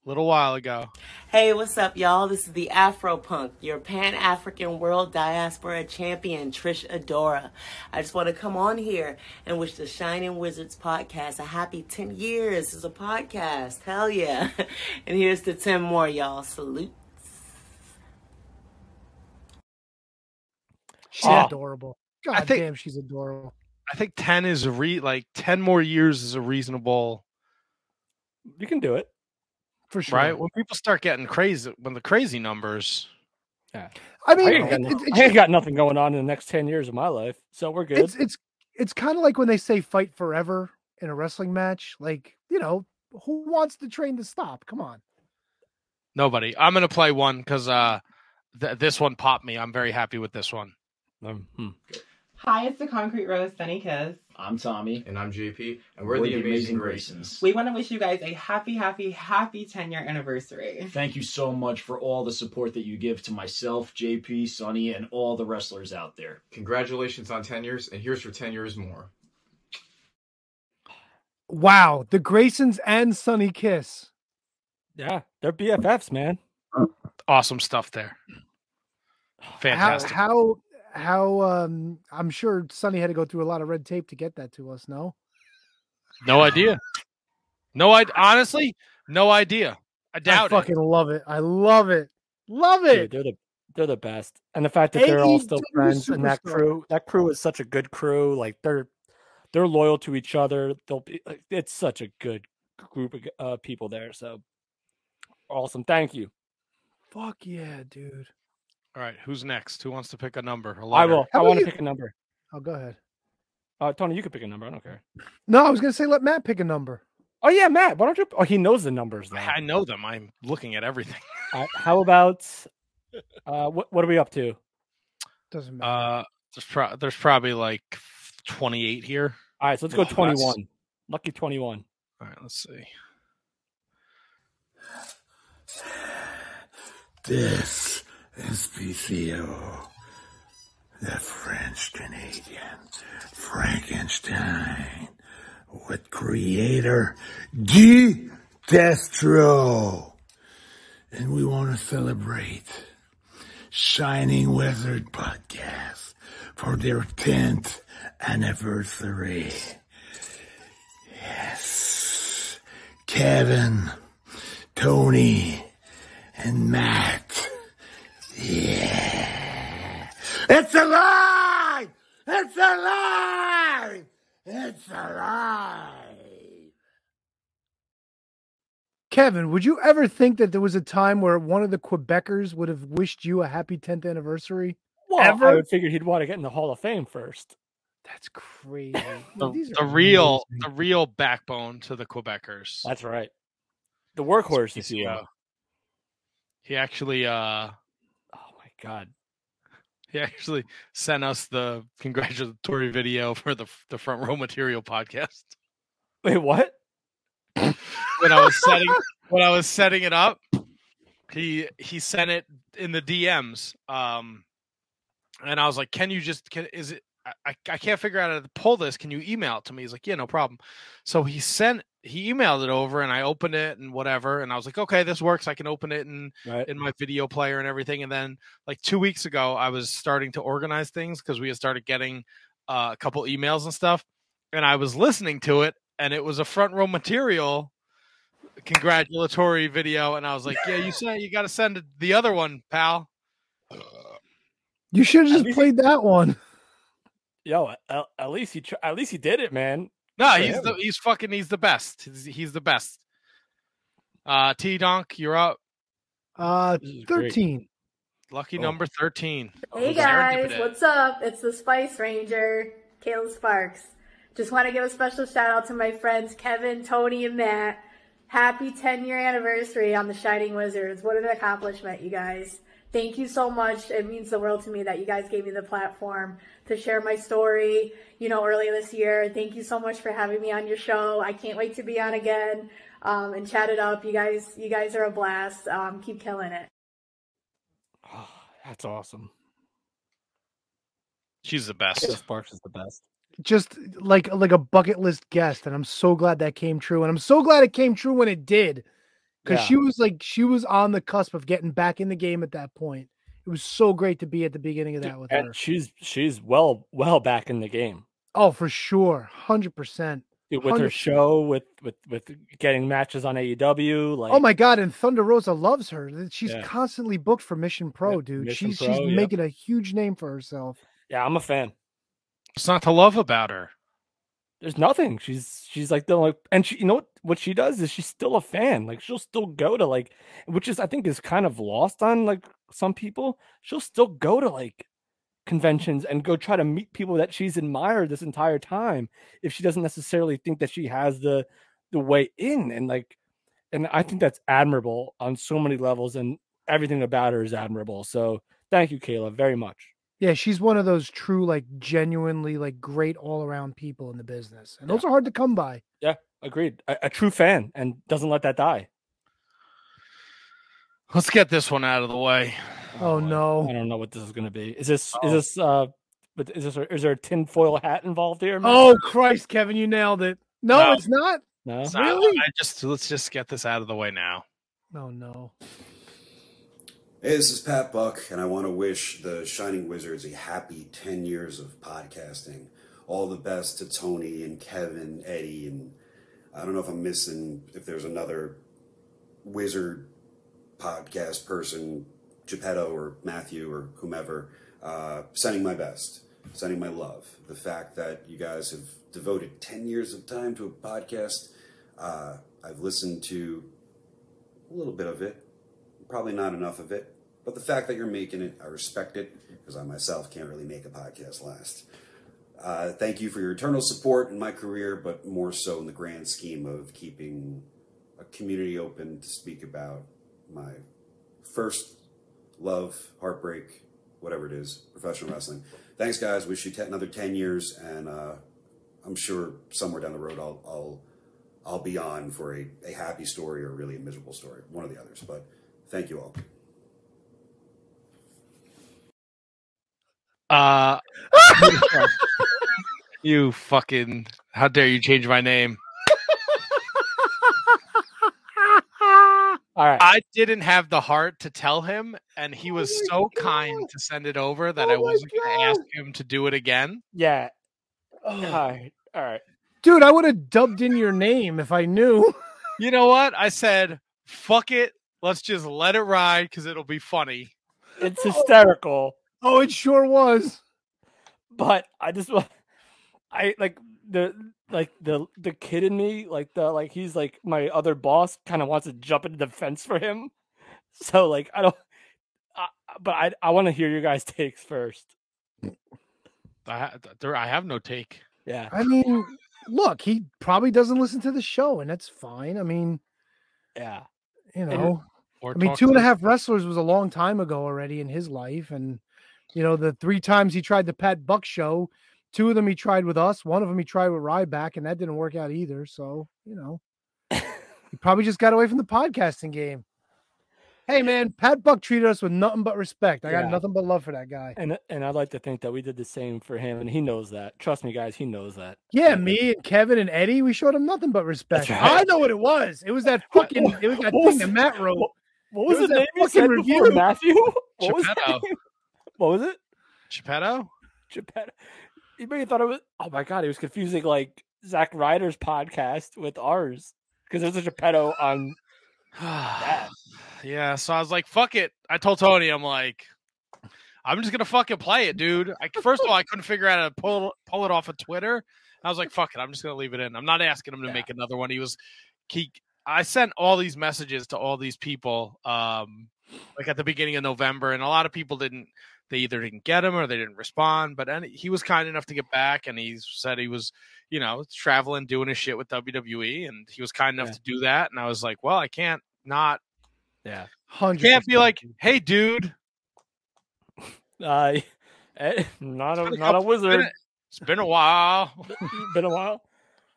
little while ago.
Hey, what's up, y'all? This is the Afropunk, your Pan African World Diaspora Champion, Trish Adora. I just want to come on here and wish the Shining Wizards podcast a happy 10 years as a podcast. Hell yeah. And here's to 10 more, y'all. Salute.
She's
Ah.
adorable. God damn, she's adorable.
I think 10 is a re like 10 more years is a reasonable
You can do it.
For
sure.
Right? When people start getting crazy when the crazy numbers.
Yeah.
I mean,
ain't got, no-
it- it-
I ain't got nothing going on in the next 10 years of my life, so we're good.
It's it's it's kind of like when they say fight forever in a wrestling match. Like you know, who wants the train to stop? Come on.
Nobody. I'm gonna play one because uh th- this one popped me. I'm very happy with this one.
Um, hmm.
Hi, it's the Concrete Rose Sunny Kiss.
I'm Tommy. And I'm JP. And we're,
We're
the,
the
Amazing
Amazing
Graysons.
We want to wish you guys a happy, happy, happy 10 year anniversary.
Thank you so much for all the support that you give to myself, JP, Sonny, and all the wrestlers out there. Congratulations on 10 years, and here's for 10 years more.
Wow, the Graysons and Sunny Kiss.
yeah, they're BFFs, man.
Awesome stuff there. Fantastic.
How how how um I'm sure Sunny had to go through a lot of red tape to get that to us, no?
No idea. No I honestly, no idea. I doubt
I
it.
fucking love it. I love it. Love
Dude,
it.
they're the they're the best. And the fact that they're all still
AEW
friends and that
superstar.
crew, that crew is such a good crew. Like they're they're loyal to each other. They'll be like, it's such a good group of g- uh, people there. So awesome. Thank you.
Fuck yeah, dude.
All right, who's next? Who wants to pick a number? A
I
letter?
will. I want to pick a number.
Oh, go ahead.
Uh, Tony, you can pick a number. I don't care.
No, I was gonna say let Matt pick a number.
Oh yeah, Matt. Why don't you? Oh, he knows the numbers now.
I know them. I'm looking at everything.
Uh, how about uh, what? What are we up to?
Doesn't
matter. Uh, there's, pro- there's probably like 28 here.
All right, so let's go twenty-one. Lucky twenty-one.
All right, let's see.
This is PCO, the French Canadian Frankenstein with creator Guy Destro. And we want to celebrate Shining Wizard Podcast for their 10th anniversary. Yes. Kevin, Tony, and Matt. Yeah. It's alive! It's alive! It's alive!
Kevin, would you ever think that there was a time where one of the Quebecers would have wished you a happy 10th anniversary?
Well,
ever?
I would figure he'd want to get in the Hall of Fame first.
That's crazy.
The,
These
the
are
real, the real backbone to the Quebecers.
That's right. The workhorse, if you will.
He actually, uh,
Oh My God.
he actually sent us the congratulatory video for the the front row material podcast
Wait, what?
when I was setting when I was setting it up. He he sent it in the DMs, um, and I was like, "Can you just can, is it? I, I I can't figure out how to pull this. Can you email it to me?" He's like, "Yeah, no problem." So he sent he emailed it over, and I opened it and whatever, and I was like, "Okay, this works. I can open it in
Right.
in my video player and everything." And then like two weeks ago, I was starting to organize things because we had started getting uh, a couple emails and stuff, and I was listening to it, and it was a front row material congratulatory video, and I was like, "Yeah, you sent. You got to send the other one, pal."
You should have just played that one.
Yo, a- a- at least he tr- at least he did it, man.
No,
Good for
he's
him.
the, he's fucking he's the best. He's, he's the best. Uh, T Donk, you're up.
Uh,
is great.
13.
Lucky
Oh.
number thirteen.
Hey guys, what's up? It's the Spice Ranger, Kayla Sparks. Just want to give a special shout out to my friends Kevin, Tony, and Matt. Happy 10 year anniversary on the Shining Wizards. What an accomplishment, you guys. Thank you so much. It means the world to me that you guys gave me the platform to share my story, you know, early this year. Thank you so much for having me on your show. I can't wait to be on again um, and chat it up. You guys, you guys are a blast. Um, keep killing it.
Ah, That's awesome.
She's the best.
Sparks is the best.
Just like like a bucket list guest, and I'm so glad that came true, and I'm so glad it came true when it did, because
Yeah.
she was like she was on the cusp of getting back in the game at that point. It was so great to be at the beginning of that with her.
And she's she's well well back in the game
Oh, for sure, hundred percent.
Dude, with her show, with with with getting matches on AEW. Like,
oh my god, and Thunder Rosa loves her. Th- She's
Yeah.
constantly booked for Mission Pro, dude.
Mission
she's she's
Pro, yep.
making a huge name for herself.
yeah, I'm a fan.
It's not to love about her.
There's nothing. She's she's like the like, and she you know what what she does is she's still a fan. Like she'll still go to like, which is I think is kind of lost on like some people. She'll still go to like conventions and go try to meet people that she's admired this entire time if she doesn't necessarily think that she has the the way in and like and I think that's admirable on so many levels and everything about her is admirable. So thank you, Kayla, very much.
Yeah, she's one of those true, like genuinely like great all around people in the business. And those are hard to come by.
Yeah, agreed. A, a true fan and doesn't let that die.
Let's get this one out of the way. Oh.
Oh, no.
I don't know what this is going to be. Is this is this uh but is this is there a tinfoil hat involved here? Matt?
Oh Christ, Kevin, you nailed it. No,
No.
it's not.
no.
It's not-
Really?
I just let's just get this out of the way now.
Oh no.
Hey, this is Pat Buck, and I want to wish the Shining Wizards a happy 10 years of podcasting. All the best to Tony and Kevin, Eddie, and I don't know if I'm missing if there's another wizard podcast person, Geppetto or Matthew or whomever, uh, sending my best, sending my love. The fact that you guys have devoted 10 years of time to a podcast, uh, I've listened to a little bit of it probably not enough of it. But the fact that you're making it, I respect it because I myself can't really make a podcast last. Uh, thank you for your eternal support in my career, but more so in the grand scheme of keeping a community open to speak about my first love, heartbreak, whatever it is, professional wrestling. Thanks, guys. Wish you te- another 10 years, and uh, I'm sure somewhere down the road I'll, I'll, I'll be on for a, a happy story or really a miserable story, one of the others. But Thank you all.
Uh, you fucking! How dare you change my name?
All right.
I didn't have the heart to tell him, and he
Oh
was so kind to send it over that I wasn't going to ask him to do it again.
Yeah. All right. All right.
Oh. Dude, I would have dubbed in your name if I knew.
You know what? I said, "Fuck it, let's just let it ride because it'll be funny."
It's hysterical.
Oh, it sure was.
But I just wa- I like the like the the kid in me, like the like he's like my other boss kind of wants to jump into the fence for him. So like I don't, I, but I I want to hear your guys' takes first.
I, ha- there, I have no take.
Yeah.
I mean, look, he probably doesn't listen to the show, and that's fine. I mean,
yeah,
you
And-
know,
Or
I mean,
talk
two
to
and a
the-
half wrestlers was a long time ago already in his life, and you know, the three times he tried the Pat Buck show, two of them he tried with us, one of them he tried with Ryback, and that didn't work out either. So you know, he probably just got away from the podcasting game. Hey man, Pat Buck treated us with nothing but respect. I
Yeah.
got nothing but love for that guy.
And and I'd like to think that we did the same for him, and he knows that. Trust me, guys, he knows that.
Yeah, me and Kevin and Eddie, we showed him nothing but respect.
right.
I know what it was. It was that fucking. It was that
What
thing
was
that Matt wrote. What,
What was the name you said before Matthew? What was,
Geppetto.
what was it?
Geppetto.
Geppetto. You maybe thought it was. Oh my god, it was confusing like Zach Ryder's podcast with ours because there's a Geppetto on. that.
Yeah, so I was like, fuck it. I told Tony, I'm like, I'm just gonna fucking play it, dude. I, first of all, I couldn't figure out how to pull pull it off of Twitter. I was like, fuck it, I'm just gonna leave it in. I'm not asking him to make another one. He was he I sent all these messages to all these people um like at the beginning of November and a lot of people didn't they either didn't get him or they didn't respond, but any, he was kind enough to get back and he said he was, you know, traveling doing his shit with WWE and he was kind enough to do that and I was like, well, I can't not
Yeah.
Hundred
can't be like, hey, dude,
Uh, eh, not a
been a
not a
couple- it's been
wizard.
a- it's been a while.
been a while.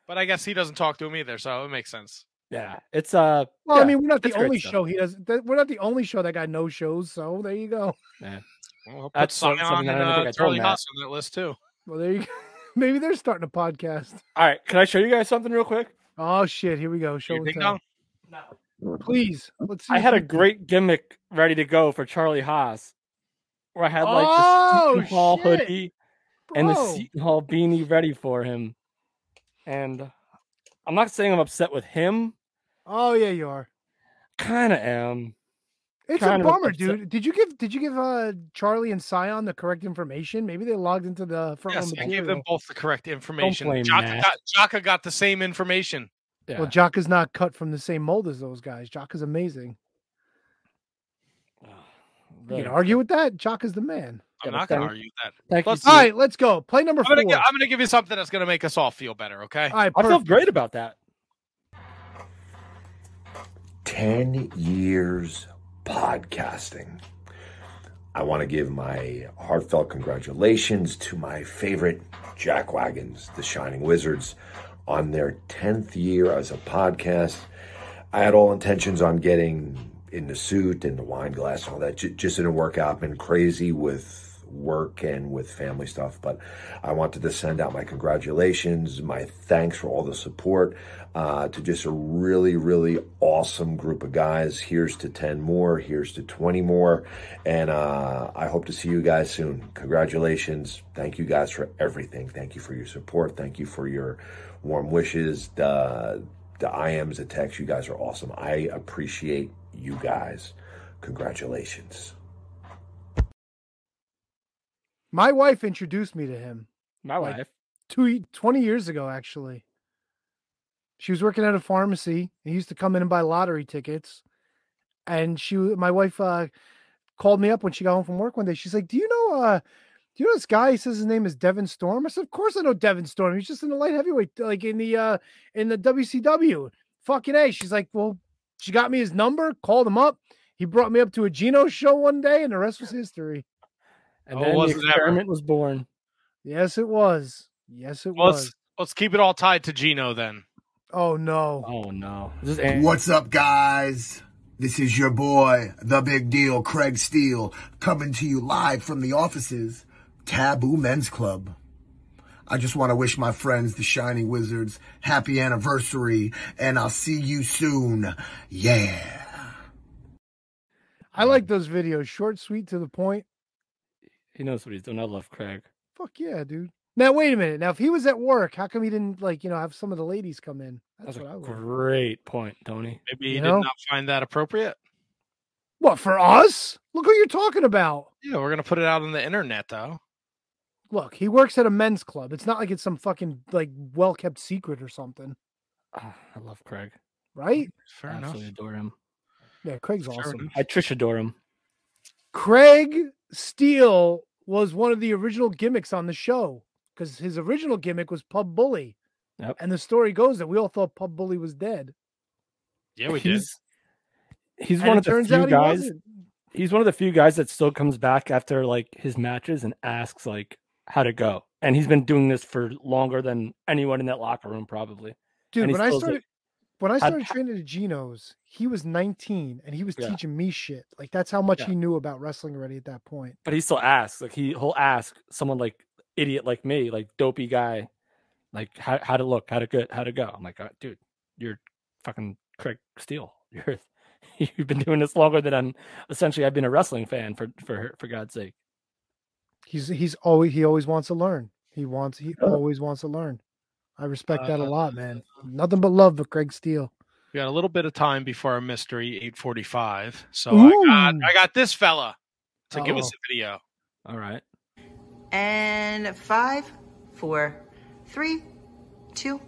But I guess he doesn't talk to him either, so it makes sense.
Yeah, it's uh.
Well, I
yeah,
mean, we're not the
it's great
only
stuff.
show he does. That, we're not the only show that got no shows. So there you go.
Yeah.
Well, I'll put
That's some-
Scion
something I
and,
don't think
uh,
I told
Charlie
Matt.
Haas on that list too.
Well, there you go. Maybe they're starting a podcast.
All right, can I show you guys something real quick?
Oh shit! Here we go. Show and
ding
tell. Please, let's. See
I
if
had
we
a
can-
great gimmick ready to go for Charlie Haas, where I had like
Oh,
the Seton Hall
shit,
hoodie and the
bro.
Seton Hall beanie ready for him. And I'm not saying I'm upset with him.
Oh yeah, you are.
Kind of am.
It's
Kind
a
of
bummer,
upset.
dude. Did you give Did you give uh Charlie and Scion the correct information? Maybe they logged into the front
Yes,
row
I gave
material.
them both the correct information.
blame
Jaka
Matt.
got, Jaka got the same information.
Well, Jock is not cut from the same mold as those guys. Jock is amazing. You
Right.
can argue with that. Jock is the man.
Ah, I'm not going to argue with that.
Thank you,
Let's-
All right, let's go. Play number
I'm
4
going to I'm gonna give you something that's going to make us all feel better, okay?
All right,
I feel great about that.
10 years podcasting. I want to give my heartfelt congratulations to my favorite Jack Wagons, the Shining Wizards, on their 10th year as a podcast. I had all intentions on getting in the suit and the wine glass and all that. Ju- Just didn't work out. Been crazy with work and with family stuff, but I wanted to send out my congratulations, my thanks for all the support uh, to just a really, really awesome group of guys. Here's to 10 more, here's to 20 more, and uh, I hope to see you guys soon. Congratulations. Thank you guys for everything. Thank you for your support. Thank you for your warm wishes. The, the IMs, the texts, you guys are awesome. I appreciate you guys. Congratulations.
My wife introduced me to him.
My
Like,
wife.
two, 20 years ago, actually. She was working at a pharmacy. and used to come in and buy lottery tickets. And she, my wife, uh, called me up when she got home from work one day. She's like, "Do you know? uh Do you know this guy? He says his name is Devin Storm." I said, "Of course I know Devin Storm. He's just in the light heavyweight, like in the uh in the WCW." Fucking a. She's like, "Well, she got me his number. Called him up. He brought me up to a Geno show one day, and the rest was history."
And
Oh,
then the
wasn't ever.
experiment was born.
Yes, it was. Yes, it
Well,
was.
let's, let's keep it all tied to Gino then.
Oh no.
Oh no.
What's up, guys? This is your boy, the big deal, Craig Steele, coming to you live from the offices, Taboo Men's Club. I just want to wish my friends, the Shining Wizards, happy anniversary, and I'll see you soon. Yeah.
I like those videos. Short, sweet, to the point.
He knows what he's doing. I love Craig.
Fuck yeah, dude. Now wait a minute. Now if he was at work, how come he didn't like you know have some of the ladies come in?
That's,
That's what I
a
want.
great point, Tony.
Maybe
You
he
know?
did not find that appropriate.
What for us? Look what you're talking about.
Yeah, we're going to put it out on the internet, though.
Look, he works at a men's club. It's not like it's some fucking like well kept secret or something,
I love Craig.
right?
Mm, Fair I absolutely adore him.
Yeah, Craig's awesome.
I Trish adore him.
Craig Steele was one of the original gimmicks on the show because his original gimmick was Pub Bully.
Yep.
And the story goes that we all thought Pub Bully was dead.
Yeah, we did.
He's
And
one
it
of the
turns
few
out he
guys.
wasn't.
He's one of the few guys that still comes back after like his matches and asks like how to go. And he's been doing this for longer than anyone in that locker room probably.
Dude,
And he
when I
still does it.
started when I
I'd-
started training at Geno's, he was 19 and he was
Yeah.
teaching me shit. Like that's how much
Yeah.
he knew about wrestling already at that point.
but he still asks like he he'll ask someone like idiot like me like dopey guy like how, how to look how to go how to go i'm like "Uh, dude you're fucking craig steele you're you've been doing this longer than i'm essentially i've been a wrestling fan for for for god's sake
He's he's always he always wants to learn. He wants he always wants to learn. I respect
Uh,
that a lot, man. Nothing but love for Craig Steele.
We got a little bit of time before our mystery, 845. So
Ooh.
I got I got this fella to give us
Uh-oh.
a video.
Oh. all right
And five, four, three, two.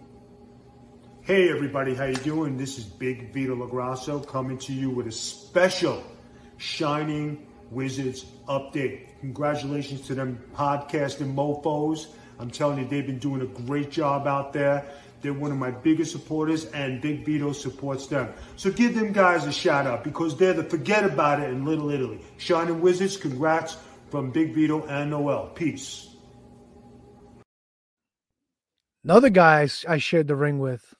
Hey everybody, how you doing? This is Big Vito Lagrasso coming to you with a special Shining Wizards update. Congratulations to them podcasting mofos. I'm telling you, they've been doing a great job out there. They're one of my biggest supporters, and Big Vito supports them. So give them guys a shout out because they're the forget about it in Little Italy. Shining Wizards, congrats from Big Vito and Noel. Peace.
Another guy I s- I shared the ring with.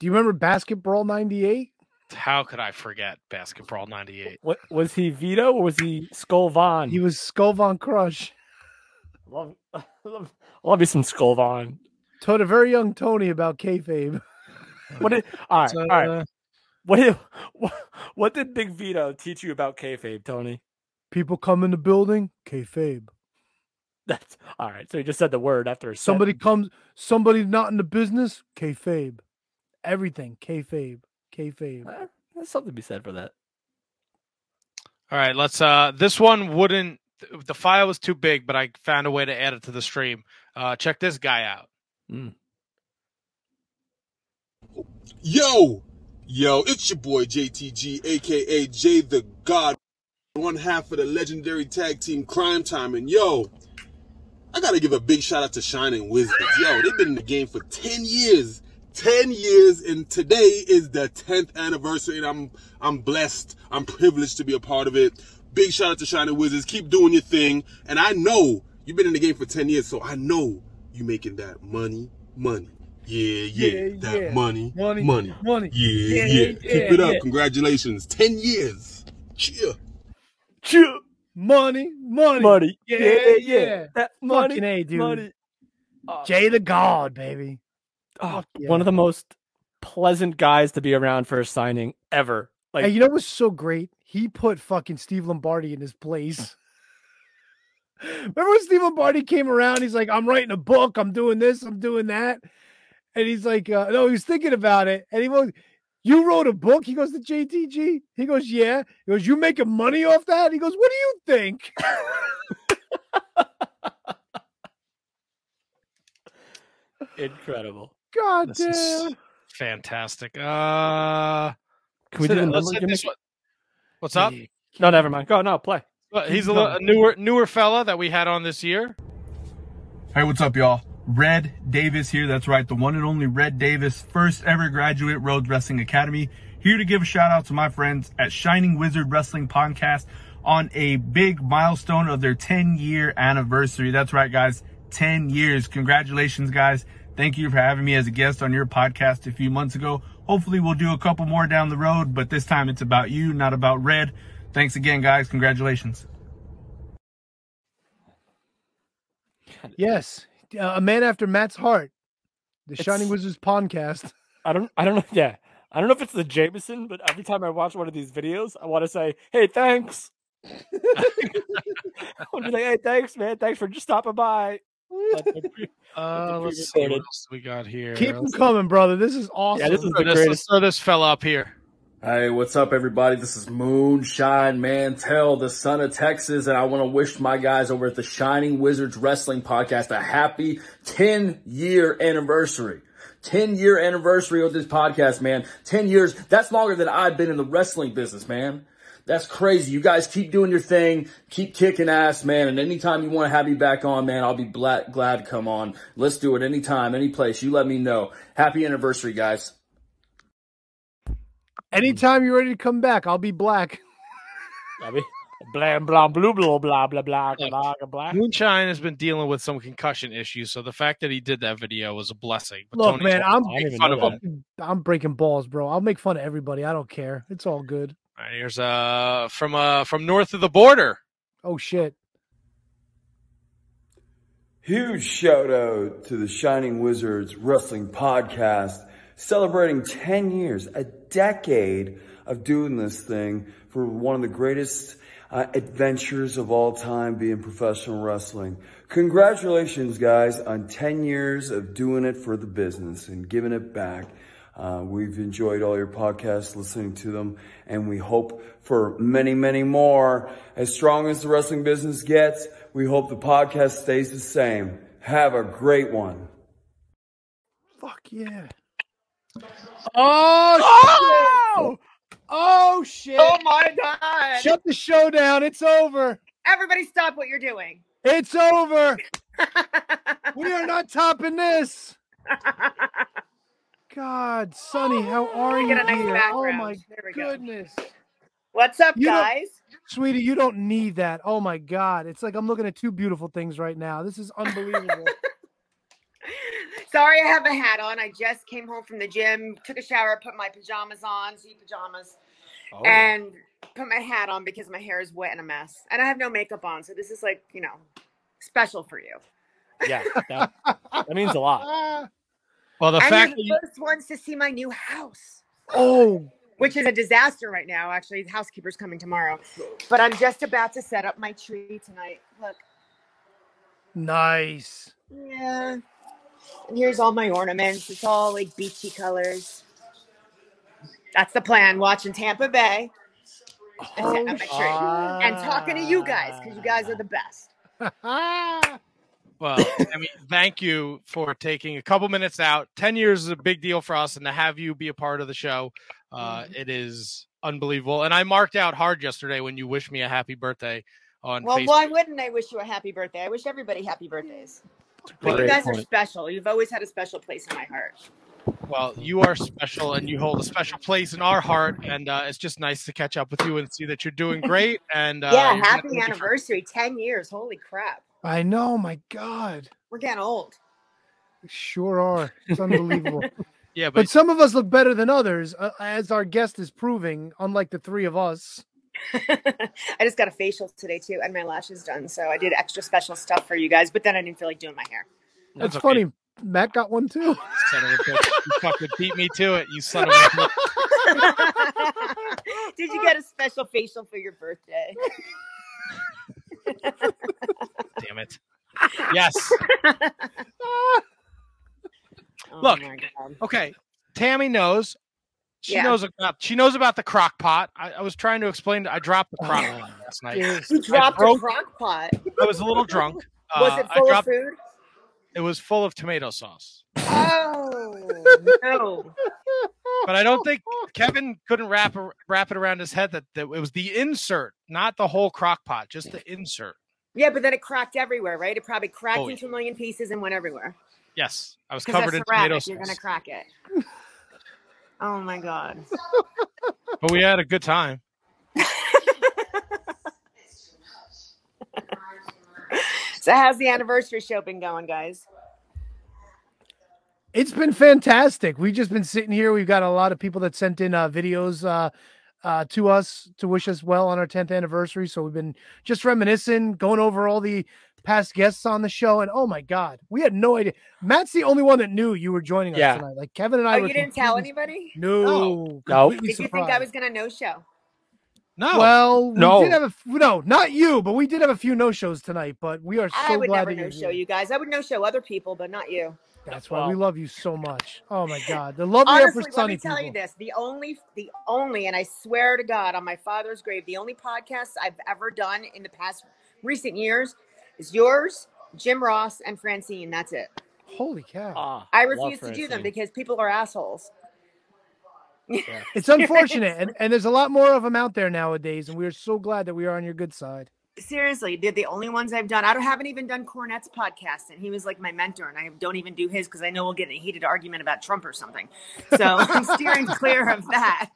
Do you remember Basket Brawl 98?
How could I forget Basketball 98?
what was he vito or was he skull vaughn he
was skull vaughn crush
love love, love you some skull vaughn
Told a very young Tony about kayfabe.
what did all right
So,
all right
uh,
what did what, what did big vito teach you about kayfabe tony
People come in the building, kayfabe.
That's all right. So he just said the word after a
Somebody comes, somebody not in the business, kayfabe. Everything, kayfabe, kayfabe.
There's something to be said for that.
All right, let's uh this one wouldn't the file was too big, but I found a way to add it to the stream. Uh check this guy out.
Yo, yo, it's your boy JTG, aka Jay the God, one half of the legendary tag team Crime Time. And yo, I gotta give a big shout out to Shining Wizards. Yo, they've been in the game for 10 years. 10 years, and today is the 10th anniversary, and I'm I'm blessed. I'm privileged to be a part of it. Big shout out to Shining Wizards. Keep doing your thing. And I know you've been in the game for 10 years, so I know you making that money, money. Yeah, yeah,
Yeah,
that
yeah.
money,
Money,
money, money.
money.
Yeah, yeah,
Yeah,
Keep
yeah,
it up.
yeah.
Congratulations. 10 years. Cheer.
Cheer. Money, money,
money.
Yeah,
Yeah,
yeah.
yeah. That money,
Fucking A, dude.
money. Oh.
Jay the God, baby.
Oh,
Fuck yeah.
One of the most pleasant guys to be around for a signing ever. Like
hey, you know what's so great? He put fucking Steve Lombardi in his place. Remember when Steve Lombardi came around? He's like, I'm writing a book. I'm doing this. I'm doing that. And he's like, uh, no, he was thinking about it. And he goes, you wrote a book? He goes, to JTG? He goes, yeah. He goes, you making money off that? He goes, what do you think?
incredible.
God
This
damn.
is fantastic. Uh
Can we
let's
do
hit-
another
let's hit this
gimmick?
one. What's up?
No, never mind. Go no, play.
Well, he's a,
Keep
li- a
going.
newer newer fella that we had on this year.
Hey, what's up, y'all? Red Davis here. That's right, the one and only Red Davis, first ever graduate Road Wrestling Academy. Here to give a shout out to my friends at Shining Wizard Wrestling Podcast on a big milestone of their 10 year anniversary. That's right, guys. 10 years. Congratulations, guys. Thank you for having me as a guest on your podcast a few months ago. Hopefully, we'll do a couple more down the road, but this time it's about you, not about Red. Thanks again, guys. Congratulations.
Yes. Uh, a man after Matt's heart. The
It's-
Shining Wizards podcast.
I don't I don't know. Yeah. I don't know if it's the Jameson, but every time I watch one of these videos, I want to say, hey, thanks. I want to be like, hey, thanks, man. Thanks for just stopping by. But they're pre-
Uh,
but they're
let's see what
pre-recorded.
else we got here.
Keep them
Let's-
coming, brother. This is awesome.
Let's throw this- Let's throw this fella up here.
Hey, what's up, everybody? This is Moonshine Mantell, the son of Texas, and I want to wish my guys over at the Shining Wizards Wrestling Podcast a happy 10 year anniversary. 10 year anniversary of this podcast, man. 10 years. That's longer than I've been in the wrestling business, man. That's crazy. You guys keep doing your thing, keep kicking ass, man. And anytime you want to have me back on, man, I'll be bla- glad to come on. Let's do it anytime, any place. You let me know. Happy anniversary, guys.
Anytime you're ready to come back, I'll be black.
I mean, blah, blah, blue, blah, blah, blah, blah, blah, blah.
Moonshine has been dealing with some concussion issues, so the fact that he did that video was a blessing. But
Look,
Tony
man,
told
I'm
him to make fun of him.
I'm breaking balls, bro. I'll make fun of everybody. I don't care. It's all good.
All right, here's uh from uh from north of the border.
Oh shit.
Huge shout out to the Shining Wizards Wrestling Podcast, celebrating 10 years, a decade of doing this thing for one of the greatest uh, adventures of all time being professional wrestling. Congratulations, guys, on 10 years of doing it for the business and giving it back. Uh, we've enjoyed all your podcasts, listening to them, and we hope for many, many more. As strong as the wrestling business gets, we hope the podcast stays the same. Have a great one.
Fuck yeah.
Oh,
shit. Oh shit.
Oh my god.
Shut the show down. It's over.
Everybody stop what you're doing.
It's over. we are not topping this. God, Sonny, how are you?
Get a nice
dear? oh
background.
my
There we go.
goodness.
What's up,
You don't-
guys?
Sweetie, you don't need that. Oh my God. It's like I'm looking at two beautiful things right now. This is unbelievable.
Sorry, I have a hat on. I just came home from the gym, took a shower, put my pajamas on, see pajamas,
Oh, yeah.
and put my hat on because my hair is wet and a mess. And I have no makeup on, so this is like, you know, special for you.
Yeah, that, that means a lot.
Well, the
and
fact
you're
that
the
you,
first ones to see my new house.
Oh.
Which is a disaster right now. Actually, the housekeeper's coming tomorrow. But I'm just about to set up my tree tonight. Look.
nice.
Yeah. And here's all my ornaments. It's all like beachy colors. That's the plan. Watching Tampa Bay. And,
Oh,
setting up my tree. and talking to you guys because you guys are the best.
well, I mean, thank you for taking a couple minutes out. Ten years is a big deal for us, and to have you be a part of the show, uh,
Mm-hmm.
it is unbelievable. And I marked out hard yesterday when you wished me a happy birthday on
well,
Facebook.
why wouldn't I wish you a happy birthday? I wish everybody happy birthdays. But you
Great
guys are
point.
special. You've always had a special place in my heart.
Well, you are special and you hold a special place in our heart. And uh, it's just nice to catch up with you and see that you're doing great. And uh,
yeah,
you're
happy
nothing but-
anniversary. 10 years. Holy crap.
I know. My God.
We're getting old.
We Sure are. It's unbelievable.
Yeah,
but,
but-
some of us look better than others, uh, as our guest is proving, unlike the three of us.
I just got a facial today too, and my lashes done. So I did extra special stuff for you guys, but then I didn't feel like doing my hair.
That's
That's okay.
funny. Matt got one too.
Son of a bitch. You fucking beat me to it, you son of a bitch.
did you get a special facial for your birthday?
Damn it. Yes.
Oh
Look. Okay. Tammy knows. She
Yeah.
knows about she knows about the crock pot. I, I was trying to explain I dropped the
Oh
crock pot last night.
You
I
dropped a
broke-
crock pot.
I was a little drunk.
Was
Uh,
it
I
full
dropped-
of food?
It was full of tomato sauce.
Oh no!
But I don't think Kevin couldn't wrap a- wrap it around his head that, that it was the insert, not the whole crock pot, just the insert.
Yeah, but then it cracked everywhere, right? It probably cracked
Oh, yeah.
into a million pieces and went everywhere.
Yes, I was
'Cause they're
covered in
ceramic,
tomato
You're
sauce.
gonna crack it. Oh my god!
But we had a good time.
So how's the anniversary show been going, guys?
It's been fantastic. We've just been sitting here. We've got a lot of people that sent in uh, videos uh, uh, to us to wish us well on our 10th anniversary. So we've been just reminiscing, going over all the past guests on the show. And oh my God, we had no idea. Matt's the only one that knew you were joining us
Yeah.
tonight. Like Kevin and I
Oh,
were
you didn't tell
completely-
anybody?
No.
No.
Did
completely
you think I
surprised.
was gonna no show?
No.
Well, we
No.
did have a f- no, not you, but we did have a few no shows tonight. But we are so
I would
glad
never
that
no
you're
show
here.
you guys. I would no show other people, but not you.
That's why we love you so much. Oh my God, the love we have
Honestly,
for
let
Sunny
me tell
people.
you this: the only, the only, and I swear to God on my father's grave, the only podcast I've ever done in the past recent years is yours, Jim Ross, and Francine. That's it.
Holy cow!
I refuse to do them because people are assholes.
It's unfortunate, and, and there's a lot more of them out there nowadays. And we are so glad that we are on your good side.
Seriously, they're the only ones I've done. I don't, haven't even done Cornette's podcast, and he was like my mentor, and I don't even do his because I know we'll get in a heated argument about Trump or something. So I'm steering clear of that.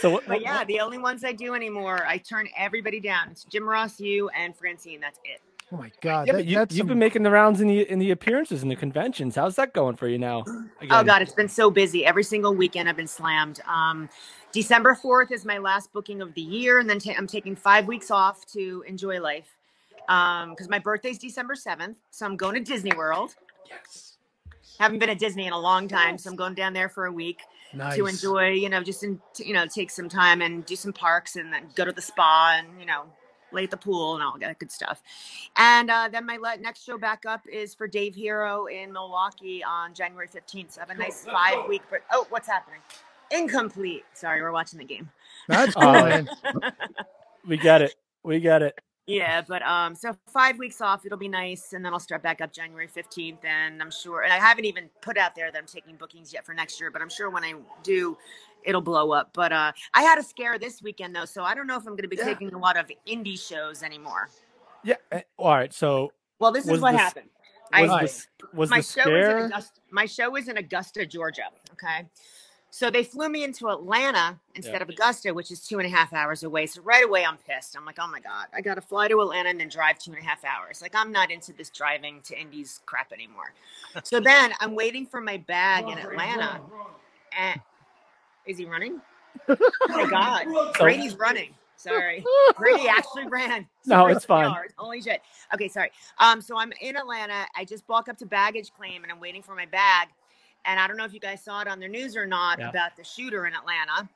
So what,
But yeah, the only ones I do anymore, I turn everybody down. It's Jim Ross, you, and Francine. That's it.
Oh my God,
Yeah,
that-
but you,
that's
you've
some-
been making the rounds in the in the appearances and the conventions. How's that going for you now?
Oh
Again,
God, it's been so busy. Every single weekend I've been slammed. Um, December 4th is my last booking of the year. And then i I'm taking five weeks off to enjoy life. Um, cause my birthday's December 7th. So I'm going to Disney world. Yes. Haven't been at Disney in a long time. So I'm going down there for a week to
Nice.
enjoy, you know, just in, to, you know, take some time and do some parks and then go to the spa and, you know, lay at the pool and all that good stuff. And uh, then my le- next show back up is for Dave Hero in Milwaukee on January 15th. So I have a nice
Let's
five
go.
week. But oh, what's happening? Incomplete. Sorry, we're watching the game.
That's
cool, Oh, man. Um, we got it. We got it.
yeah, but um, so five weeks off, it'll be nice, and then I'll start back up January 15th, and I'm sure. And I haven't even put out there that I'm taking bookings yet for next year, but I'm sure when I do. It'll blow up, but uh, I had a scare this weekend though, so I don't know if I'm going to be taking a lot of indie shows anymore.
Yeah. eh, All right. So
Well, this is
was
what
this-
happened.
Was
I
this was
my
the
show is in
scare?
Augusta, my show is in Augusta, Georgia. Okay, so they flew me into Atlanta instead
Yeah.
of Augusta, which is two and a half hours away. So right away, I'm pissed. I'm like, oh my god, I got to fly to Atlanta and then drive two and a half hours. Like I'm not into this driving to Indies crap anymore. so then I'm waiting for my bag in Atlanta. And is he running? Oh my god,
So-
Brady's running. Sorry, Brady actually ran.
No,
Sorry,
it's fine.
yards. Holy shit. Okay, sorry. Um, so I'm in Atlanta. I just walk up to baggage claim and I'm waiting for my bag. And I don't know if you guys saw it on the news or not
Yeah.
about the shooter in Atlanta.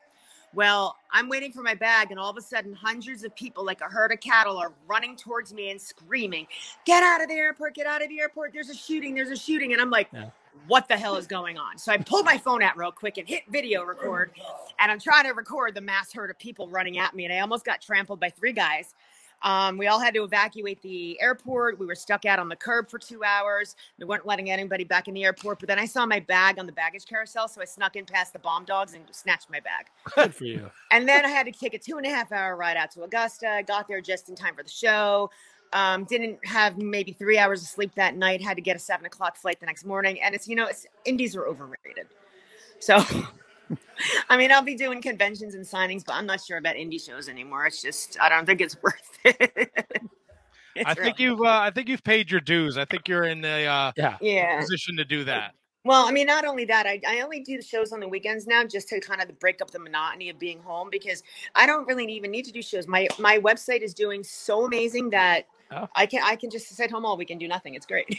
Well, I'm waiting for my bag, and all of a sudden, hundreds of people, like a herd of cattle, are running towards me and screaming, Get out of the airport! Get out of the airport! There's a shooting! There's a shooting! And I'm like, What the hell is going on? So I pulled my phone out real quick and hit video record, and I'm trying to record the mass herd of people running at me, and I almost got trampled by three guys. Um, we all had to evacuate the airport. We were stuck out on the curb for two hours. They weren't letting anybody back in the airport. But then I saw my bag on the baggage carousel, so I snuck in past the bomb dogs and snatched my bag.
Good for you.
And then I had to take a two and a half hour ride out to Augusta. I got there just in time for the show. Um, didn't have maybe three hours of sleep that night. Had to get a seven o'clock flight the next morning. And it's you know, it's indies are overrated. So, I mean, I'll be doing conventions and signings, but I'm not sure about indie shows anymore. It's just I don't think it's worth it.
I think you've uh, I think you've paid your dues. I think you're in the uh,
yeah.
Yeah.
position to do that.
Well, I mean, not only that, I, I only do the shows on the weekends now just to kind of break up the monotony of being home because I don't really even need to do shows. My my website is doing so amazing that I can I can just sit home all week and do nothing. It's great.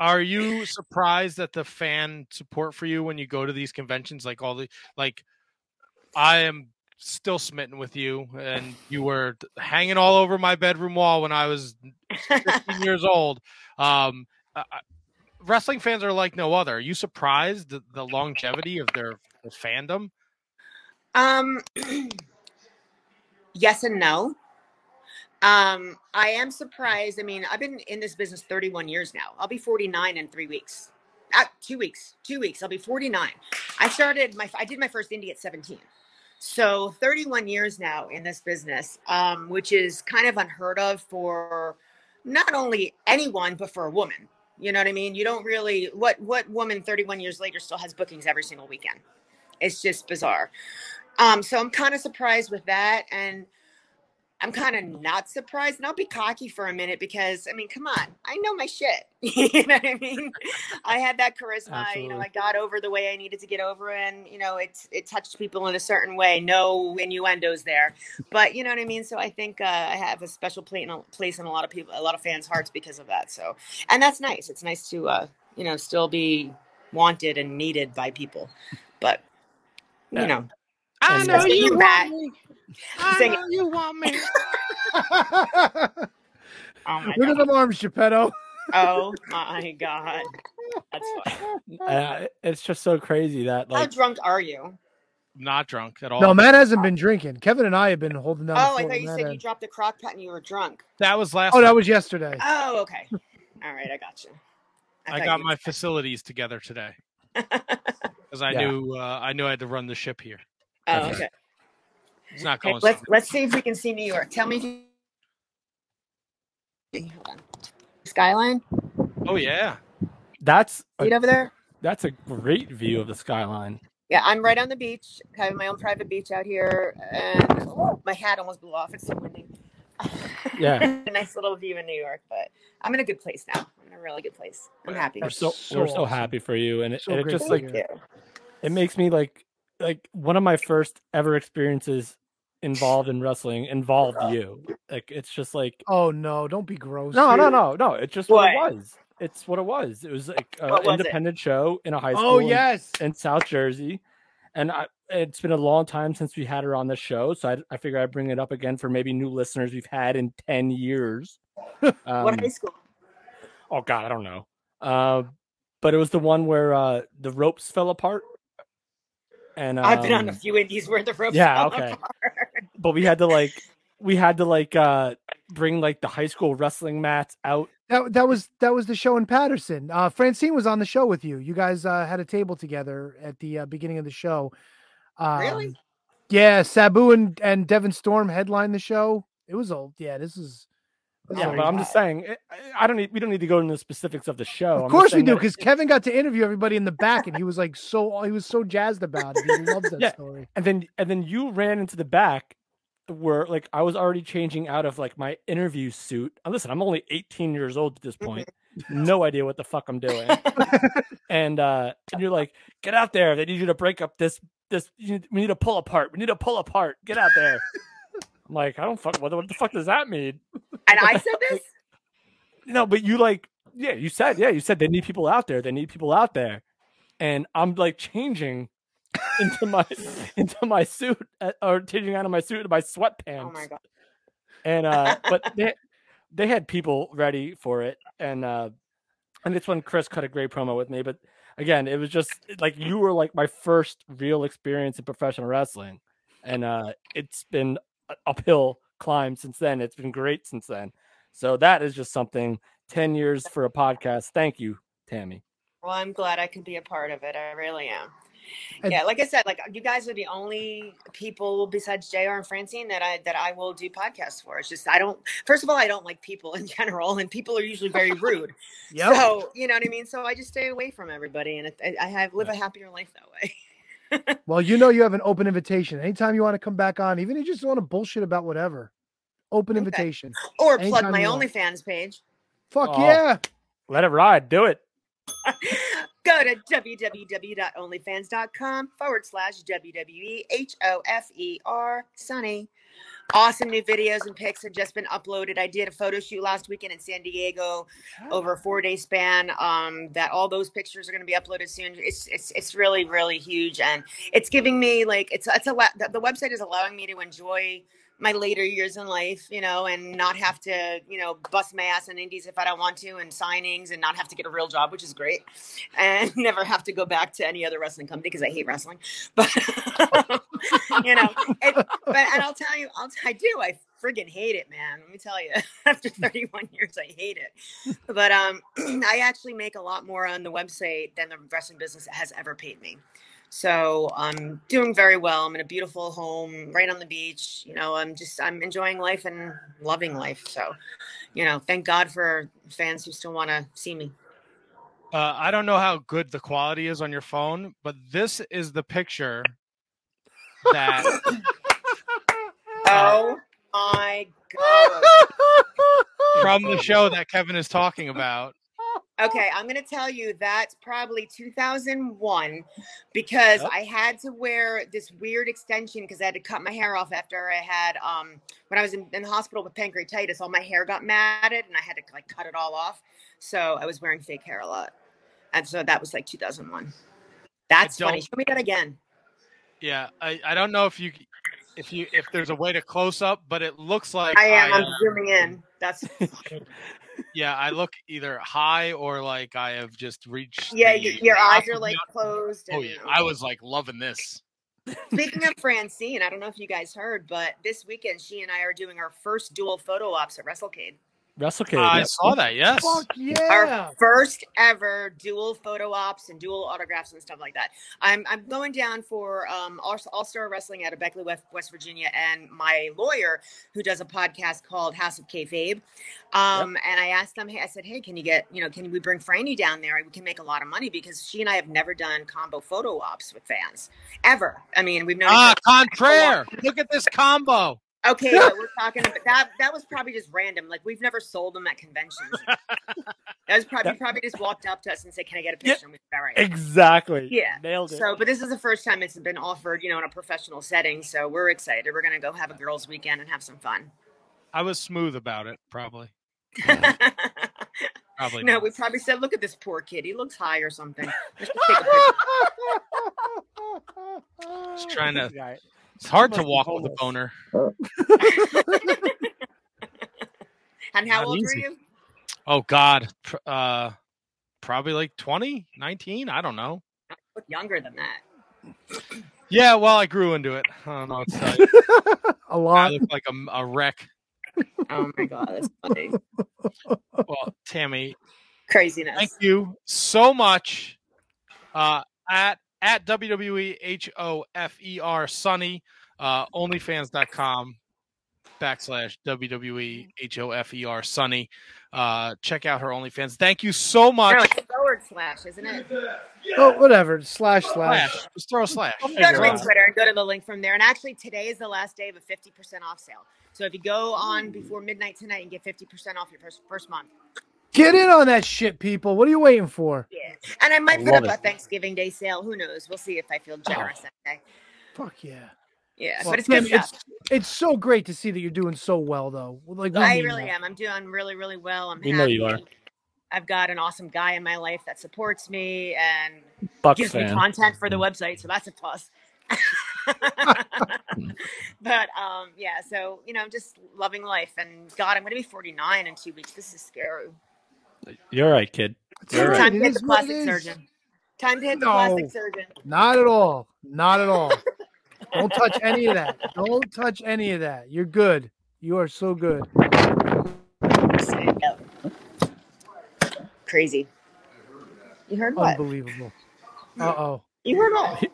Are you surprised at the fan support for you when you go to these conventions? Like all the like, I am still smitten with you, and you were hanging all over my bedroom wall when I was 15 years old. Um, I- I- wrestling fans are like no other. Are you surprised at the longevity of their, their fandom?
Um, yes and no. Um, I am surprised. I mean, I've been in this business 31 years now. I'll be 49 in three weeks. Ah, two weeks. Two weeks. I'll be 49. I started my. I did my first indie at 17. So 31 years now in this business, um, which is kind of unheard of for not only anyone but for a woman. You know what I mean? You don't really what what woman 31 years later still has bookings every single weekend. It's just bizarre. Um, so I'm kind of surprised with that, and I'm kind of not surprised. And I'll be cocky for a minute because I mean, come on, I know my shit. you know what I mean? I had that charisma. You know,
Absolutely.
I got over the way I needed to get over, and you know, it it touched people in a certain way. No innuendos there, but you know what I mean. So I think uh, I have a special place in a, place in a lot of people, a lot of fans' hearts because of that. So, and that's nice. It's nice to uh, you know still be wanted and needed by people, but you
Yeah.
know.
I
And
know
singing
you
that.
want me. I
Singing-
know you want me.
Oh my
Look at them arms, Geppetto.
Oh my god, that's funny.
Uh, it's just so crazy that
How
like
drunk are you?
Not drunk at all.
No, Matt hasn't been drinking. Kevin and I have been holding down.
Oh,
the
I
fort
thought
on
you
that
said you
end.
dropped the crock pot and you were drunk.
That was last.
Oh, that
night.
was yesterday.
Oh, okay. All right, I got you.
I,
thought
got
you-
my facilities together today because I
Yeah.
knew uh, I knew I had to run the ship here.
Oh, okay.
It's not
Okay,
going.
let's let's see if we can see New York. Tell me if you Hold on. skyline.
Oh yeah.
that's
See it over there?
That's a great view of the skyline.
Yeah, I'm right on the beach. I have my own private beach out here, and oh, my hat almost blew off. It's so windy.
Yeah.
nice little view in New York, but I'm in a good place now. I'm in a really good place. I'm happy.
We're so, we're so happy for you, and it,
So
and it
great
just
for
like
you.
it makes me like like one of my first ever experiences involved in wrestling involved you. Like it's just like
Oh no, don't be gross.
No, no, no, no. Uh, It's just what,
What?
it was. It's what it was. It was like
What
an
was it?
Uh, independent show in a high
Oh,
school. in-
yes.
in, South Jersey, and I, it's been a long time since we had her on the show, so I, I figure I'd bring it up again for maybe new listeners we've had in ten years.
what
Um,
high school?
oh God, I don't know. Uh, but it was the one where uh, the ropes fell apart, and um,
I've been on a few indies where the ropes
yeah,
fell
okay.
apart.
but we had to like we had to like uh bring like the high school wrestling mats out
That that was that was the show in Patterson. Uh, Francine was on the show with you. You guys uh, had a table together at the uh, beginning of the show. Um,
Really?
Yeah, Sabu and and Devin Storm headlined the show. It was old. Yeah, this is. this is
Yeah,
a
but I'm
lot.
just saying, I- I- I don't need. We don't need to go into the specifics of the show.
Of course we do, because Kevin got to interview everybody in the back, and he was like so he was so jazzed about it. He loves that
Yeah.
story.
and then and then you ran into the back, where like I was already changing out of like my interview suit. And listen, I'm only 18 years old at this
Mm-hmm.
point. No idea what the fuck I'm doing. and uh and you're like, get out there. They need you to break up this this. You, we need to pull apart. We need to pull apart. Get out there. I'm like, I don't fuck. What, the- what the fuck does that mean?
And I said this.
No, but you like, yeah, you said, yeah, you said they need people out there. They need people out there, and I'm like changing into my into my suit uh, or changing out of my suit into my sweatpants.
Oh my god.
And uh, but they they had people ready for it, and uh, and it's when Chris cut a great promo with me. But again, it was just like you were like my first real experience in professional wrestling, and uh, it's been a- uphill climb since then. It's been great since then. So that is just something. Ten years for a podcast. Thank you, Tammy.
Well, I'm glad I could be a part of it. I really am.
And-
yeah, like I said, like you guys are the only people besides Jr. and Francine that I that I will do podcasts for. It's just I don't. First of all, I don't like people in general, and people are usually very rude.
Yep.
So you know what I mean. So I just stay away from everybody, and it, I, I have live a happier life that way.
Well, you know you have an open invitation. Anytime you want to come back on, even if you just want to bullshit about whatever, open invitation.
Or plug
Anytime
my
you want.
OnlyFans page.
Fuck
Oh,
yeah.
Let it ride. Do it.
Go to www.onlyfans.com forward slash WWE H O F E R Sunny. Awesome new videos and pics have just been uploaded. I did a photo shoot last weekend in San Diego over a four day span. Um, that all those pictures are going to be uploaded soon. It's, it's it's really really huge, and it's giving me like it's it's a the, the website is allowing me to enjoy my later years in life, you know, and not have to you know bust my ass in indies if I don't want to, and signings, and not have to get a real job, which is great, and never have to go back to any other wrestling company because I hate wrestling. you know. It, but and I'll tell you, I'll, I do. I friggin' hate it, man. Let me tell you. After 31 years, I hate it. But um, I actually make a lot more on the website than the wrestling business has ever paid me. So I'm doing very well. I'm in a beautiful home right on the beach. You know, I'm just I'm enjoying life and loving life. So, you know, thank God for fans who still want to see me.
Uh, I don't know how good the quality is on your phone, but this is the picture that. uh,
Oh my God.
from the show that Kevin is talking about.
Okay, I'm gonna tell you that's probably 2001 because
Yep.
I had to wear this weird extension because I had to cut my hair off after I had um when I was in, in the hospital with pancreatitis, all my hair got matted and I had to like cut it all off. So I was wearing fake hair a lot, and so that was like 2001. That's funny.
don't-
Show me that again.
Yeah, I, I don't know if you if you if there's a way to close up, but it looks like uh,
I am. I'm
am-
zooming in. That's
yeah, I look either high or like I have just reached.
yeah.
the-
Your, your eyes are like closed.
Oh
and-
yeah, I was like loving this.
Speaking of Francine, I don't know if you guys heard, but this weekend she and I are doing our first dual photo ops at WrestleCade.
WrestleCade.
I
yeah.
saw that. Yes.
Our first ever dual photo ops and dual autographs and stuff like that. I'm, I'm going down for um, All Star Wrestling out of Beckley, West, West Virginia, and my lawyer who does a podcast called House of Kayfabe. Um, And I asked them, hey, I said, hey, can you get, you know, can we bring Franny down there? We can make a lot of money because she and I have never done combo photo ops with fans ever. I mean, we've known each
Ah,
other
contraire. Look at this combo.
Okay, but we're talking about that. That was probably just random. Like we've never sold them at conventions. that was probably probably just walked up to us and said, "Can I get a picture?" And we said, "All right."
Exactly.
Yeah,
Nailed it.
So, but this is the first time it's been offered, you know, in a professional setting. So we're excited. We're gonna go have a girls' weekend and have some fun.
I was smooth about it, probably. probably.
no,
not.
we probably said, "Look at this poor kid. He looks high or something." Let's just take a
Just trying to.
Right.
It's hard
He
to
must be
walk with a
homeless.
boner. Oh.
And how
Not
old
easy.
were you?
Oh God. Pr- Uh, probably like 20, 19. I don't know.
Look younger than that.
Yeah, well, I grew into it. I don't know. It's like,
a lot.
I look like a, a wreck.
Oh my god, that's funny.
Well, Tammy,
Craziness.
thank you so much. Uh, at at WWE H O F E R Sunny, uh, OnlyFans.com backslash WWE H O F E R Sunny. Uh, check out her OnlyFans. Thank you so much.
No, it's forward slash, isn't it?
Oh, whatever. Slash slash.
Slash. Just throw a slash.
Well, go to my Twitter and go to the link from there. And actually, today is the last day of a 50% off sale. So if you go on before midnight tonight and get 50% off your first, first month.
Get in on that shit, people. What are you waiting for?
Yeah. And I might
I
put up
love
a
it. Oh.
Thanksgiving Day sale. Who knows? We'll see if I feel generous that day.
Fuck yeah.
Yeah.
Well,
but it's good
Tim, it's,
stuff.
it's so great to see that you're doing so well, though. Like oh, we
I
mean
really
that.
am. I'm doing really, really well. I'm
We
happy.
know you are.
I've got an awesome guy in my life that supports me and
Bucks
gives me
fan.
content for the website. So that's a plus. but um, yeah, so you know, just loving life. And God, I'm going to be 49 in two weeks. This is scary.
You're right, kid. You're
Time
right.
It
to hit
is
the
what it
plastic
is.
surgeon. Time to hit the
No.
plastic surgeon.
Not at all. Not at all. Don't touch any of that. Don't touch any of that. You're good. You are so good.
Crazy. You heard what?
Unbelievable. Uh oh.
You heard what?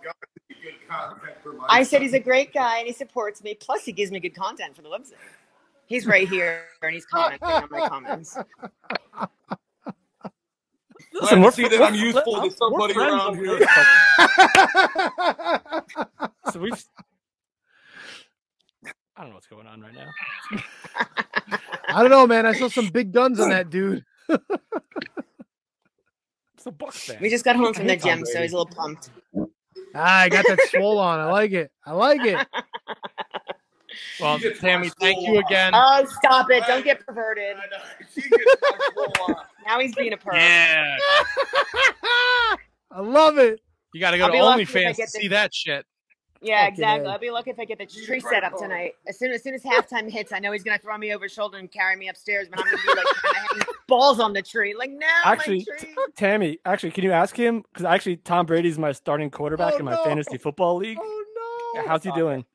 I said he's a great guy and he supports me. Plus, he gives me good content for the website. He's right here and he's commenting on my comments.
Listen, we're
see
fr-
that
we're
I'm
fr-
useful
I'm-
to
we're
somebody
friends
around
over
here.
here.
so we've. I don't know what's going on right now.
I don't know, man. I saw some big guns on that dude.
It's a Bucks fan.
We just got home from the
Hey, Tom
gym, so
Brady.
he's a little pumped.
Ah, I got that swole on. I like it. I like it.
Well, Tammy, thank you again.
Oh, stop it. Don't get perverted. now he's being a perv.
Yeah.
I love it.
You got to
I'll
go to
be lucky if I
OnlyFans to
get
see
this-
that shit.
Yeah,
Fucking
exactly.
A.
I'll be lucky if I get the tree set up tonight. As soon as soon as halftime hits, I know he's gonna throw me over his shoulder and carry me upstairs, but I'm gonna be like kinda having balls on the tree. Like no,
Actually,
my
T-
tree.
Tammy, actually, can you ask him? Because actually, Tom Brady's my starting quarterback
Oh,
in my
no.
fantasy football league.
Oh
no! How's he doing?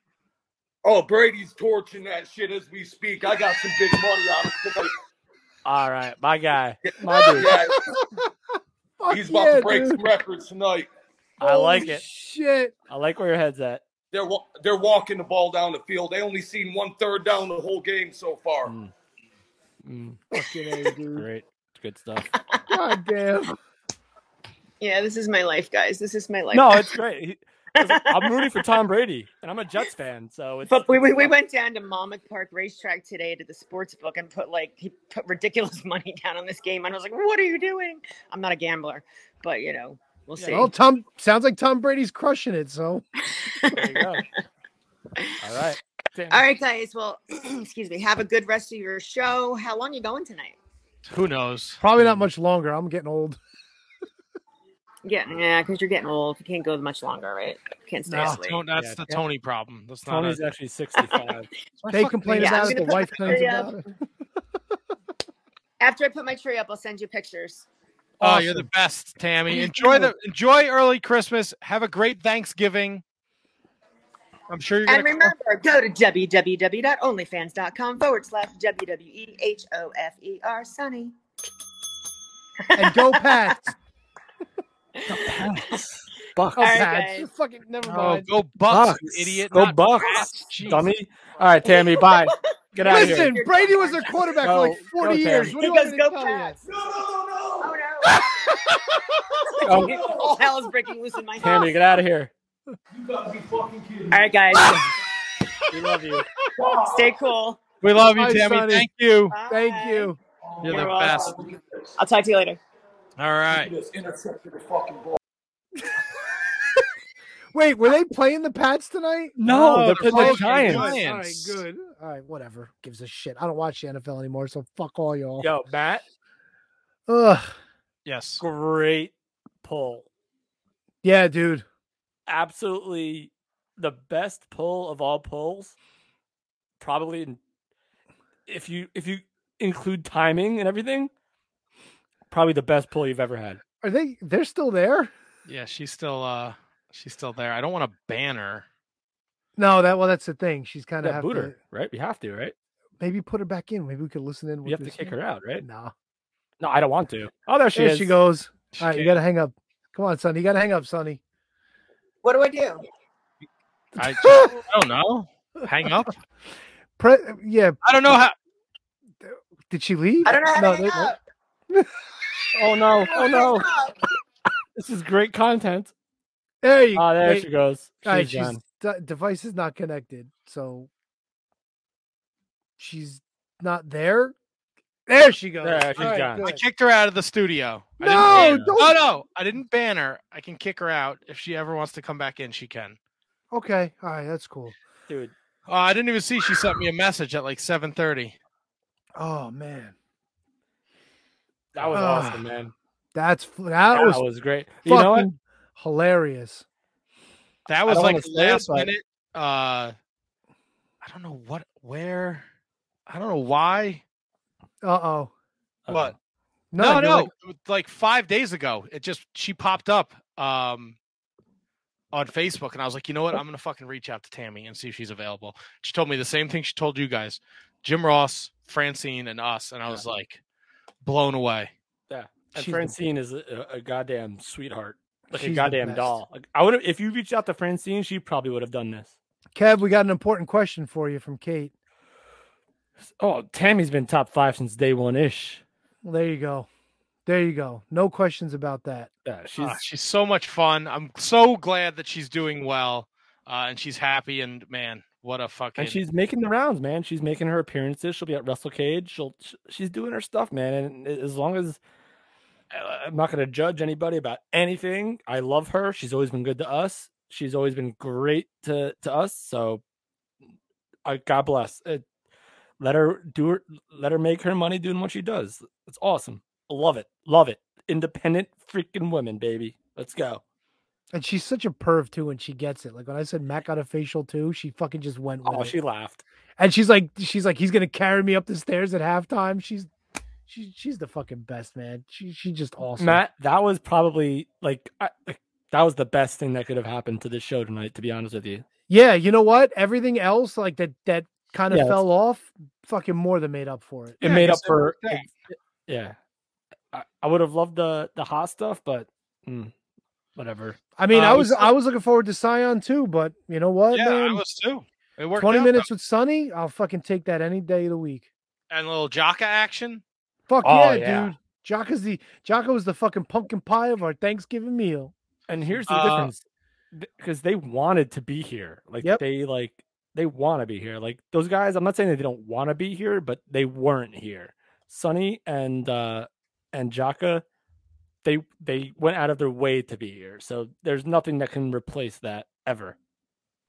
Oh, Brady's torching that shit as we speak. I got some big money on him tonight.
All right, my guy, my dude.
Yeah,
Fuck
he's about
yeah,
to break
dude.
some records tonight.
I like
Holy
it.
Shit.
I like where your head's at.
They're wa- they're walking the ball down the field. They only seen one third down the whole game so far.
Hmm. Mm,
Fucking A, dude.
great, good stuff.
God damn.
Yeah, this is my life, guys. This is my life.
No, it's great. He- 'cause I'm rooting for Tom Brady, and I'm a Jets fan, so it's.
But we, we, we went down to Monmouth Park Racetrack today to the sports book and put like he put ridiculous money down on this game. And I was like, "What are you doing?" I'm not a gambler, but you know, we'll see.
Well, Tom sounds like Tom Brady's crushing it. So
There you go. All right.
All right, guys. Well, excuse me. Have a good rest of your show. How long you going tonight?
Who knows?
probably not much longer. I'm getting old.
Yeah, yeah, because you're getting old. You can't go much longer, right? Can't stay
No,
asleep.
don't- that's the Tony problem. That's not
Tony's
a-
actually 65.
They complain
Yeah, I'm
about it. The
gonna put
wife
my
complains
tree
about
up.
it.
After I put my tree up, I'll send you pictures.
Oh, you're the best, Tammy. Enjoy the enjoy early Christmas. Have a great Thanksgiving. I'm sure you're
And
gonna
remember, go to www.onlyfans.com forward slash E W-W-E-H-O-F-E-R Sunny.
And go Pats.
Bucks.
Go
All right,
Pats.
guys.
Fucking never
Oh,
mind.
go Bucks, you idiot,
Go
not
Bucks,
Pats. Jeez.
dummy. All right, Tammy, bye. Get out of here.
Listen, Brady was their quarterback
Go-
for like 40
go,
years.
Tammy.
What do you
He
want
goes,
me to
"Go
tell you?
Oh, no. All hell is breaking loose in my house.
Tammy, get out of here.
You gotta be fucking kidding All right, guys.
We love you.
Stay cool.
We love you,
Bye,
Tammy.
Sonny.
Thank you.
Thank you.
You're
You're
the best.
welcome. I'll talk to you later.
All right.
Wait, were they playing the Pats tonight?
No, No, Oh, they're they're playing the playing the
All right,
Giants.
good. All right, whatever. Gives a shit. I don't watch the NFL anymore, so fuck all y'all.
Yo, Matt,
Ugh.
Yes.
great pull.
Yeah, dude.
Absolutely the best pull of all pulls. Probably in, if you if you include timing and everything, probably the best pull you've ever had.
Are they? They're still there?
Yeah, she's still uh she's still there. I don't want to ban her.
No, that well, that's the thing. She's kind of
Yeah,
have
boot
to
her, right? We have to, right?
maybe put her back in. Maybe we could listen in.
We have to kick her out, right?
No.
No, I don't want to. Oh, there she
there
is.
she goes.
She
All right, you gotta hang up. Come on, Sonny. You gotta hang up, Sonny.
What do I do?
I, I don't know. Oh, Hang up.
Pre- yeah.
I don't know how.
Did she leave?
I don't know how
No,
to
they-
hang up.
Oh no! Oh no!
Oh,
This is great content.
There you
Ah,
Oh, there
they-
she goes. She's
All right, she's
gone.
de- device is not connected, so she's not there. There she goes.
There, she's
All right,
gone.
good.
I kicked her out of the studio. I
No,
didn't ban her.
don't-
no, no. I didn't ban her. I can kick her out. If she ever wants to come back in, she can.
Okay, all right, that's cool.
Dude,
Oh, I didn't even see she sent me a message at like 7:30.
Oh man,
that was
Ah,
awesome, man.
that's f- that,
That was,
was,
great. You
fucking
know what?
hilarious.
I
That was
don't
like
wanna
the
say it,
last
but-
minute. Uh, I don't know what, where, I don't know why.
Uh oh.
What?
No,
No, no,
you're like-
it was like five days ago. It just she popped up um on Facebook, and I was like, you know what? I'm gonna fucking reach out to Tammy and see if she's available. She told me the same thing she told you guys, Jim Ross, Francine, and us, and I was like, blown away.
Yeah. And
She's the-
Francine is a, a goddamn sweetheart, like
She's
a
the
goddamn
best.
doll. Like, I would have, if you reached out to Francine, she probably would have done this.
Kev, we got an important question for you from Kate.
Oh, Tammy's been top five since day one ish.
Well, there you go. There you go. No questions about that.
Yeah, she's
Ah, she's so much fun. I'm so glad that she's doing well, uh, and she's happy. And man, what a fucking
and she's making the rounds, man. She's making her appearances. She'll be at Russell Cage. She'll sh- she's doing her stuff, man. And a- as long as I- I'm not going to judge anybody about anything, I love her. She's always been good to us. She's always been great to to us. So, I God bless. Uh, let her do her. Let her make her money doing what she does. It's awesome. Love it. Love it. Independent freaking women, baby. Let's go.
And she's such a perv too when she gets it. Like when I said Mac got a facial too, she fucking just went with
Oh,
it.
she laughed.
And she's like, she's like, he's gonna carry me up the stairs at halftime. She's, she's, she's the fucking best, man. She, she's just awesome.
Matt, that was probably like I, like, that was the best thing that could have happened to this show tonight. To be honest with you,
Yeah, you know what? Everything else, like that, that kind of
Yeah, it's-
fell off. Fucking more than made up for it.
it
Yeah,
made up
'cause it
for
worked out.
it- yeah. I, I would have loved the the hot stuff, but mm, whatever.
I mean,
Uh,
I
we
was,
still-
I was looking forward to Scion too, but you know what,
yeah,
man?
I was too. It worked.
Twenty
out,
minutes with Sonny, I'll fucking take that any day of the week.
though. and a little Jocka action.
Fuck
Oh,
yeah,
yeah.
dude. Jocko's the Jocko was the fucking pumpkin pie of our Thanksgiving meal.
And here's the
Uh,
difference because they wanted to be here. Like
Yep.
they like they want to be here. Like those guys. I'm not saying that they don't want to be here, but they weren't here. Sonny and uh and Jaka, they they went out of their way to be here. So there's nothing that can replace that ever.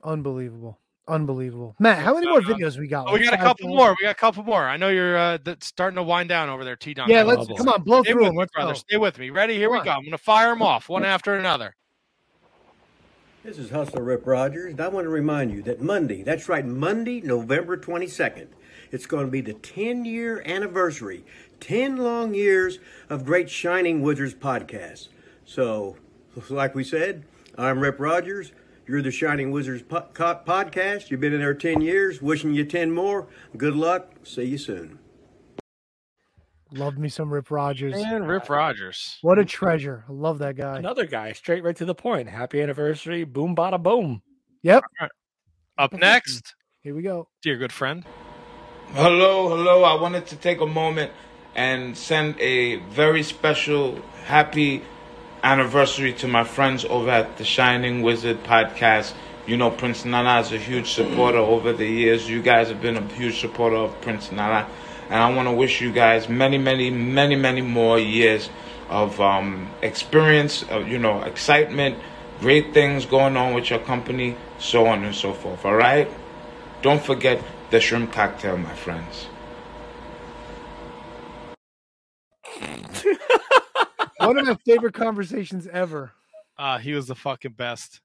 Unbelievable. Unbelievable, Matt. How many more videos we got?
Oh, we
Like
got a
five
couple
more?
more. We got a couple more. I know you're uh, th- starting to wind down over there, T. Don.
Yeah, let's- come on, blow
Stay
through
with
'em.
me,
Let's
brother.
go.
Stay with me. Ready? Here we go. I'm going to fire them off one after another.
This is Hustler Rip Rogers, and I want to remind you that Monday, that's right, Monday, November 22nd, it's going to be the 10 year anniversary, 10 long years of Great Shining Wizards podcast. So, like we said, I'm Rip Rogers. You're the Shining Wizards po- co- podcast. You've been in there 10 years, wishing you 10 more. Good luck. See you soon.
Love me some Rip Rogers.
And Rip Rogers.
What a treasure. I love that guy.
Another guy, straight right to the point. Happy anniversary. Boom, bada, boom.
Yep.
Up next.
Here we go.
Dear good friend.
Hello, hello. I wanted to take a moment and send a very special happy anniversary to my friends over at the Shining Wizard podcast. You know, Prince Nana is a huge supporter
Mm.
over the years. You guys have been a huge supporter of Prince Nana. And I want to wish you guys many, many, many, many more years of um, experience, of, you know, excitement, great things going on with your company, so on and so forth. All right? Don't forget the shrimp cocktail, my friends.
One of my favorite conversations ever.
Uh, he was the fucking best.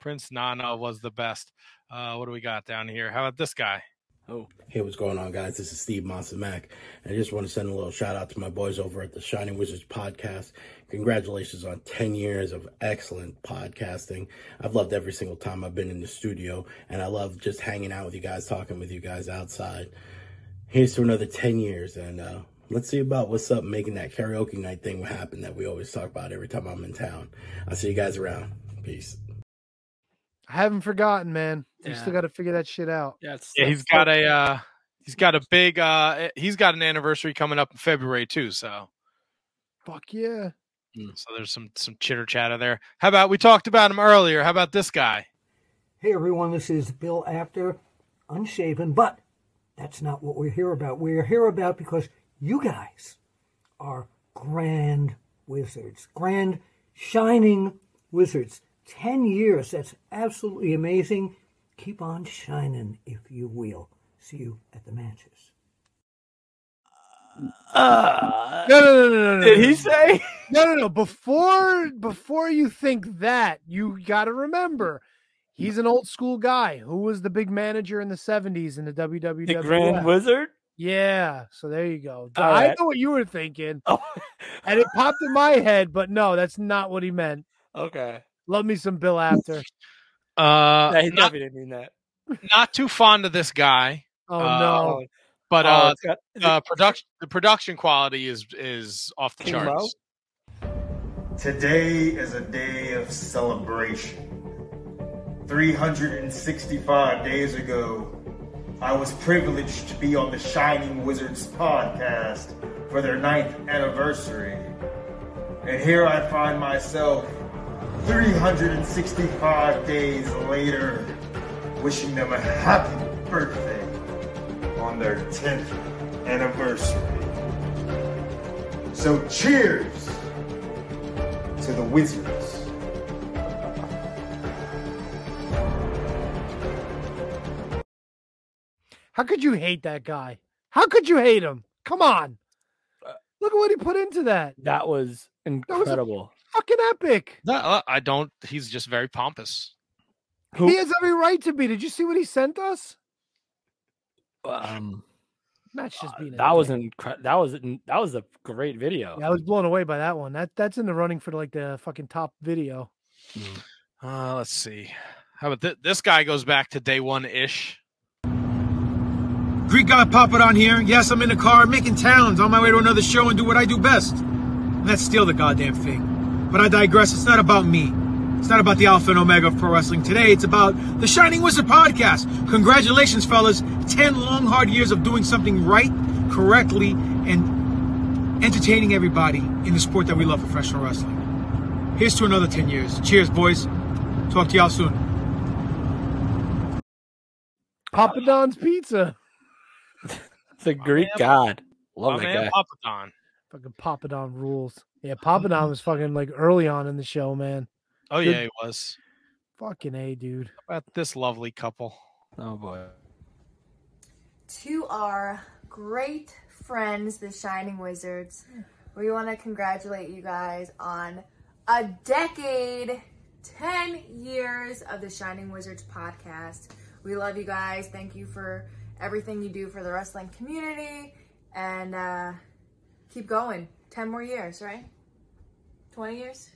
Prince Nana was the best. Uh, what do we got down here? How about this guy?
Oh. Hey, what's going on, guys? This is Steve Monster Mac. I just want to send a little shout out to my boys over at the Shining Wizards podcast. Congratulations on 10 years of excellent podcasting. I've loved every single time I've been in the studio, and I love just hanging out with you guys, talking with you guys outside. Here's to another 10 years, and uh, let's see about what's up making that karaoke night thing happen that we always talk about every time I'm in town. I'll see you guys around. Peace.
I haven't forgotten, man. We
Yeah.
still got to figure that shit out.
Yes.
Yeah, he's got a uh, he's got a big uh, he's got an anniversary coming up in February too. So
Fuck yeah.
so there's some some chitter chatter there. How about we talked about him earlier? How about this guy?
Hey everyone, this is Bill After, unshaven, but that's not what we're here about. We're here about because you guys are grand wizards, grand shining wizards. 10 years, that's absolutely amazing. Keep on shining, if you will. See you at the matches.
Uh, no, no, no, no, no.
Did
no,
he
no.
say?
No, no, no. Before before you think that, you got to remember, he's an old school guy who was the big manager in the '70s in the WWF.
The Grand Wizard?
Yeah. So there you go.
All
I
right.
know what you were thinking,
Oh.
and it popped in my head, but no, that's not what he meant.
Okay.
Love me some Bill After.
Uh,
No, he
not,
definitely didn't mean that.
not too fond of this guy.
Oh,
uh,
no.
But
Oh,
uh,
it's got- is
the
it-
production the production quality is is off the
Too low?
charts.
Today is a day of celebration. 365 days ago, I was privileged to be on the Shining Wizards podcast for their ninth anniversary. And here I find myself 365 days later, wishing them a happy birthday on their 10th anniversary. So, cheers to the Wizards.
How could you hate that guy? How could you hate him? Come on. Look at what he put into that.
Uh, That was incredible.
Fucking epic.
No, uh, I don't. He's just very pompous.
He has every right to be. Did you see what he sent us?
um, uh,
Matt's just being a
that was
dick.
incredible. That was an- that was a great video.
Yeah, I was blown away by that one. That that's in the running for like the fucking top video.
Mm.
Uh, let's see. How about th- this guy goes back to day one ish.
Greek God Papadon here. Yes, I'm in the car, making towns, on my way to another show and do what I do best. And that's steal the goddamn thing. But I digress. It's not about me. It's not about the Alpha and Omega of pro wrestling today. It's about the Shining Wizard podcast. Congratulations, fellas. Ten long, hard years of doing something right, correctly, and entertaining everybody in the sport that we love, professional wrestling. Here's to another ten years. Cheers, boys. Talk to y'all soon.
Papa Don's Pizza.
It's a Greek god.
My
Love that
man
guy.
Papadon.
Fucking Papa Don rules. Yeah, Papa Don was fucking like early on in the show, man.
Oh
Good
yeah, he was.
Fucking A, dude.
How about this lovely couple.
Oh boy.
to our great friends, the Shining Wizards. We want to congratulate you guys on a decade, 10 years of the Shining Wizards podcast. We love you guys. Thank you for everything you do for the wrestling community and uh, keep going. 10 more years, right? 20 years?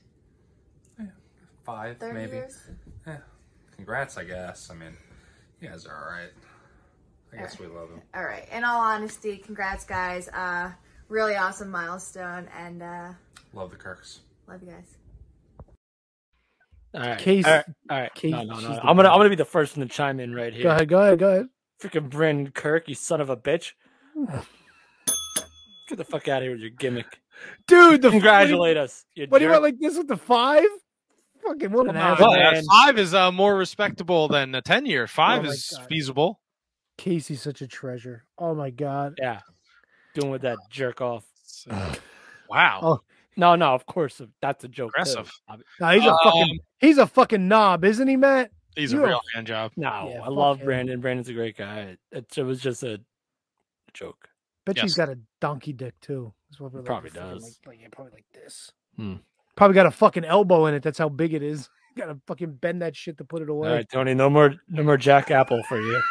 Five,
30
maybe.
years?
Yeah. Congrats, I guess. I mean, you guys are all right. I guess we love them.
All right. In all honesty, congrats, guys. Uh, really awesome milestone, and uh,
Love the Kirks.
love you guys.
All right.
Case-
all right. all right.
Case-
no, no,
she's
no.
the
I'm gonna I'm gonna be the first one to chime in right here.
Go ahead, go ahead, go ahead.
Freaking Brandon Kirk, you son of a bitch. Get the fuck out of here with your gimmick.
Dude, the
congratulate us. You
What do you
jerk.
want like this with the five? Fucking what an
Nah,
asshole.
uh, five is uh, more respectable than a ten year. Five
Oh my
is
God.
feasible.
Casey's such a treasure. Oh my god.
Yeah. Doing with that jerk off.
wow.
Oh.
No, no, of course uh, that's a joke. too.
Aggressive.
Ob-
No, he's a
Um,
fucking he's a fucking knob, isn't he, Matt?
He's a
You're
real hand job.
No,
Yeah,
I
fuck
love
him.
Brandon. Brandon's a great guy. It, it was just a joke.
Bet you he's
Yes.
got a donkey dick too. That's what we're like,
Probably
fucking,
does.
Like, like, yeah, probably like this.
Hmm.
Probably got a fucking elbow in it. That's how big it is. got to fucking bend that shit to put it
All
away.
right, Tony, no more, no more Jack Apple for you.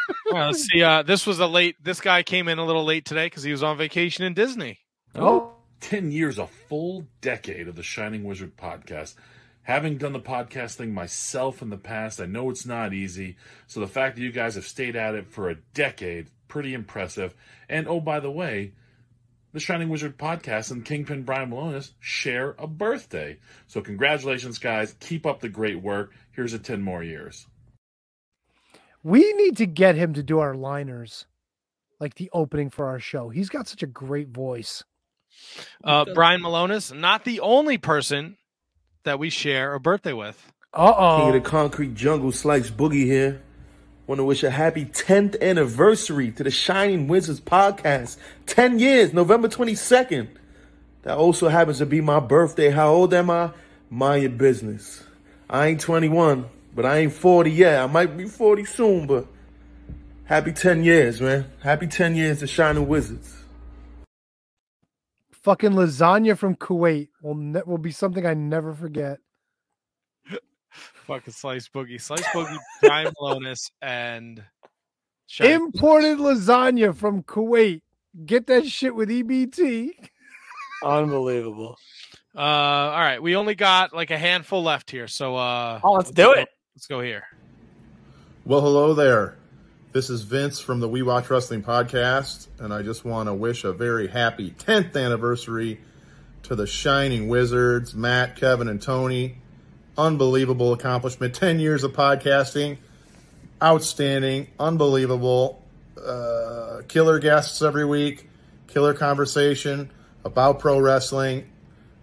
Well, let's see. Uh, this was a late. This guy came in a little late today because he was on vacation in Disney.
Oh.
10 years, a full decade of the Shining Wizard podcast. Having done the podcast thing myself in the past, I know it's not easy. So the fact that you guys have stayed at it for a decade, pretty impressive. And oh, by the way, the Shining Wizard podcast and Kingpin Brian Malonis share a birthday. So congratulations, guys. Keep up the great work. Here's a 10 more years.
We need to get him to do our liners, like the opening for our show. He's got such a great voice.
Uh, Brian Malonis, not the only person that we share a birthday with.
Uh
King of the concrete jungle, Slice Boogie here. Want to wish a happy 10th anniversary to the Shining Wizards podcast. 10 years, November 22nd. That also happens to be my birthday. How old am I? Mind your business. I ain't 21, but I ain't 40 yet. I might be 40 soon, but happy 10 years, man. Happy 10 years to Shining Wizards.
Fucking lasagna from Kuwait will ne- will be something I never forget.
Fucking Slice Boogie, Slice Boogie, Brian Malonis, and Shine-
Imported lasagna from Kuwait. Get that shit with E EBT.
Unbelievable.
Uh, all right, we only got like a handful left here, so uh,
oh, let's do
it. Let's go here.
Well, hello there. This is Vince from the We Watch Wrestling podcast, and I just want to wish a very happy 10th anniversary to the Shining Wizards, Matt, Kevin, and Tony. Unbelievable accomplishment. 10 years of podcasting. Outstanding, unbelievable. Uh, killer guests every week, killer conversation about pro wrestling.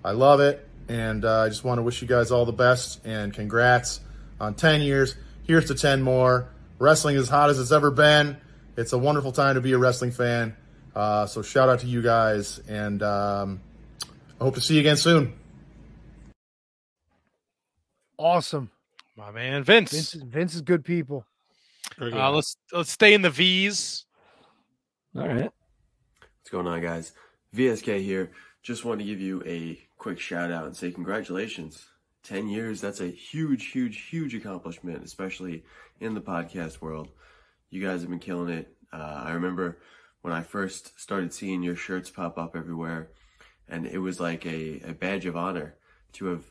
I love it, and uh, I just want to wish you guys all the best and congrats on 10 years. Here's to 10 more. Wrestling is hot as it's ever been. It's a wonderful time to be a wrestling fan. Uh, so shout out to you guys, and um, I hope to see you again soon.
Awesome.
My man, Vince.
Vince, is- Vince is good people.
Uh, let's let's stay in the V's.
All right.
What's going on, guys? VSK here. Just want to give you a quick shout out and say congratulations. 10 years, that's a huge, huge, huge accomplishment, especially in the podcast world. You guys have been killing it. Uh, I remember when I first started seeing your shirts pop up everywhere, and it was like a, a badge of honor to have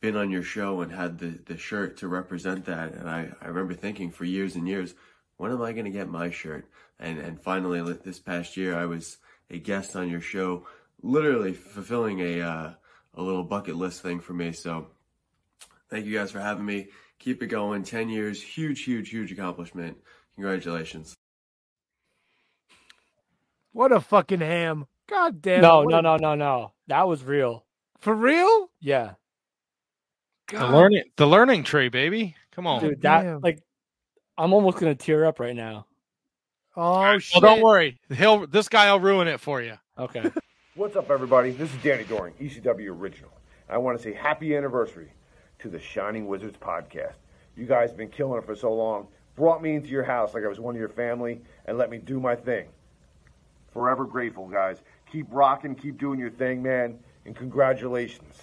been on your show and had the, the shirt to represent that. And I, I remember thinking for years and years, when am I going to get my shirt? And, and finally, li- this past year, I was a guest on your show, literally fulfilling a, uh, a little bucket list thing for me. So thank you guys for having me. Keep it going. 10 years, huge, huge, huge accomplishment. Congratulations.
What a fucking ham. God damn. it,
No,
what
no,
a-
no, no, no. That was real.
For real?
Yeah,
The learning, the learning tree, baby. Come on,
dude. That like, I'm almost gonna tear up right now.
Oh
Well, don't worry. He'll this guy will ruin it for you.
Okay.
What's up, everybody? This is Danny Doring, ECW Original. I want to say happy anniversary to the Shining Wizards podcast. You guys have been killing it for so long. brought me into your house like I was one of your family and let me do my thing. Forever grateful, guys. Keep rocking, keep doing your thing, man, and congratulations.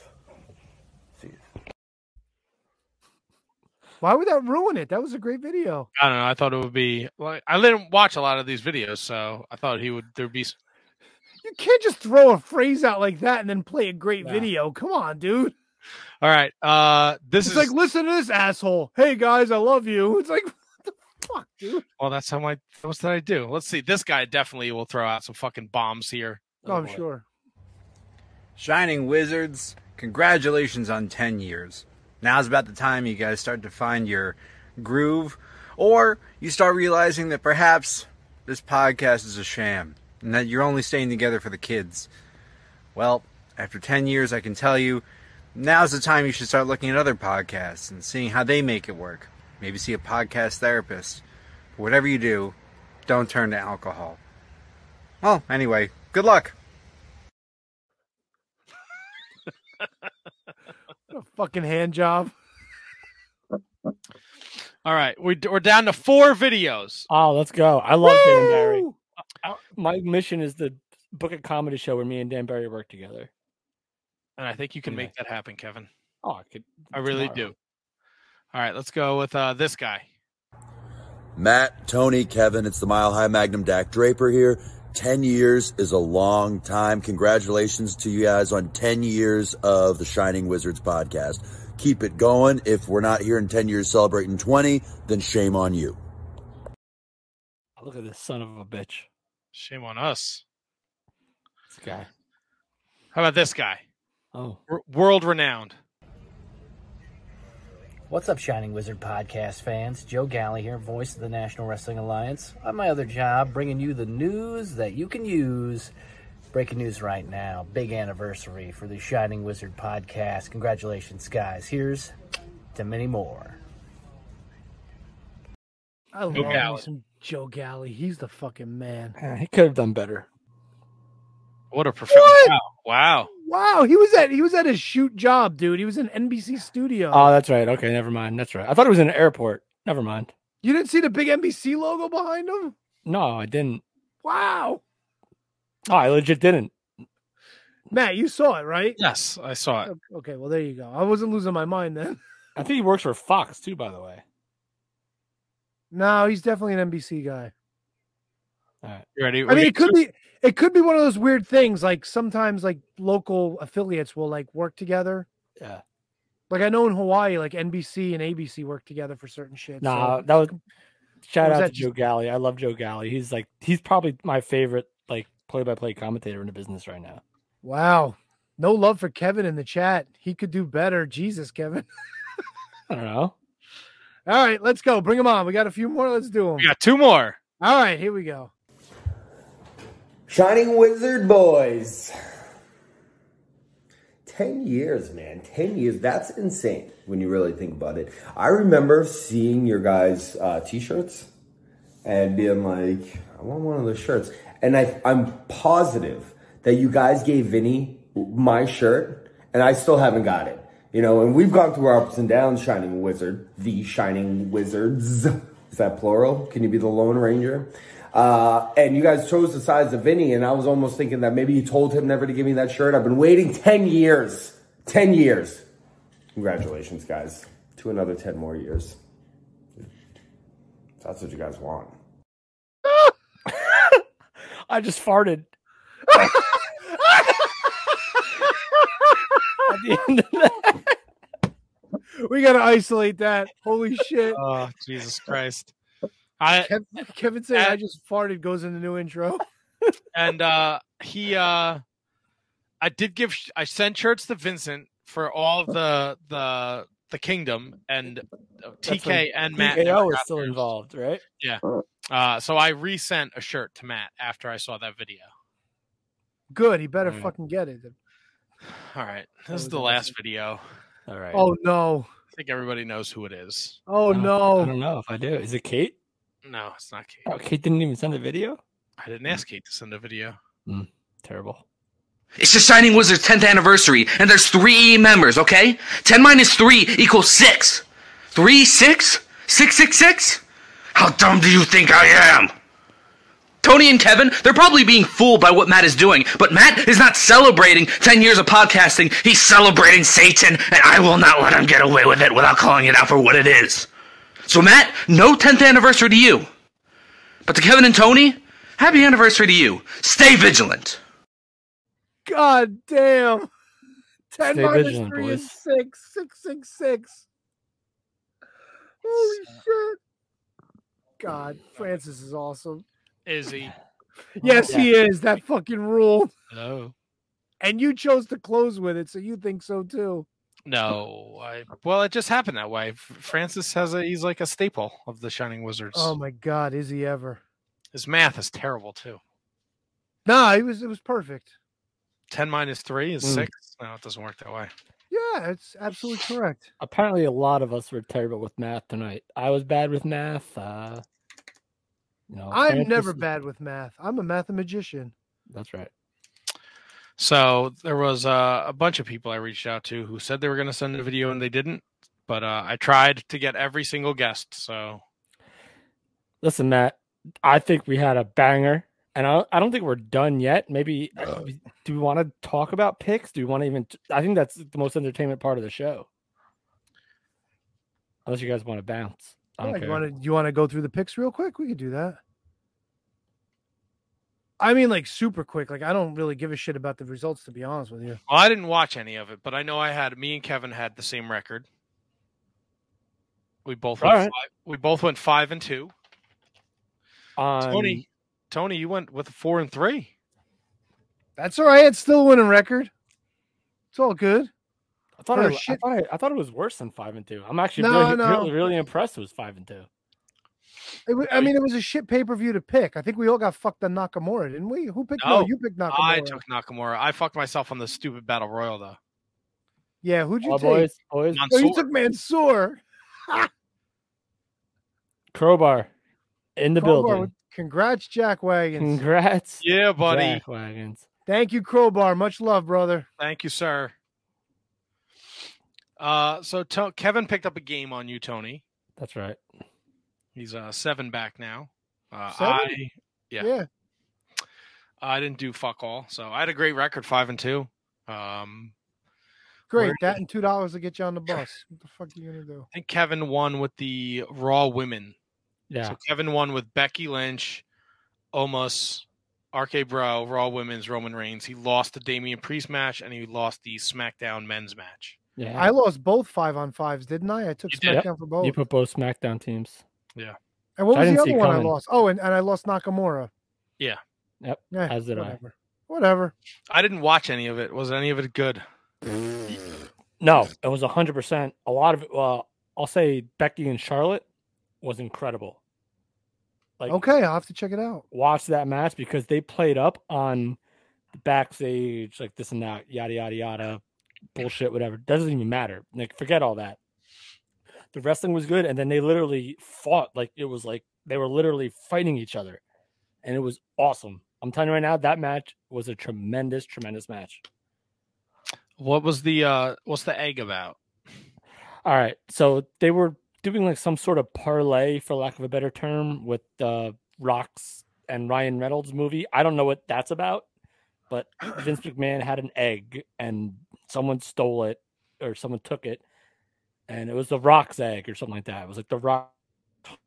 Why would that ruin it? That was a great video.
I don't know. I thought it would be like I didn't watch a lot of these videos, so I thought he would there'd be. s-
You can't just throw a phrase out like that and then play a great video. Come on, dude.
All right, uh, this
it's
is Oh,
like listen to this asshole. Hey guys, I love you. It's like
well. That's how my what did I do? Let's see. This guy definitely will throw out some fucking bombs here.
oh, I'm sure.
Shining Wizards, congratulations on 10 years. Now's about the time you guys start to find your groove, or you start realizing that perhaps this podcast is a sham and that you're only staying together for the kids. Well, after 10 years, I can tell you now's the time you should start looking at other podcasts and seeing how they make it work. Maybe see a podcast therapist. But whatever you do, don't turn to alcohol. Well, anyway, good luck.
What a fucking hand job.
All right, we, we're down to four videos.
Oh, let's go. I love Dan Barry. Uh, My mission is to book a comedy show where me and Dan Barry work together.
and I think you can make that happen, Kevin.
Oh, I could.
I really
tomorrow.
do. All right, let's go with uh, this guy.
Matt, Tony, Kevin, it's the Mile High Magnum Dak Draper here. 10 years is a long time. Congratulations to you guys on 10 years of the Shining Wizards podcast. Keep it going. If we're not here in 10 years celebrating 20, then shame on you.
Oh, Look at this son of a bitch.
Shame on us.
This guy.
How about this guy?
Oh,
world renowned.
What's up, Shining Wizard podcast fans? Joe Galley here, voice of the National Wrestling Alliance. On my other job, bringing you the news that you can use. Breaking news right now. Big anniversary for the Shining Wizard podcast. Congratulations, guys. Here's to many more.
I love
Joe
me
Galley.
some Joe Galley. He's the fucking man.
Uh, he could have done better.
What a professional! Wow. wow.
Wow, he was at he was at his shoot job, dude. He was in NBC studio.
Oh, that's right. Okay, never mind. That's right. I thought it was in an airport. Never mind.
you didn't see the big NBC logo behind him?
No, I didn't.
Wow.
Oh, I legit didn't.
Matt, you saw it, right?
Yes, I saw it.
Okay, well there you go. I wasn't losing my mind then.
I think he works for Fox too, by the way.
No, he's definitely an NBC guy.
You ready?
I mean, it could be it could be one of those weird things. Like sometimes, like local affiliates will like work together.
Yeah.
Like I know in Hawaii, like NBC and ABC work together for certain shit. so-
Nah, that was shout
was
out
that
to Joe Galley. I love Joe Galley. He's like he's probably my favorite like play-by-play commentator in the business right now.
wow. No love for Kevin in the chat. He could do better. Jesus, Kevin.
I don't know.
All right, let's go. Bring them on. We got a few more. Let's do them.
We got two more.
All right, here we go.
Shining Wizard Boys. 10 years, man. 10 years. That's insane when you really think about it. I remember seeing your guys' uh, t shirts and being like, I want one of those shirts. And I, I'm positive that you guys gave Vinny my shirt and I still haven't got it. You know, and we've gone through our ups and downs, Shining Wizard, the Shining Wizards. Is that plural? Can you be the Lone Ranger? Uh, and you guys chose the size of Vinny, and I was almost thinking that maybe you told him never to give me that shirt. I've been waiting 10 years. 10 years. Congratulations, guys, to another 10 more years. If That's what you guys want.
I just farted. At the end of that.
We gotta isolate that. Holy shit.
Oh, Jesus Christ. I
Kev- Kevin saying I just farted goes in the new intro.
and uh he uh I did give sh- I sent shirts to Vincent for all the the the kingdom and uh,
That's
TK
when
and Matt
TKO
never
is
got
still
theirs.
involved, right?
Yeah. Uh so I resent a shirt to Matt after I saw that video.
Good. He better
Mm.
fucking get it.
All right.
That
This is
was
the last video.
All right.
Oh no.
I think everybody knows who it is.
Oh no.
I don't know if I do. Is it Kate?
No, it's not Kate.
Oh, Kate didn't even send the video.
I didn't ask Kate to send a video.
Mm, Terrible.
It's the Shining Wizard's 10th anniversary, and there's three members, okay? 10 minus 3 equals 6. 3, 6? 6, 6, 6?
How dumb do you think I am? Tony and Kevin, they're probably being fooled by what Matt is doing, but Matt is not celebrating 10 years of podcasting. He's celebrating Satan, and I will not let him get away with it without calling it out for what it is. So, Matt, no 10th anniversary to you. But to Kevin and Tony, happy anniversary to you. Stay vigilant.
God damn. 10 Stay
minus
vigilant,
three
boys.
is
six, six, six, six. Holy shit. God, Francis is awesome.
Is he? Oh,
Yes, he is. That fucking ruled.
No.
And you chose to close with it, so you think so too.
Oh.
No. I, well, it just happened that way. F- Francis has a he's like a staple of the Shining Wizards.
Oh my god, is he ever?
His math is terrible too.
Nah, it was it was perfect.
Ten minus three is
Mm.
six. No, it doesn't work that way.
Yeah, it's absolutely correct.
Apparently, a lot of us were terrible with math tonight. I was bad with math. Uh, you know,
I'm
Francis-
never bad with math. I'm a mathematician.
That's right.
So there was uh, a bunch of people I reached out to who said they were going to send a video and they didn't. But uh, I tried to get every single guest. So
Listen, Matt, I think we had a banger, and I, I don't think we're done yet. Maybe uh, we- do we want to talk about picks? Do we want to even? I think that's the most entertainment part of the show. Unless you guys want to bounce, I don't
Yeah, you
care.
want to you want to go through the picks real quick? We could do that. I mean, like super quick. Like I don't really give a shit about the results, to be honest with you.
well, I didn't watch any of it, but I know I had me and Kevin had the same record. We both went
All right.
five, we both went five and two.
On
Tony, Tony, you went with four and three.
That's all right. It's still a winning record. It's all good.
I thought,
For
I,
a
I
shit-
thought I, I thought it was worse than five and two. I'm actually
No,
really,
no.
really really impressed. It was five and two.
It wa- I mean, it was a shit pay per view to pick. I think we all got fucked on Nakamura, didn't we? Who picked? No, you picked Nakamura.
Oh, I took Nakamura. I fucked myself on the stupid battle royal though.
yeah, who'd you
Oh,
take?
boys, boys.
Oh, you
Mansoor.
took Mansoor.
Crowbar in the
Crowbar
building.
with- Congrats, Jack Wagons.
Congrats.
Yeah, buddy.
Jack Wagons.
Thank you, Crowbar. Much love, brother.
Thank you, sir. Uh, so to- Kevin picked up a game on you, Tony.
That's right.
He's uh seven back now. Uh,
Seven?
I yeah. I didn't do fuck all, so I had a great record, five and two. Um,
Great.
Where-
That and two dollars to get you on the bus. What the fuck are you gonna do?
I think Kevin won with the Raw women.
Yeah.
So Kevin won with Becky Lynch, Omos, RK Bro, Raw Women's, Roman Reigns. He lost the Damian Priest match and he lost the SmackDown Men's match.
Yeah.
I lost both five on fives, didn't I? I took
Yep.
SmackDown for both.
You put both SmackDown teams.
Yeah.
and
Which
what
I
was the
didn't see
other one I
coming.
lost? Oh, and, and I lost Nakamura.
Yeah.
Yep.
Yeah,
as did
whatever. Whatever.
I didn't watch any of it. Was any of it good?
I. No, it was hundred percent. A lot of uh, I'll say Becky and Charlotte was incredible. Like
okay, I'll have to check it out.
watch that match because they played up on the backstage, like this and that, yada yada yada, bullshit, whatever. Doesn't even matter. Like forget all that. The wrestling was good, and then they literally fought like it was like they were literally fighting each other, and it was awesome. I'm telling you right now, that match was a tremendous, tremendous match.
What was the uh what's the egg about?
All right. So they were doing like some sort of parlay, for lack of a better term, with uh, Rocks and Ryan Reynolds movie. I don't know what that's about, but Vince McMahon had an egg and someone stole it or someone took it. And it was the Rock's egg or something like that. It was like the Rock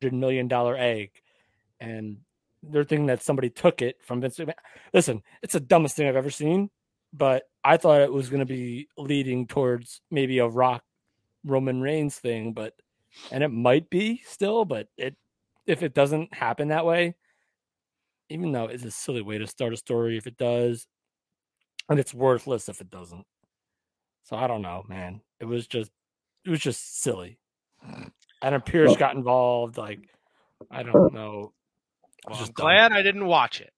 $100 million egg. And they're thinking that somebody took it from Vince McMahon. Listen, it's the dumbest thing I've ever seen, but I thought it was going to be leading towards maybe a Rock Roman Reigns thing, but and it might be still, but it if it doesn't happen that way, even though it's a silly way to start a story if it does, and it's worthless if it doesn't. So I don't know, man. It was just it was just silly. Adam Pierce got involved, like I don't know.
Well, I'm glad I didn't watch it.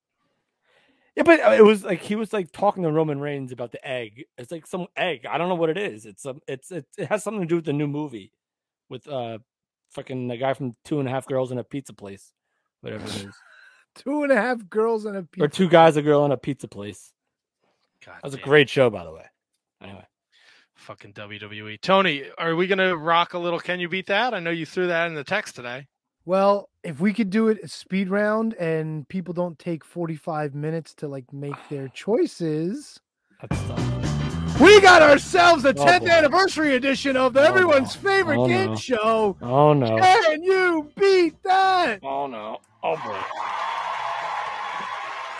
Yeah, but uh, it was like he was like talking to Roman Reigns about the egg. It's like some egg. I don't know what it is. It's um, it's it, it has something to do with the new movie with uh, fucking the guy from Two and a Half Girls in a Pizza Place, whatever it is,
Two and a half girls and a
or two guys, a girl in a pizza place. that was a great show, by the way. Anyway,
E. Fucking WWE. Tony, are we gonna rock a little? Can you beat that? I know you threw that in the text today.
Well, if we could do it a speed round and people don't take 45 minutes to like make their choices. We got ourselves the
Oh,
10th
boy.
anniversary edition of the everyone's favorite
Oh,
game
no.
show.
Oh no.
Can you beat that?
Oh no. Oh boy.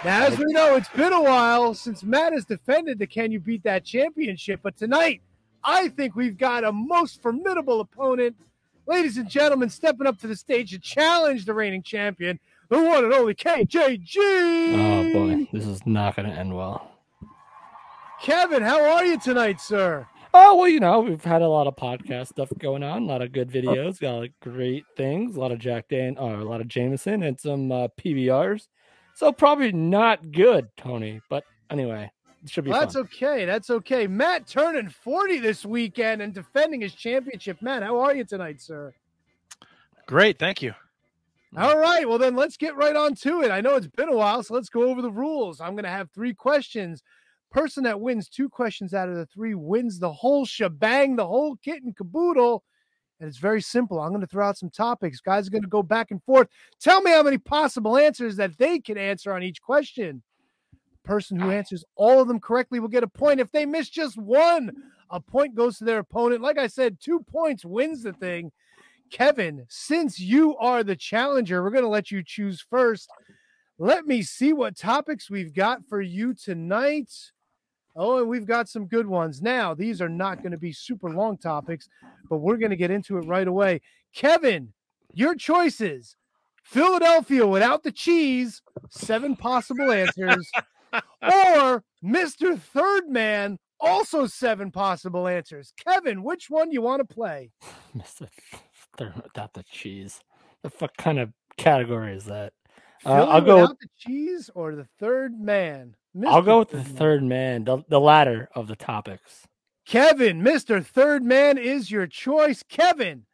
Now, as we know, it's been a while since Matt has defended the Can You Beat That championship, but tonight I think we've got a most formidable opponent. Ladies and gentlemen, stepping up to the stage to challenge the reigning champion, the one and only KJG.
Oh boy. This is not going to end well.
Kevin, how are you tonight, sir?
Oh well, you know we've had a lot of podcast stuff going on, a lot of good videos, got a lot of great things, a lot of Jack Dan, or a lot of Jameson, and some uh, PBRs. So probably not good, Tony. But anyway, it should be
Well,
fun.
that's okay. That's okay. Matt turning 40 this weekend and defending his championship. Matt, how are you tonight, sir?
Great, thank you.
All right. Well, then let's get right on to it. I know it's been a while, so let's go over the rules. I'm going to have three questions. Person that wins two questions out of the three wins the whole shebang, the whole kit and caboodle. And it's very simple. I'm going to throw out some topics. Guys are going to go back and forth. Tell me how many possible answers that they can answer on each question. Person who answers all of them correctly will get a point. If they miss just one, a point goes to their opponent. Like I said, two points wins the thing. Kevin, since you are the challenger, we're going to let you choose first. Let me see what topics we've got for you tonight. Oh, and we've got some good ones. Now, these are not going to be super long topics, but we're going to get into it right away. Kevin, your choices Philadelphia without the cheese, seven possible answers, or Mr. Third Man, also seven possible answers. Kevin, which one you want to play?
Mr. Thurman without the cheese. The fuck kind of category is that? Uh,
Philly
I'll go.
without the cheese or the third man.
I'll
Mr.
go with the third man, the, the latter of the topics.
Kevin, Mr. Third Man is your choice. Kevin,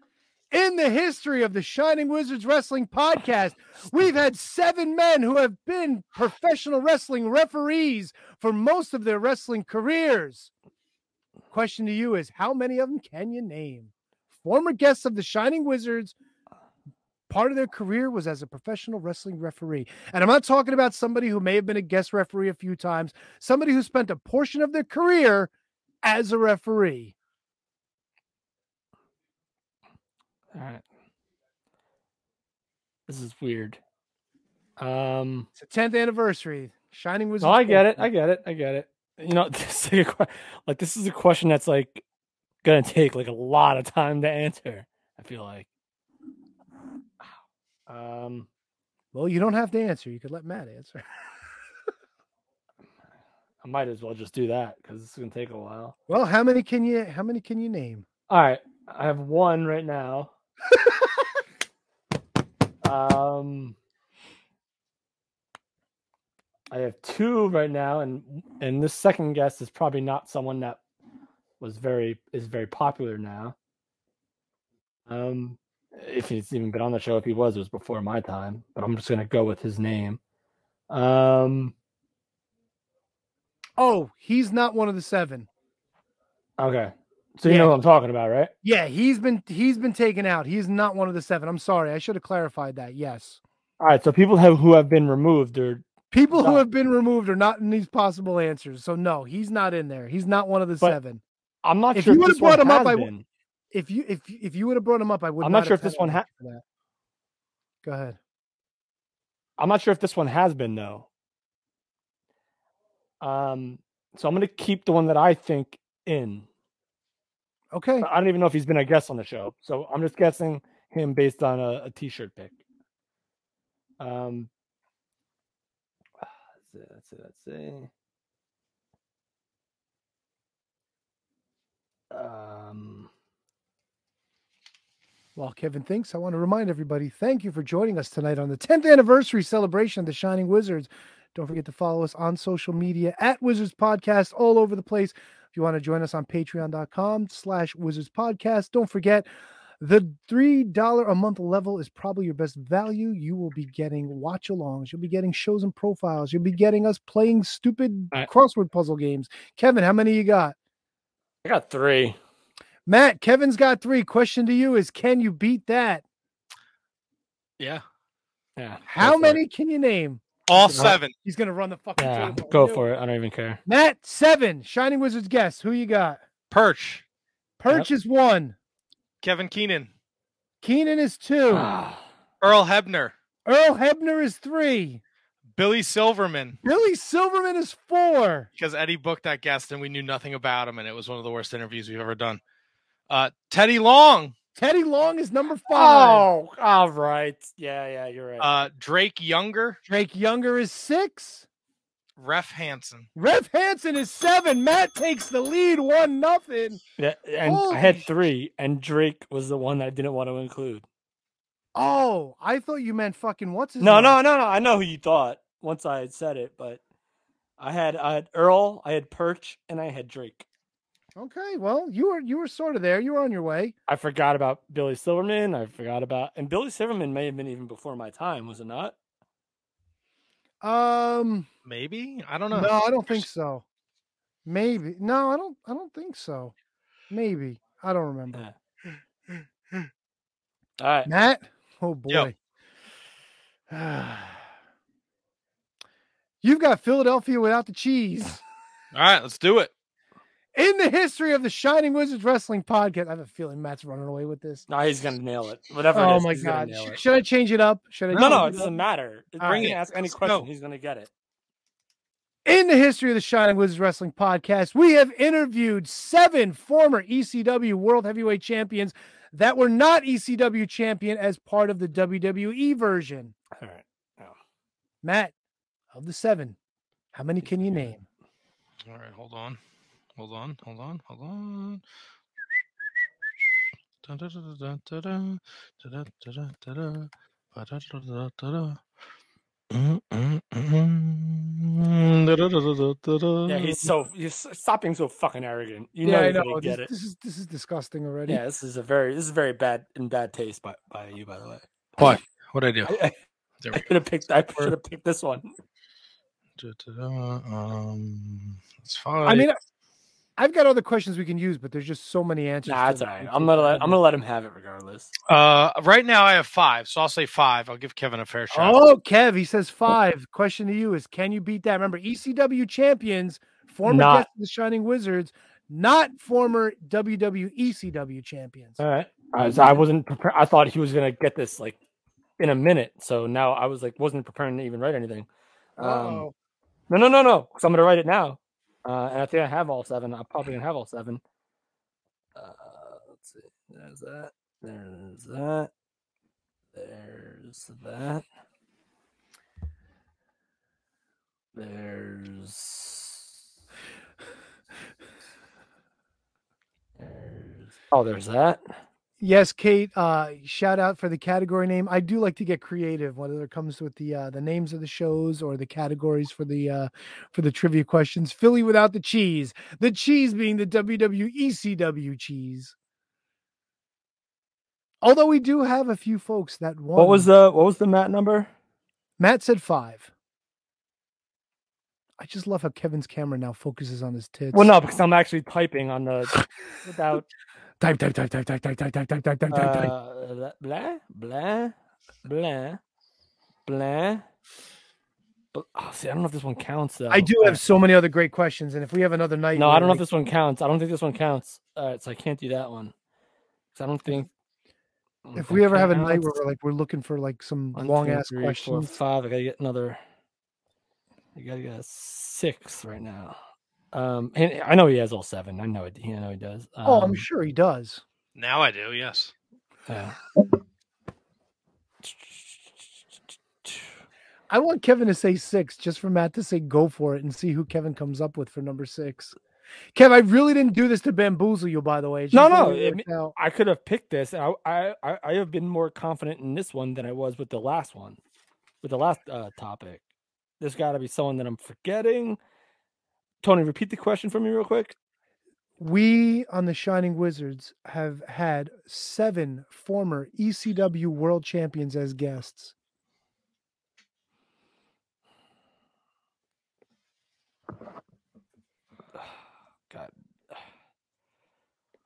in the history of the Shining Wizards Wrestling podcast, we've had seven men who have been professional wrestling referees for most of their wrestling careers. Question to you is how many of them can you name? Former guests of the Shining Wizards, part of their career was as a professional wrestling referee. And I'm not talking about somebody who may have been a guest referee a few times, somebody who spent a portion of their career as a referee.
All right. This is weird. Um.
It's the 10th anniversary. Shining was.
No, I get it. I get it. I get it. You know, this is like, a, que- like this is a question that's like gonna take like a lot of time to answer. I feel like. Um.
Well, you don't have to answer. You could let Matt answer.
I might as well just do that because it's gonna take a while.
Well, how many can you? How many can you name?
All right, I have one right now. um, I have two right now, and and this second guest is probably not someone that was very is very popular now. Um, if he's even been on the show, if he was, it was before my time. But I'm just gonna go with his name. Um,
Oh, he's not one of the seven.
okay, so you know
Yeah.
what I'm talking about, right?
Yeah, he's been he's been taken out. He's not one of the seven. I'm sorry. I should have clarified that. Yes.
All right, so people have who have been removed are
People who
No.
have been removed are not in these possible answers. So no, he's not in there. He's not one of the
But
seven.
I'm not
If
sure
you
if
would
this
have brought
one
him up,
has
I
been.
would. If you if if you would have brought him up, I would.
I'm not sure
have
if this
had
one
an
ha-
answer for that. Go ahead.
I'm not sure if this one has been though. Um, so I'm gonna keep the one that I think in.
Okay.
I don't even know if he's been a guest on the show, so I'm just guessing him based on a a T-shirt pick. Um, let's see, let's see, let's see. Um,
While Kevin thinks, I want to remind everybody thank you for joining us tonight on the 10th anniversary celebration of the Shining Wizards. Don't forget to follow us on social media at Wizards Podcast all over the place. If you want to join us on patreon.com slash wizards podcast, don't forget the $3 a month level is probably your best value. You will be getting watch alongs, you'll be getting shows and profiles, you'll be getting us playing stupid crossword puzzle games. Kevin, how many you got?
I got three.
Matt, Kevin's got three. Question to you is can you beat that?
Yeah.
Yeah.
How many can you name?
All
He's gonna-
seven.
He's gonna run the fucking
Yeah,
table.
go for it. I don't even care.
Matt, seven. Shining Wizards guess. Who you got?
Perch.
Perch is one.
Kevin Keenan.
Keenan is two.
Ah.
Earl Hebner.
Earl Hebner is three.
Billy Silverman.
Billy Silverman is four.
Because Eddie booked that guest and we knew nothing about him, and it was one of the worst interviews we've ever done. Uh, Teddy Long.
Teddy Long is number five.
Oh, all right. Yeah, yeah, you're right.
Uh, Drake Younger.
Drake Younger is six.
Ref Hansen.
Rev Hansen is seven. Matt takes the lead, one nothing.
yeah, and
Holy
I had three, and Drake was the one I didn't want to include.
Oh, I thought you meant fucking what's his
No,
name?
no, no, no. I know who you thought once I had said it, but I had I had Earl, I had Perch, and I had Drake.
Okay, well, you were you were sort of there. You were on your way.
I forgot about Billy Silverman. I forgot about and Billy Silverman may have been even before my time, was it not?
Um,
Maybe I don't know.
No, I don't think so. Maybe no, I don't. I don't think so. Maybe I don't remember.
All right,
Matt. Oh boy.
Yo.
You've got Philadelphia without the cheese.
All right, let's do it.
In the history of the Shining Wizards Wrestling Podcast, I have a feeling Matt's running away with this.
No, he's gonna nail it. Whatever.
oh
it is,
my
he's gonna
god!
nail
Sh-
it.
Should I change it up? Should I?
No, no,
change
it doesn't
up?
matter. Bring
All right.
can ask any question, he's gonna get it.
In the history of the Shining Wizards Wrestling podcast, we have interviewed seven former ECW World Heavyweight Champions that were not ECW champion as part of the WWE version.
All right. Oh.
Matt, of the seven, how many can
E
you name?
All right, hold on, hold on, hold on, hold on. Dun, dun, dun, dun, dun, dun, dun, dun, dun, dun, dun, ba, dun, dun, dun, dun, dun. Mm, mm, mm, dun, dun, dun, dun, dun, dun.
Yeah, he's so he's stop being so fucking arrogant. You
Mm-hmm. yeah,
know
I
you're
know.
gonna
This,
get it.
this is this is disgusting already.
Yeah, this is a very this is very bad in bad taste by, by you, by the way.
What? What I do?
I, I,
There
I
we
should have picked I should have picked this one.
Dun, dun, dun, Um, it's fine.
I mean, I- I've got other questions we can use, but there's just so many answers.
Nah,
to
that's all
them.
right. I'm gonna let I'm gonna let him have it regardless.
uh, right now I have five, so I'll say five. I'll give Kevin a fair shot.
Oh, Kev, he says five. Question to you is can you beat that? Remember, ECW champions, former
Not-
guests of the Shining Wizards, not former WWE ECW champions.
All right. All right so I wasn't prepared. I thought he was gonna get this like in a minute. So now I was like wasn't preparing to even write anything. Um,
Uh-oh.
no, no, no, no. Because I'm gonna write it now, uh, and I think I have all seven. I'm probably gonna have all seven. Uh, let's see. There's that. There's that. There's that. There's. Oh, there's that.
Yes, Kate, uh, shout out for the category name. I do like to get creative, whether it comes with the uh, the names of the shows or the categories for the uh, for the trivia questions. Philly without the cheese. The cheese being the WWE ECW cheese. Although we do have a few folks that won.
What was the what was the Matt number?
Matt said five. I just love how Kevin's camera now focuses on his tits.
Well, no, because I'm actually typing on the without
type, type, type, type, type, type, type, type, type, type, type, type, type.
uh, blah blah blah blah. But oh, see, I don't know if this one counts though.
I do have so many other great questions, and if we have another night,
No,
where,
I don't know if
like,
this one counts. I don't think this one counts. All right, so I can't do that one. 'Cause I don't think. I don't
if we
think
ever
that
have a night where
counts.
we're like we're looking for like some
One,
long
two,
ass
three, four,
questions.
five. I gotta get another. I gotta get a six right now. Um, and I know he has all seven. I know it. I know he does. Um,
oh, I'm sure he does.
Now I do. Yes.
yeah.
I want Kevin to say six, just for Matt to say go for it and see who Kevin comes up with for number six. Kev, I really didn't do this to bamboozle you, by the way. It's
No,
just
no,
really
I,
worked
mean,
out.
I could have picked this. I, I, I I have been more confident in this one than I was with the last one, with the last uh, topic. There's got to be someone that I'm forgetting. Tony, repeat the question for me real quick.
We on the Shining Wizards have had seven former ECW world champions as guests.
God,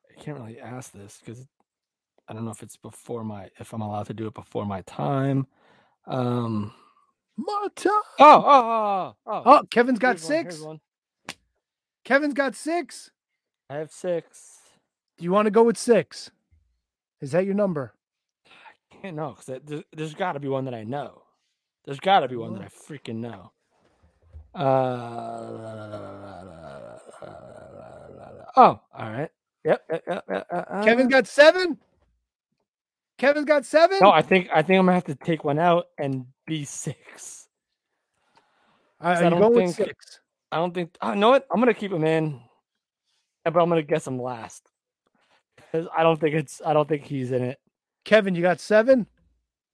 I can't really ask this because I don't know if it's before my if I'm allowed to do it before my time. Um
My time.
Oh, oh, oh, oh.
Oh, Kevin's got
Here's one, here's
six.
one.
Kevin's got six.
I have six.
Do you want to go with six? Is that your number?
can't know because there's, there's got to be one that I know. There's got to be one that I freaking know. Uh, oh, all right. Yep. yep, yep, yep, uh, uh,
Kevin's got seven. Kevin's got seven.
No, I think I think I'm gonna have to take one out and be six.
Uh,
'Cause
are you going with
six. I don't think. I know what? I'm gonna keep him in, uh, but I'm gonna guess him last. 'Cause I don't think it's. I don't think he's in it.
Kevin, you got seven.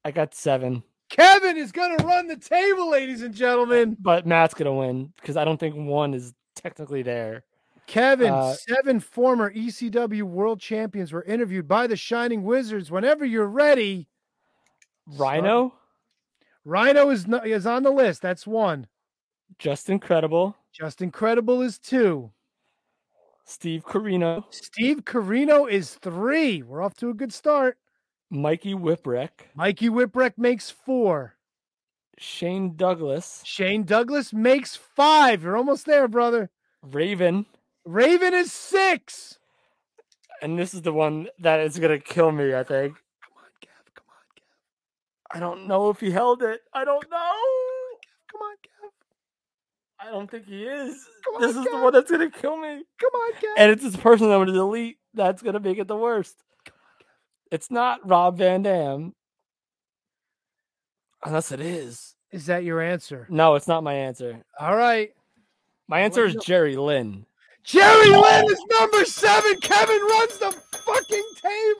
I got seven.
Kevin is going to run the table, ladies and gentlemen.
But Matt's gonna win because I don't think one is technically there.
Kevin,
Uh,
seven former ECW world champions were interviewed by the Shining Wizards. Whenever you're ready,
Rhino?
Rhino is no, is on the list. That's one.
Just incredible.
Just incredible is two.
Steve Carino.
Steve Carino is three. We're off to a good start.
Mikey Whipwreck.
Mikey Whipwreck makes four.
Shane Douglas.
Shane Douglas makes five. You're almost there, brother.
Raven.
Raven is six.
And this is the one that is gonna kill me, I think. Come on, Gav. Come on, Gav. I don't know if he held it. I don't know.
Come on, Gav.
I don't think he is.
Come on,
this is the
Gav.
one that's gonna kill me.
Come on, Gav.
And it's this person I'm gonna delete. That's gonna make it the worst. It's not Rob Van Dam. Unless it is.
Is that your answer?
No, it's not my answer.
All right.
My answer is Jerry Lynn.
Jerry Lynn is number seven. Kevin runs the fucking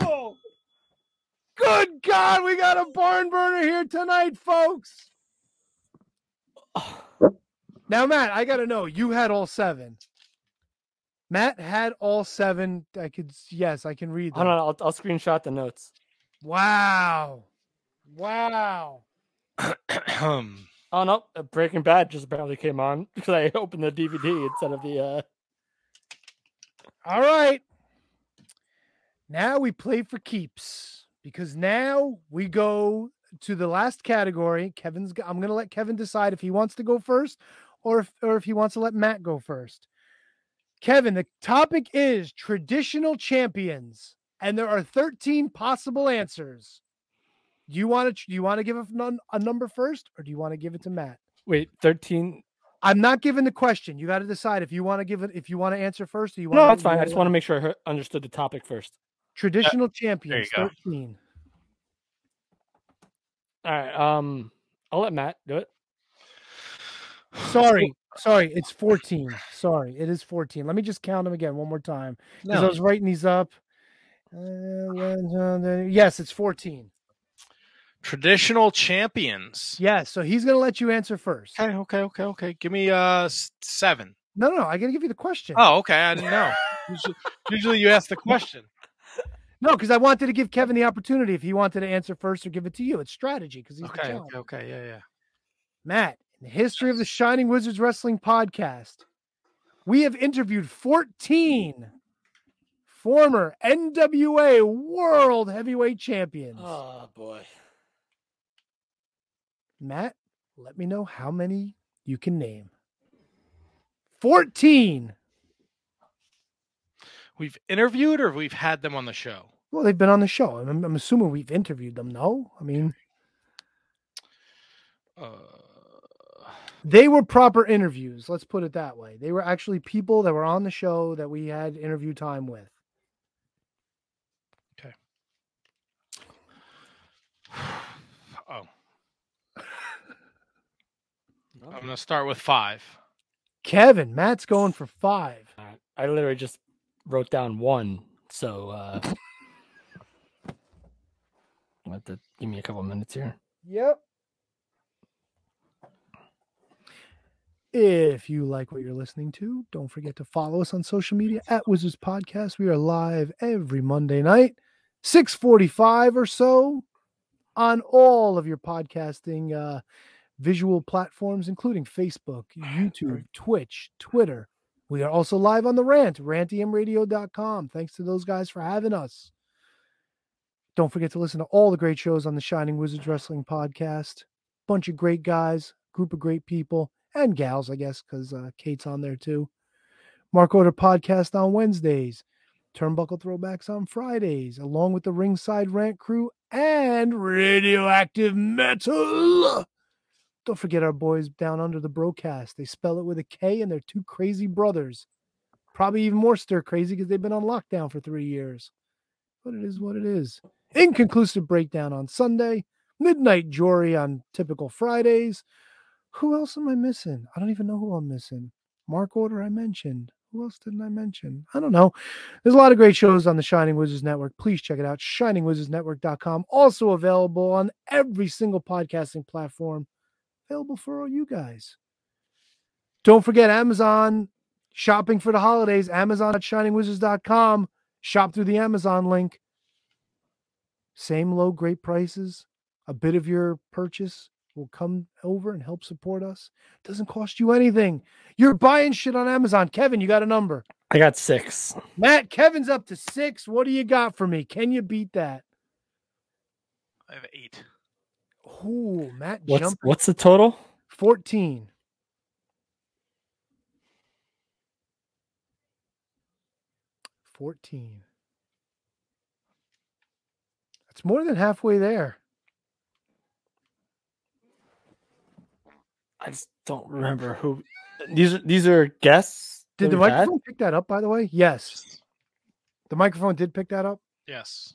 table. Good God, we got a barn burner here tonight, folks. Now, Matt, I got to know you had all seven. Matt had all seven. I could, yes, I can read them.
Hold on, I'll, I'll screenshot the notes.
Wow. Wow.
oh no, uh, Breaking Bad just apparently came on because I opened the DVD instead of the. uh
All right. Now we play for keeps because now we go to the last category. Kevin's. g- I'm going to let Kevin decide if he wants to go first, or if or if he wants to let Matt go first. Kevin, the topic is traditional champions, and there are 13 possible answers. Do you want to? Do you want to give a, nun- a number first, or do you want to give it to Matt?
Wait, thirteen.
I'm not giving the question. You got to decide if you want to give it. If you want to answer first, or you want.
No, that's fine. I just want to make sure I heard, understood the topic first.
Traditional champions,
go.
13.
All right, um, I'll let Matt do it.
Sorry, sorry, it's 14. Sorry, it is 14. Let me just count them again one more time because
No.
I was writing these up. Uh, one, two, three- yes, it's 14.
Traditional champions.
Yes, so he's going to let you answer first.
Okay, okay, okay, okay. Give me uh s- seven.
No, no, no, I got to give you the question.
Oh, okay. I didn't know. usually, usually you ask the question.
No, because I wanted to give Kevin the opportunity if he wanted to answer first or give it to you. It's strategy because he's the
Okay,
challenge.
okay, okay. Yeah, yeah.
Matt, in the history of the Shining Wizards Wrestling podcast, we have interviewed 14 former NWA World Heavyweight Champions.
Oh boy.
Matt, let me know how many you can name. 14.
We've interviewed or we've had them on the show.
Well, they've been on the show. I'm, I'm assuming we've interviewed them. No, I mean,
Uh,
they were proper interviews. Let's put it that way. They were actually people that were on the show that we had interview time with.
oh. I'm gonna start with five.
Kevin, Matt's going for five.
I literally just wrote down one, so uh I'll have to give me a couple minutes here.
Yep. If you like what you're listening to, don't forget to follow us on social media at Wizards Podcast. We are live every Monday night, 645 or so on all of your podcasting uh, visual platforms, including Facebook, YouTube, Twitch, Twitter. We are also live on the rant, rantemradio.com. Thanks to those guys for having us. Don't forget to listen to all the great shows on the Shining Wizards Wrestling Podcast. Bunch of great guys, group of great people, and gals, I guess, because uh, Kate's on there too. Mark Order Podcast on Wednesdays, Turnbuckle Throwbacks on Fridays, along with the Ringside Rant Crew and Radioactive Metal. Don't forget our boys down under the broadcast. They spell it with a K and they're two crazy brothers. Probably even more stir crazy because they've been on lockdown for three years. But it is what it is. Inconclusive breakdown on Sunday. Midnight Jory on typical Fridays. Who else am I missing? I don't even know who I'm missing. Mark Order, I mentioned. Who else didn't I mention? I don't know. There's a lot of great shows on the Shining Wizards Network. Please check it out. ShiningWizardsNetwork.com. Also available on every single podcasting platform available for all you guys. Don't forget Amazon shopping for the holidays. Amazon at shiningwizards.com. Shop through the Amazon link. Same low, great prices. A bit of your purchase will come over and help support us. Doesn't cost you anything. You're buying shit on Amazon. Kevin, you got a number.
I got six.
Matt, Kevin's up to six. What do you got for me? Can you beat that?
I have eight.
Ooh, Matt
What's
jumping.
what's the total?
14. Fourteen. That's more than halfway there.
I just don't remember who. These are these are guests.
Did
that
the
we've had?
microphone pick that up, by the way? Yes. The microphone did pick that up.
Yes.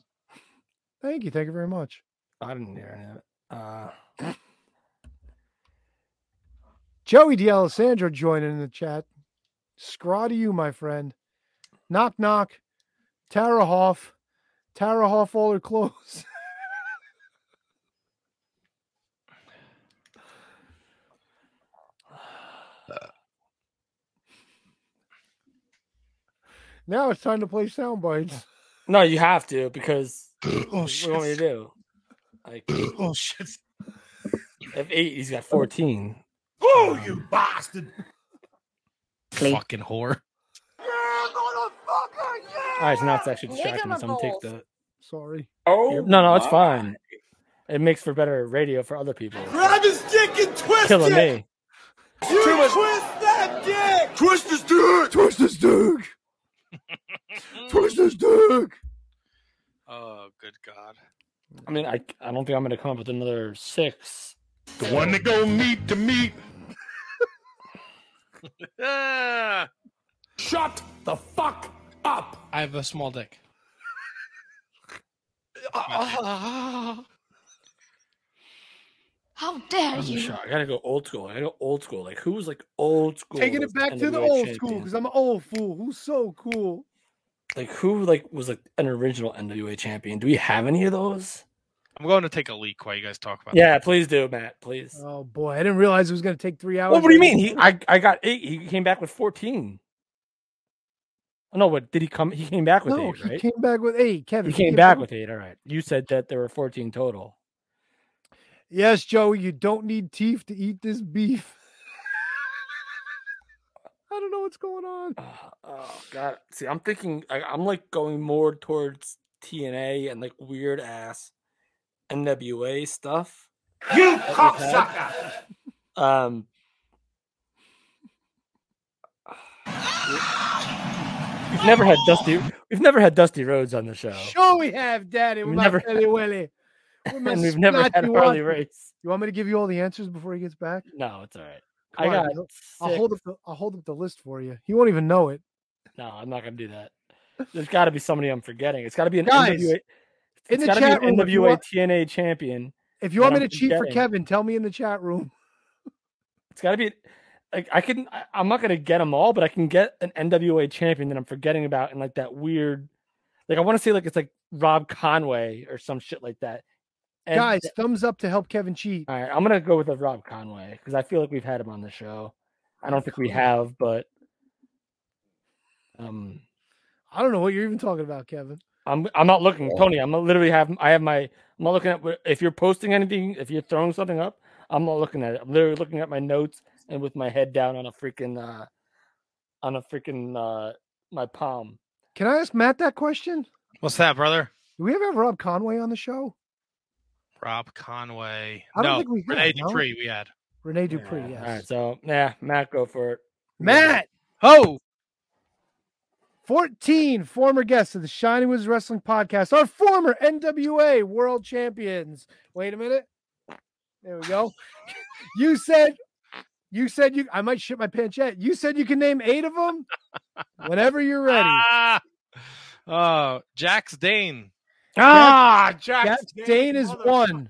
Thank you. Thank you very much.
I didn't hear any of it. Uh,
Joey D'Alessandro joining in the chat. Scraw to you, my friend. Knock knock. Tara Hoff. Tara Hoff all her clothes. now it's time to play sound bites.
No, you have to because what do
shit.
you want me to do? Like,
oh shit!
If eight, he's got fourteen.
Oh, you
Um,
bastard!
Fucking whore! All right, so now it's actually distracting me. So I'm gonna take the.
Sorry.
Oh no, no, it's fine. It makes for better radio for other people.
Grab his dick and twist
Killing
it.
me.
You twist that dick. Twist his dick. Twist his dick.
twist his dick.
Oh, good God!
I mean, I I don't think I'm gonna come up with another six.
The one that go
meet to meet.
Shut the fuck up! I have a small dick.
uh,
How dare
I'm shocked. I gotta go old school. I gotta go old school. Like who's like old school?
Taking
as
it back to the
NWA
old
champion?
school because I'm an old fool. Who's so cool?
Like who like was like an original NWA champion? Do we have any of those?
I'm going to take a leak while you guys talk about.
Yeah, please do, Matt. Please.
Oh boy, I didn't realize it was going to take three hours.
Well, what do you mean? He I I got eight. He came back with fourteen. Oh, No, what did he come? He came back with
no,
eight,
he
right?
came back with eight. Kevin,
He came back with eight. All right. You said that there were fourteen total.
Yes, Joey, you don't need teeth to eat this beef.
Oh.
I don't know what's going on.
Oh God! See, I'm thinking I, I'm like going more towards TNA and like weird ass NWA stuff.
You
that we've had.
cocksucker.
Um, we've never had Dusty. We've never had Dusty Rhodes on the show.
Sure, we have, Daddy.
We've
We're not
never-
Kelly Willie. We're
And
Miss
we've never had
Scotty
Harley
Watkins.
Race.
You want me to give you all the answers before he gets back?
No, it's all right.
Come
I
on,
got.
I'll- I'll hold up. The, I'll hold up the list for you. He won't even know it.
No, I'm not gonna do that. There's got to be somebody I'm forgetting. It's got to be an
Guys,
NWA.
in
it's
the
gotta
chat
be an
room, if you
NWA
want-
TNA champion.
If you
that
want me
I'm
to cheat for
forgetting.
Kevin, tell me in the chat room.
It's got to be like I can. I, I'm not gonna get them all, but I can get an NWA champion that I'm forgetting about, and like that weird, like I want to say like it's like Rob Conway or some shit like that. And
Guys, thumbs up to help Kevin cheat.
all right, I'm gonna go with a Rob Conway because I feel like we've had him on the show. I don't think we have, but um,
I don't know what you're even talking about, Kevin.
I'm I'm not looking, Tony. I'm literally have I have my I'm not looking at what- if you're posting anything, if you're throwing something up, I'm not looking at it. I'm literally looking at my notes and with my head down on a freaking uh on a freaking uh my palm.
Can I ask Matt that question?
What's that, brother?
Do we ever have Rob Conway on the show?
Rob Conway.
I don't
no,
think we had,
Renee
no?
Dupree we had.
Rene Dupree, yes.
All right, so yeah, Matt, go for it.
Matt, ho. 14 former guests of the Shining Woods Wrestling Podcast are former NWA world champions. Wait a minute. There we go. you said, you said you, I might shit my pants yet. You said you can name eight of them whenever you're ready.
Ah, oh, Jax Dane.
Ah, Jax, Jax Dane is one.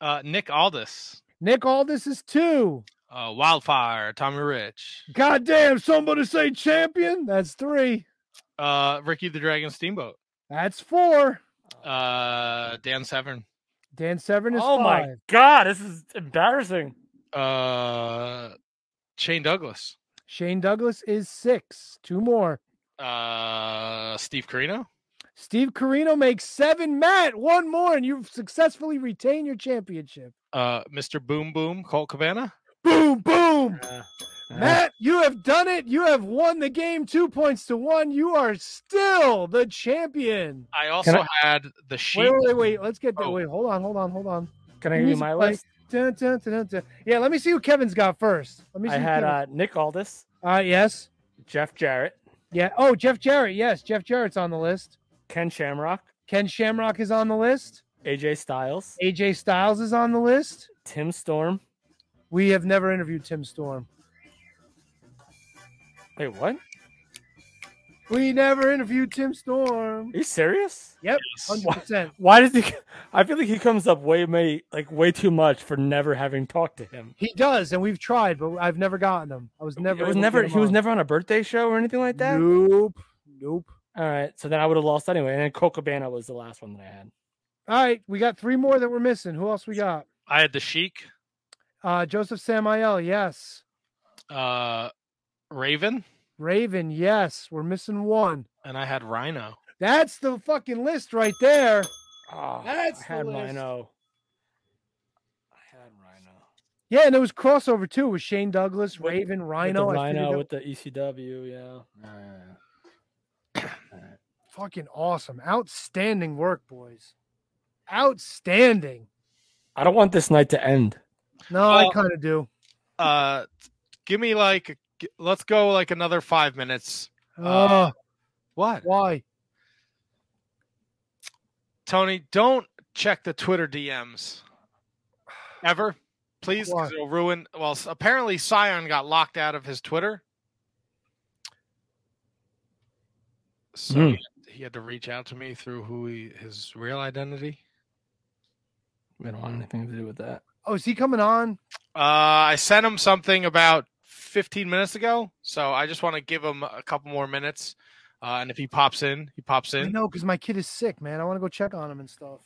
Uh, Nick Aldis.
Nick Aldis is two.
Uh, Wildfire. Tommy Rich.
Goddamn, somebody say champion. That's three.
Uh, Ricky the Dragon Steamboat.
That's four.
Uh, Dan Severn.
Dan Severn is
Oh my
five.
god, this is embarrassing.
Uh, Shane Douglas.
Shane Douglas is six. Two more.
Uh, Steve Carino.
Steve Carino makes seven. Matt, one more, and you've successfully retained your championship.
Uh, Mr. Boom Boom Colt Cabana.
Boom, boom.
Uh,
Matt, you have done it. You have won the game two points to one. You are still the champion.
I also had the sheep.
Wait, wait, wait. Let's get there. Wait, hold on, hold on, hold on.
Oh. Can I give you my list?
Dun, dun, dun, dun, dun. Yeah, let me see who Kevin's got first. Let me see
I
who
had
Kevin's-
uh, Nick Aldis,
Uh, yes.
Jeff Jarrett,
Yeah. Oh, Jeff Jarrett. Yes, Jeff Jarrett's on the list.
Ken Shamrock,
Ken Shamrock is on the list.
AJ Styles,
AJ Styles is on the list.
Tim Storm.
We have never interviewed Tim Storm.
Wait, what?
We never interviewed Tim Storm.
Are you serious?
Yep, hundred percent.
Why does he? I feel like he comes up way, many, like way too much for never having talked to him.
He does, and we've tried, but I've never gotten him. I was never.
It
able
was
to
never.
get him
He was
on.
never on a birthday show or anything like that.
Nope. Nope.
All right, so then I would have lost anyway. And then Cocobana was the last one that I had.
All right, we got three more that we're missing. Who else we got?
I had the Sheik.
Uh, Joseph Samael, yes.
Uh, Raven. Uh,
Raven, yes. We're missing one.
And I had Rhino.
That's the fucking list right there.
Oh,
That's
I had oh.
the list.
Rhino.
Yeah, and it was crossover too. It was Shane Douglas, Raven, Rhino.
with the
I figured
Rhino
that-
with the ECW. Yeah.
Fucking awesome. Outstanding work, boys. Outstanding.
I don't want this night to end.
No, I
Well-
kind of do.
Uh, give me like, g- let's go like another five minutes.
Uh,
what?
Why?
Tony, don't check the Twitter DMs ever, please, because it'll ruin. Well, s- apparently Scion got locked out of his Twitter, so he,
Hmm.
had, he had to reach out to me through who he, his real identity.
We don't want anything to do with that.
Oh, is he coming on?
Uh, I sent him something about 15 minutes ago, so I just want to give him a couple more minutes. Uh, and if he pops in, he pops
I
in.
know because my kid is sick, man. I want to go check on him and stuff.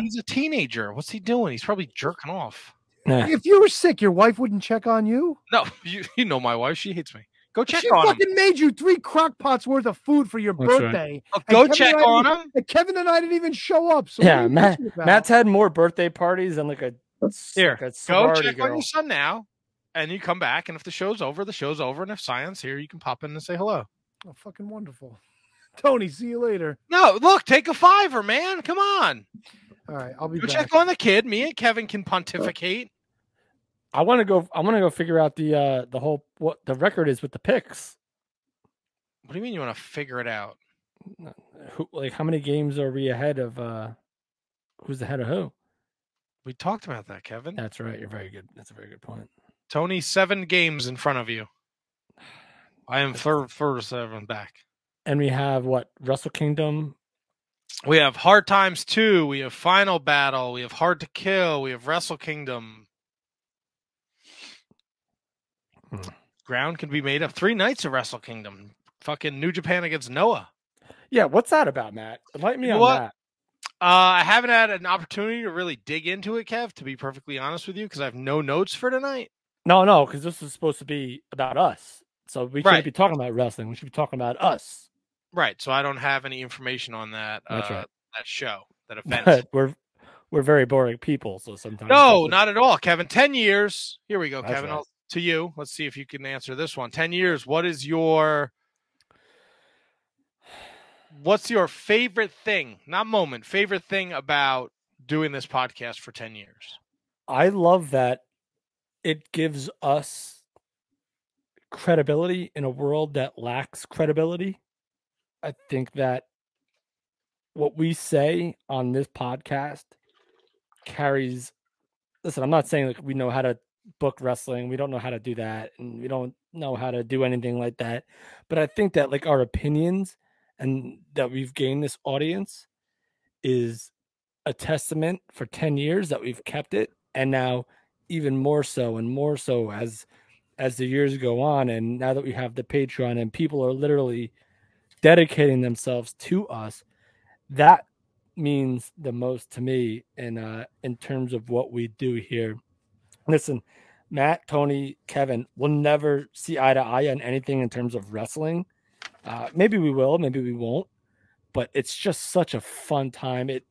He's a teenager. What's he doing? He's probably jerking off.
If you were sick, your wife wouldn't check on you.
No, you, you know my wife. She hates me. Go check
she
on him.
fucking made you three crock pots worth of food for your
That's right.
birthday.
Oh,
and
go
Kevin
check
and I
on
didn't- and Kevin and I didn't even show up. So what are
yeah,
you
Matt.
bitching about?
Matt's had more birthday parties than like a
Here,
like a
go
sorority
check on
girl.
your son now, and you come back. And if the show's over, the show's over. And if science here, you can pop in and say hello.
Oh, fucking wonderful. Tony, see you later.
No, look, take a fiver, man. Come on,
All right, I'll be
go
back.
check on the kid. Me and Kevin can pontificate.
I want to go. I want to go figure out the uh the whole what the record is with the picks.
What do you mean you want to figure it out?
Who like how many games are we ahead of? uh Who's ahead of who?
We talked about that, Kevin.
That's right. You're very good. That's a very good point.
Tony, seven games in front of you. I am third, third, seven back.
And we have what Russell Kingdom.
We have Hard Times Two. We have Final Battle. We have Hard to Kill. We have Wrestle Kingdom.
Hmm.
Ground can be made up. Three nights of Wrestle Kingdom. Fucking New Japan against Noah.
Yeah, what's that about, Matt? Enlighten me
You know
on
what?
that.
Uh, I haven't had an opportunity to really dig into it, Kev. To be perfectly honest with you, because I have no notes for tonight.
No, no, because this is supposed to be about us. So we shouldn't
Right.
be talking about wrestling. We should be talking about us.
Right, so I don't have any information on that.
That's
uh,
right.
That show, that event.
But we're we're very boring people, so sometimes
no, not at all, Kevin. Ten years. Here we go,
That's
Kevin.
right.
I'll- to you. Let's see if you can answer this one. Ten years. What is your what's your favorite thing, not moment, favorite thing about doing this podcast for 10 years?
I love that it gives us credibility in a world that lacks credibility. I think that what we say on this podcast carries listen, I'm not saying like we know how to book wrestling, we don't know how to do that, and we don't know how to do anything like that. But I think that like our opinions and that we've gained this audience is a testament for 10 years that we've kept it and now even more so and more so as as the years go on and now that we have the patreon and people are literally dedicating themselves to us that means the most to me in uh in terms of what we do here listen matt tony kevin will never see eye to eye on anything in terms of wrestling uh maybe we will maybe we won't but it's just such a fun time it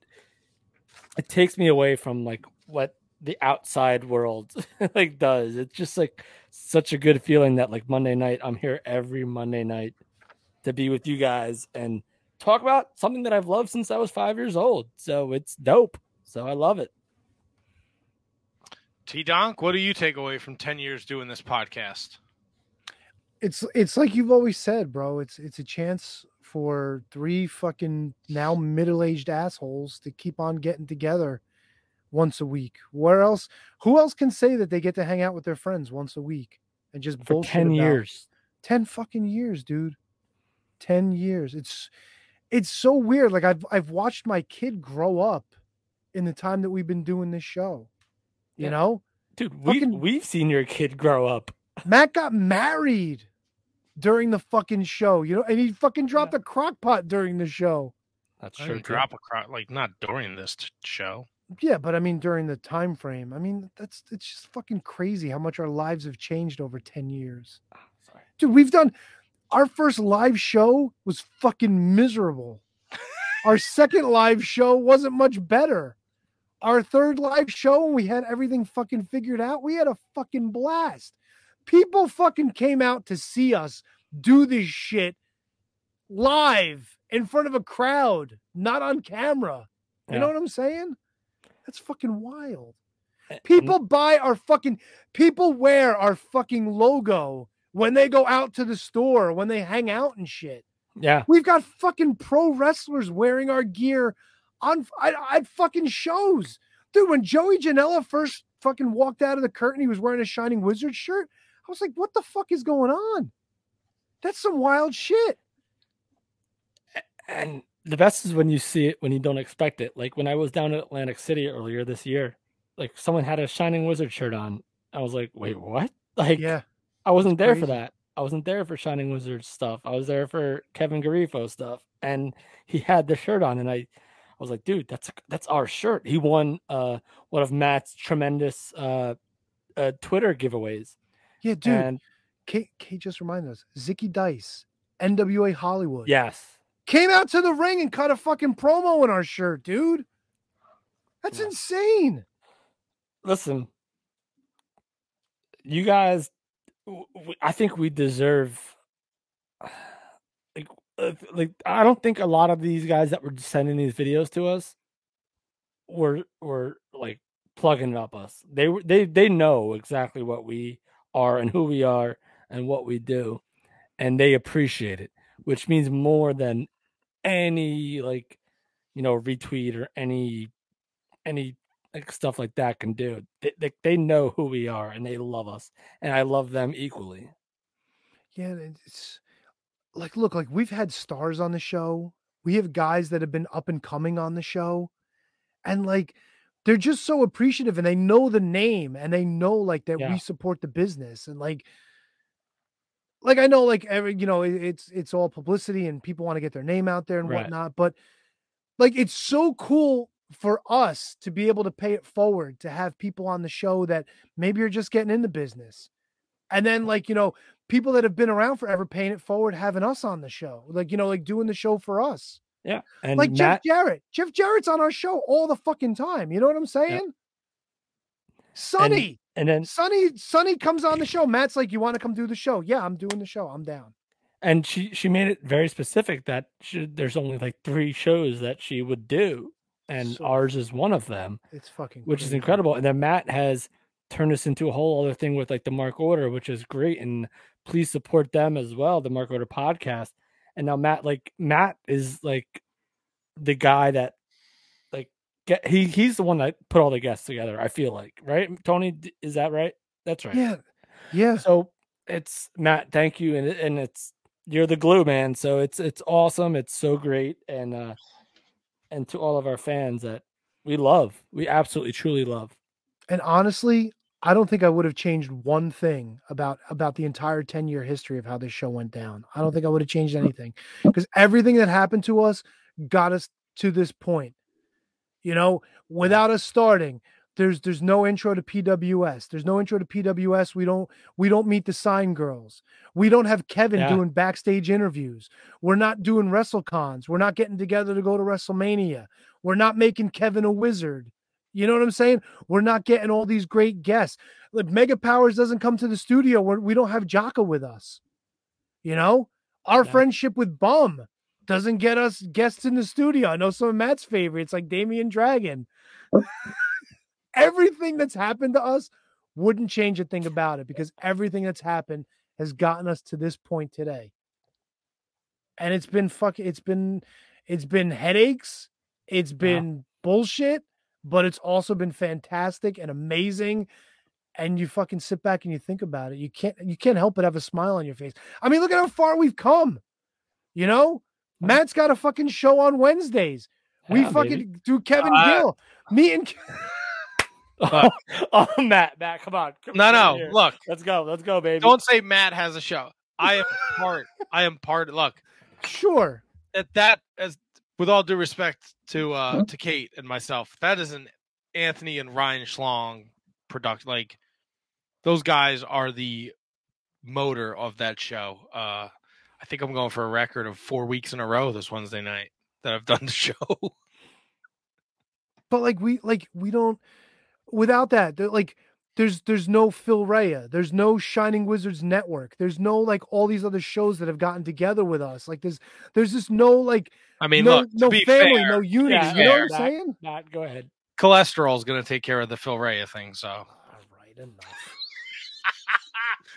it takes me away from like what the outside world like does it's just like such a good feeling that like monday night i'm here every monday night to be with you guys and talk about something that i've loved since i was five years old so it's dope so i love it
T Donk, what do you take away from 10 years doing this podcast?
it's it's like you've always said, bro. It's it's a chance for three fucking now middle-aged assholes to keep on getting together once a week. Where else? Who else can say that they get to hang out with their friends once a week and just
For
bullshit
10
about-
years.
10 fucking years, dude. 10 years. It's it's so weird. Like I've I've watched my kid grow up in the time that we've been doing this show. You
Yeah.
know?
dude we, we've seen your kid grow up
Matt got married during the fucking show, you know, and he fucking dropped a crock pot during the show.
That's
I didn't drop a crowd, like not during this t- show.
Yeah, but I mean during the time frame. I mean, that's it's just fucking crazy how much our lives have changed over 10 years. Dude, we've done our first live show was fucking miserable. our second live show wasn't much better. Our third live show, when we had everything fucking figured out, we had a fucking blast. People fucking came out to see us do this shit live in front of a crowd, not on camera. You know
Yeah.
what I'm saying? That's fucking wild. People buy our fucking people wear our fucking logo when they go out to the store, when they hang out and shit.
yeah
We've got fucking pro wrestlers wearing our gear on at, at fucking shows. Dude, when Joey Janela first fucking walked out of the curtain, he was wearing a Shining Wizard shirt. I was like, what the fuck is going on? That's some wild shit.
and the best is when you see it when you don't expect it. Like when I was down in Atlantic City earlier this year, like someone had a Shining Wizard shirt on. I was like, wait, what? Like,
yeah,
I wasn't there for
crazy.
that. I wasn't there for Shining Wizard stuff. I was there for Kevin Garifo stuff, and he had the shirt on, and I, I was like, dude, that's that's our shirt. He won uh one of Matt's tremendous uh, uh Twitter giveaways.
Yeah, dude.
And-
Kate, Kate just reminded us. Zicky Dice, NWA Hollywood.
yes,
Came out to the ring and cut a fucking promo in our shirt, dude. That's insane.
listen, you guys, w- w- I think we deserve. Like, uh, like I don't think a lot of these guys that were sending these videos to us were were like plugging up us. They were they they know exactly what we are and who we are and what we do, and they appreciate it, which means more than any like you know retweet or any any like, stuff like that can do. They, they they know who we are and they love us, and I love them equally.
Yeah, and it's like look, like we've had stars on the show. We have guys that have been up and coming on the show. And like they're just so appreciative and they know the name and they know like that
Yeah.
we support the business and like like I know like every you know it- it's it's all publicity and people want to get their name out there and
Right.
whatnot, but like it's so cool for us to be able to pay it forward to have people on the show that maybe are just getting in the business and then like you know people that have been around forever paying it forward having us on the show like you know like doing the show for us
Yeah, and
like
Matt,
jeff jarrett jeff jarrett's on our show all the fucking time you know what i'm saying sonny
and then
sonny sonny comes on the show matt's like you want to come do the show yeah i'm doing the show i'm down
and she she made it very specific that she, there's only like three shows that she would do, and
So-
ours is one of them.
It's fucking
which is
crazy.
incredible. And then Matt has turned this into a whole other thing with like the Mark Order, which is great. And please support them as well, the Mark Order podcast. And now Matt, like Matt is like the guy that like get he he's the one that put all the guests together. I feel like right, Tony, D- is that right? That's right.
Yeah. Yeah.
So it's Matt. Thank you, and it- and it's you're the glue man. So it's it's awesome. It's so great, and uh and to all of our fans that we love, we absolutely truly love.
And honestly, I don't think I would have changed one thing about about the entire 10-year history of how this show went down. I don't think I would have changed anything because everything that happened to us got us to this point. You know, without us starting, there's there's no intro to PWS. There's no intro to PWS. We don't we don't meet the sign girls. We don't have Kevin
Yeah.
doing backstage interviews. We're not doing WrestleCons. We're not getting together to go to WrestleMania. We're not making Kevin a wizard. You know what I'm saying? We're not getting all these great guests. Like Mega Powers doesn't come to the studio. We're, we don't have Jocko with us. You know, our friendship with Bum doesn't get us guests in the studio. I know some of Matt's favorites, like Damien Dragon. everything that's happened to us wouldn't change a thing about it because everything that's happened has gotten us to this point today. And it's been fuck it's been it's been headaches, it's been bullshit, but it's also been fantastic and amazing and you fucking sit back and you think about it. You can't you can't help but have a smile on your face. I mean, look at how far we've come. You know, Matt's got a fucking show on Wednesdays. we
Yeah,
fucking
baby.
do Kevin
Uh,
Gill. Me and
Look,
Oh, Matt, Matt, come on. Come
No,
on
no,
here.
look.
Let's go. Let's go, baby.
don't say Matt has a show. I am part. I am part. Look,
sure.
that that as with all due respect to uh to Kate and myself, that is an Anthony and Ryan Schlong product. Like those guys are the motor of that show. Uh I think I'm going for a record of four weeks in a row this Wednesday night that I've done the show.
But like we like we don't without that there- like there's there's no Phil Rea, there's no Shining Wizards Network, there's no like all these other shows that have gotten together with us. Like there's there's just no like
I mean,
no,
look, to
no
be
family,
fair-
no
to be
unity.
fair-
you know what I'm
Matt-
saying?
Matt, go ahead.
Cholesterol is going to take care of the Phil Rea thing. So, all right,
enough.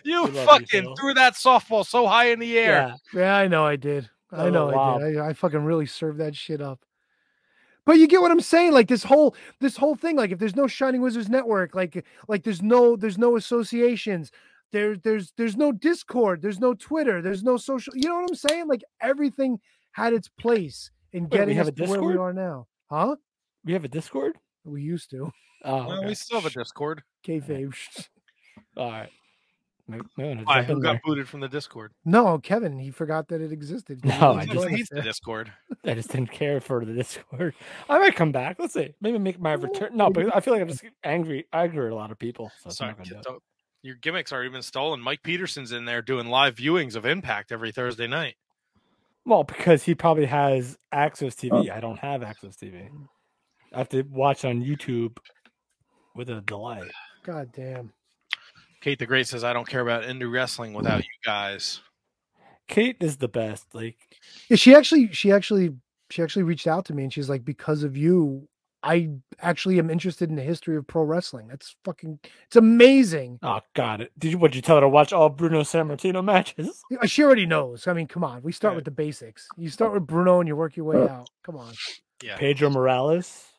you
We love you,
fucking
Phil.
threw that softball so high in the air.
Yeah, yeah I know I did. I
Oh,
know
wow.
I did. I, I fucking really served that shit up. But you get what I'm saying? Like this whole this whole thing, like if there's no Shining Wizards network, like like there's no there's no associations, there there's there's no Discord, there's no Twitter, there's no social you know what I'm saying? Like everything had its place in
Wait, we
getting
have a
us to where we
Discord?
are now. Huh?
We have a Discord?
We used to.
Oh,
Well,
okay.
we still have a Discord.
Kayfabe.
All right. No, no, no,
Why?
jump in
Who got
there.
booted from the Discord?
No, Kevin, he forgot that it existed. 'cause he
No,
was
Oh, I
joining
just
us
hates the
there.
Discord.
I just didn't care for the Discord. I might come back. Let's see. Maybe make my return. No, but I feel like I'm just angry. I angry at a lot of people. So it's
Sorry,
not gonna do it.
don't- your gimmicks are even stolen. Mike Peterson's in there doing live viewings of Impact every Thursday night.
Well, because he probably has Access TV. I don't have Access TV. I have to watch on YouTube with a delight.
God damn.
Kate the Great says, "I don't care about indie wrestling without you guys."
Kate is the best. Like
Yeah, she actually, she actually, she actually reached out to me and she's like, because of you, I actually am interested in the history of pro wrestling. That's fucking, it's amazing.
Oh, got it. Did you? Would you tell her to watch all Bruno San Martino matches?
Uh, She already knows. I mean, come on. We start with the basics. You start with Bruno and you work your way out. Come on.
Yeah.
Pedro Morales.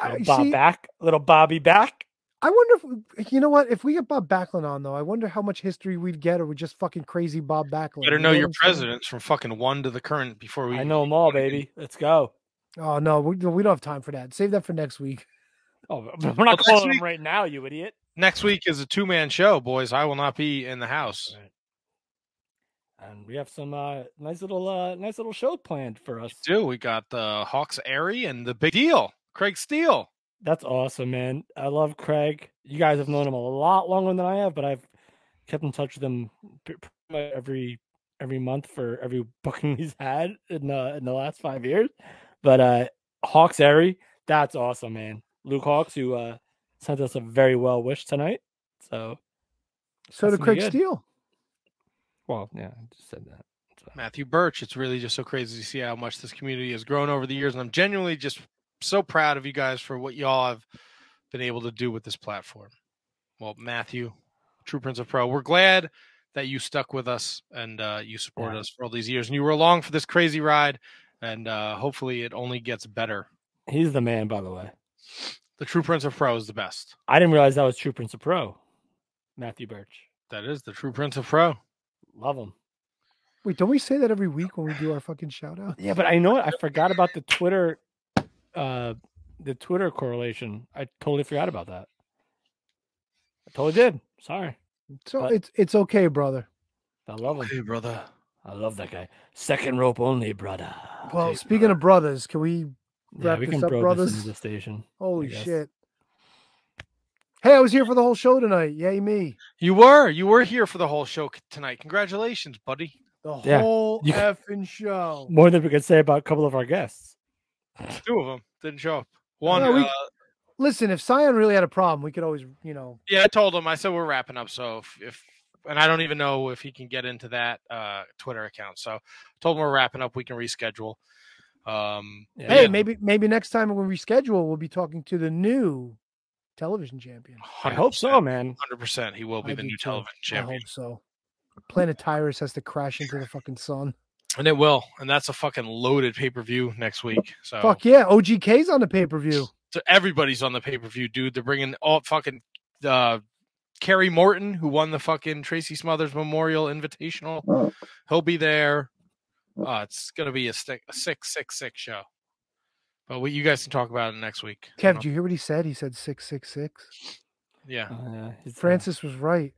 Little
you
Bob
see-
back. Little Bobby back.
I wonder if you know what if we get Bob Backlund on though. I wonder how much history we'd get, or we just fucking crazy Bob Backlund.
Better
you
know
what
your
I'm saying?
presidents from fucking one to the current before we.
I know them all, baby. Let's go.
Oh no, we, we don't have time for that. Save that for next week.
Oh,
Well,
we're not
next
calling
week-
him right now, you idiot.
Next week is a two man show, boys. I will not be in the house.
And we have some uh, nice little, uh, nice little show planned for us.
Do we got the Hawks Airy and the big deal, Craig Steele?
That's awesome, man. I love Craig. You guys have known him a lot longer than I have, but I've kept in touch with him p- pretty much every every month for every booking he's had in the in the last five years. But uh Hawks Airy, that's awesome, man. Luke Hawks, who uh sent us a very well wish tonight. So
So
that's gonna
did
be
Craig
good.
Steele.
Well, yeah, I just said that.
Matthew Birch. It's really just so crazy to see how much this community has grown over the years. And I'm genuinely just so proud of you guys for what y'all have been able to do with this platform. Well, Matthew, True Prince of Pro, we're glad that you stuck with us and uh, you supported us for all these years. And you were along for this crazy ride. And uh, hopefully it only gets better.
He's the man, by the way.
The True Prince of Pro is the best.
I didn't realize that was True Prince of Pro. Matthew Birch.
That is the True Prince of Pro.
Love him.
Wait, don't we say that every week when we do our fucking shout out?
Yeah, but I know it. I forgot about the Twitter, uh, the Twitter correlation. I totally forgot about that. I totally did. Sorry.
So
But
it's it's okay, brother.
I love him,
brother.
I love that guy. Second rope only, brother.
Well, speaking of brothers, can we
Yeah,
wrap
we
this
can
up,
bro
brothers?
this into the station.
Holy
guess.
shit! Hey, I was here for the whole show tonight. Yay me!
You were. You were here for the whole show c- tonight. Congratulations, buddy.
The
Yeah.
whole
You-
effing show.
More than we could say about a couple of our guests.
Two of them didn't show up. One,
No, we-
uh,
Listen, if Scion really had a problem, we could always, you know,
yeah, I told him. I said we're wrapping up. So if, if and I don't even know if he can get into that uh, Twitter account. So I told him we're wrapping up. We can reschedule. Um,
hey, maybe maybe next time when we reschedule, we'll be talking to the new television champion.
I hope so, man.
Hundred percent, he will be
I
the
do
new
too.
television
I
champion,
hope so. Planet Tyrus has to crash into the fucking sun.
and it will. And that's a fucking loaded pay per view next week. So
Fuck yeah, OGK's on the pay per view.
So everybody's on the pay per view, dude. They're bringing all fucking uh, Kerry Morton, who won the fucking Tracy Smothers Memorial Invitational. He'll be there. Uh, it's gonna be a, stick, a sick, sick, sick show. But we, you guys can talk about it next week.
Kev, do you hear what he said? He said six six six.
Yeah.
Uh,
Francis was right.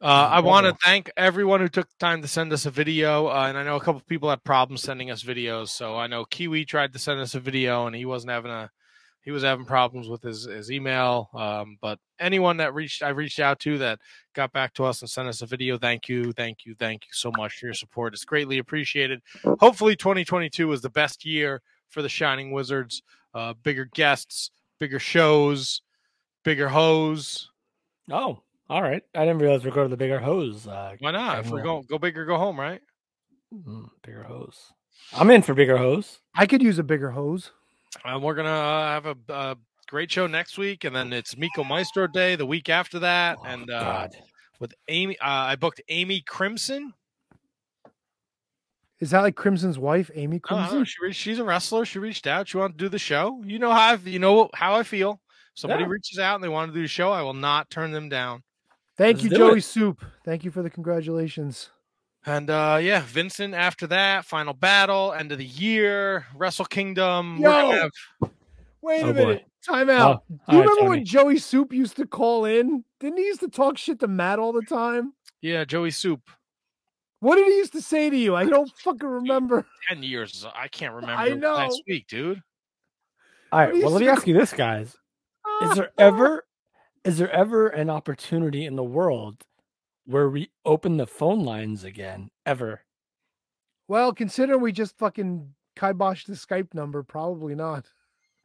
Oh,
Uh, I want to thank everyone who took the time to send us a video, uh, and I know a couple people had problems sending us videos. So I know Kiwi tried to send us a video, and he wasn't having a he was having problems with his his email. Um, but anyone that reached I reached out to that got back to us and sent us a video, thank you, thank you, thank you so much for your support. It's greatly appreciated. Hopefully, 2022 is the best year for the Shining Wizards. Uh, bigger guests, bigger shows, bigger hoes.
Oh, all right. I didn't realize we're going to the bigger hose. Uh,
Why not? If we're
Everyone.
going go big or go home, right?
bigger hose. I'm in for bigger hose.
I could use a bigger hose.
Um, we're gonna uh, have a, a great show next week, and then it's Miko Maestro Day the week after that, and uh, with Amy, uh, I booked Amy Crimson.
Is that like Crimson's wife, Amy
I don't know,
Crimson?
she reached, she's a wrestler. She reached out. She wanted to do the show. You know how I, you know how I feel. Somebody
Yeah.
reaches out and they want to do the show. I will not turn them down.
Thank
Let's
you,
do
Joey
it.
Soup. Thank you for the congratulations.
And uh, yeah, Vincent. After that, final battle, end of the year, Wrestle Kingdom. we're
Yo!
gonna have
Wait
Oh,
a
boy.
minute. Time out.
Oh,
Do you
all right,
remember
Tony.
when Joey Soup used to call in? Didn't he used to talk shit to Matt all the time?
yeah, Joey Soup.
What did he used to say to you? I don't fucking remember.
Ten years. I can't remember.
know.
Last week, dude.
All right.
do you
Well, let me
think-
ask you this, guys: Is there ever, is there ever an opportunity in the world where we open the phone lines again? Ever?
Well, considering we just fucking kiboshed the Skype number, probably not.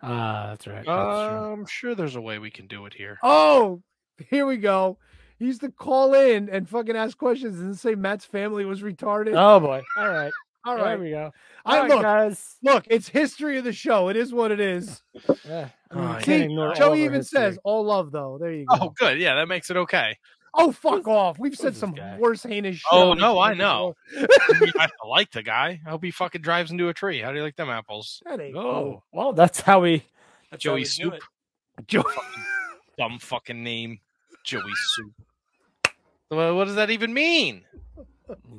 Ah, that's right.
I'm sure there's a way we can do it here.
Oh, here we go. He used to call in and fucking ask questions and say Matt's family was retarded.
Oh boy. All right.
All
There
right.
we go.
I
All right,
look,
guys.
look, it's history of the show. It is what it is.
Yeah.
I mean,
Oh,
see,
yeah. Ignore all of our
Joey even
history.
says all love though. There you go.
Oh, good. Yeah, that makes it okay.
Oh, fuck off. We've said some worse heinous shit.
Oh
on this
no, I
fucking
know.
show.
I mean, I like the guy. I hope he fucking drives into a tree. How do you like them apples?
That ain't
Oh, well, that's how we. That's how
Joey
we do
Soup.
it.
Joey. Fucking dumb fucking name, Joey Soup. Well, what does that even mean?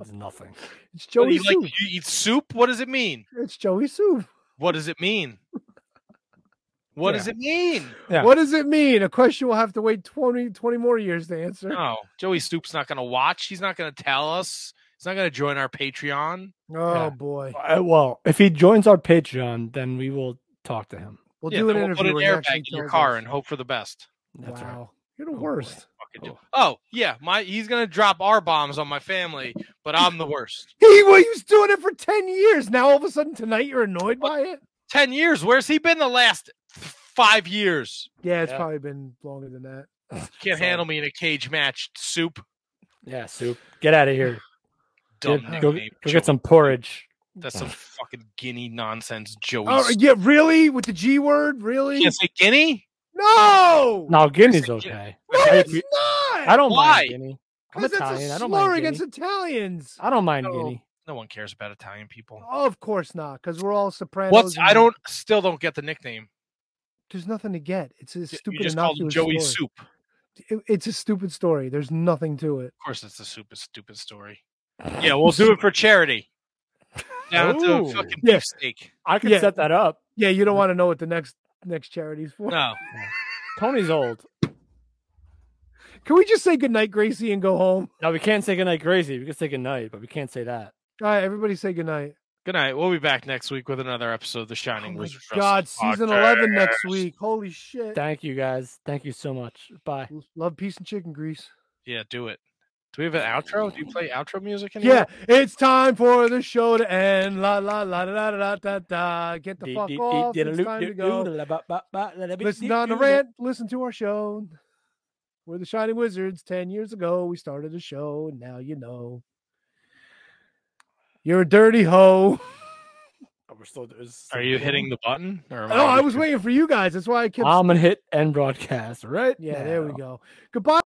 It's nothing.
It's
What,
Joey
you like
Soup.
you eat soup. What does it mean?
It's Joey Soup.
What does it mean? What does
Yeah.
it mean?
What does it mean? A question we'll have to wait 20, 20 more years to answer.
No, Joey Soup's not going to watch. He's not going to tell us. He's not going to join our Patreon.
Oh boy.
Uh, well, if he joins our Patreon, then we will talk to him.
We'll
Yeah,
do an
then
interview.
We'll
where
put
he
an
actually
airbag in your
tells
car
us.
and hope for the best.
wow. You're the worst.
Oh yeah, my he's gonna drop R bombs on my family, but I'm the worst.
He was doing it for 10 years. Now all of a sudden tonight you're annoyed by it?
Ten years. Where's he been the last th- five years?
Yeah, it's probably been longer than that.
can't handle me in a cage match. Soup.
Yeah, soup. Get out of here.
dumb
Yeah, go,
nickname.
go get some porridge. Oh,
That's some fucking guinea nonsense, Joey.
Oh yeah, really? With the G word? Really?
Can't say guinea?
No.
No, Guinea's okay.
No,
I,
it's
agree-
not.
I don't
Why?
mind Guinea. I'm
Because that's
Italian.
a
I don't
slur
mind
against
Guinea.
Italians.
I don't mind
No.
Guinea.
No one cares about Italian people.
Oh, of course not, because we're all Sopranos.
What's
and
I don't still don't get the nickname.
There's nothing to get. It's a stupid.
You just called him
innocuous
Joey
story.
Soup. Of
It- it's a stupid story. There's nothing to it.
course, it's a super stupid story. Yeah, we'll do it for charity. Down to a
Ooh.
fucking
Yeah.
beefsteak.
I
could Oh. Yeah. set
that up. Mm.
Yeah, you don't want to know what the next next charity's for.
No.
Tony's old.
Can we just say goodnight, Gracie, and go home?
No, we can't say goodnight, Gracie. We can say goodnight, but we can't say that.
All right, everybody say goodnight.
Good night. We'll be back next week with another episode of The Shining Wizard. Wrestling
Oh God, season
Podcast.
eleven next week. Holy shit!
Thank you guys. Thank you so much. Bye.
Love, peace, and chicken grease.
Yeah, do it. Do we have an outro? Do you play outro music
Yeah,
anymore?
it's time for the show to end. La la la da da da da da. Get the fuck off. It's time to go. Listen on the rant. Listen to our show. We're the Shining Wizards. Ten years ago, we started a show. and Now you know. You're a dirty hoe.
Oh, We're still, there's
Are you hitting the button? Or am
No,
I
I was waiting for you guys. That's why I kept.
I'm gonna hit end broadcast right
Yeah, there we
now.
go. Goodbye.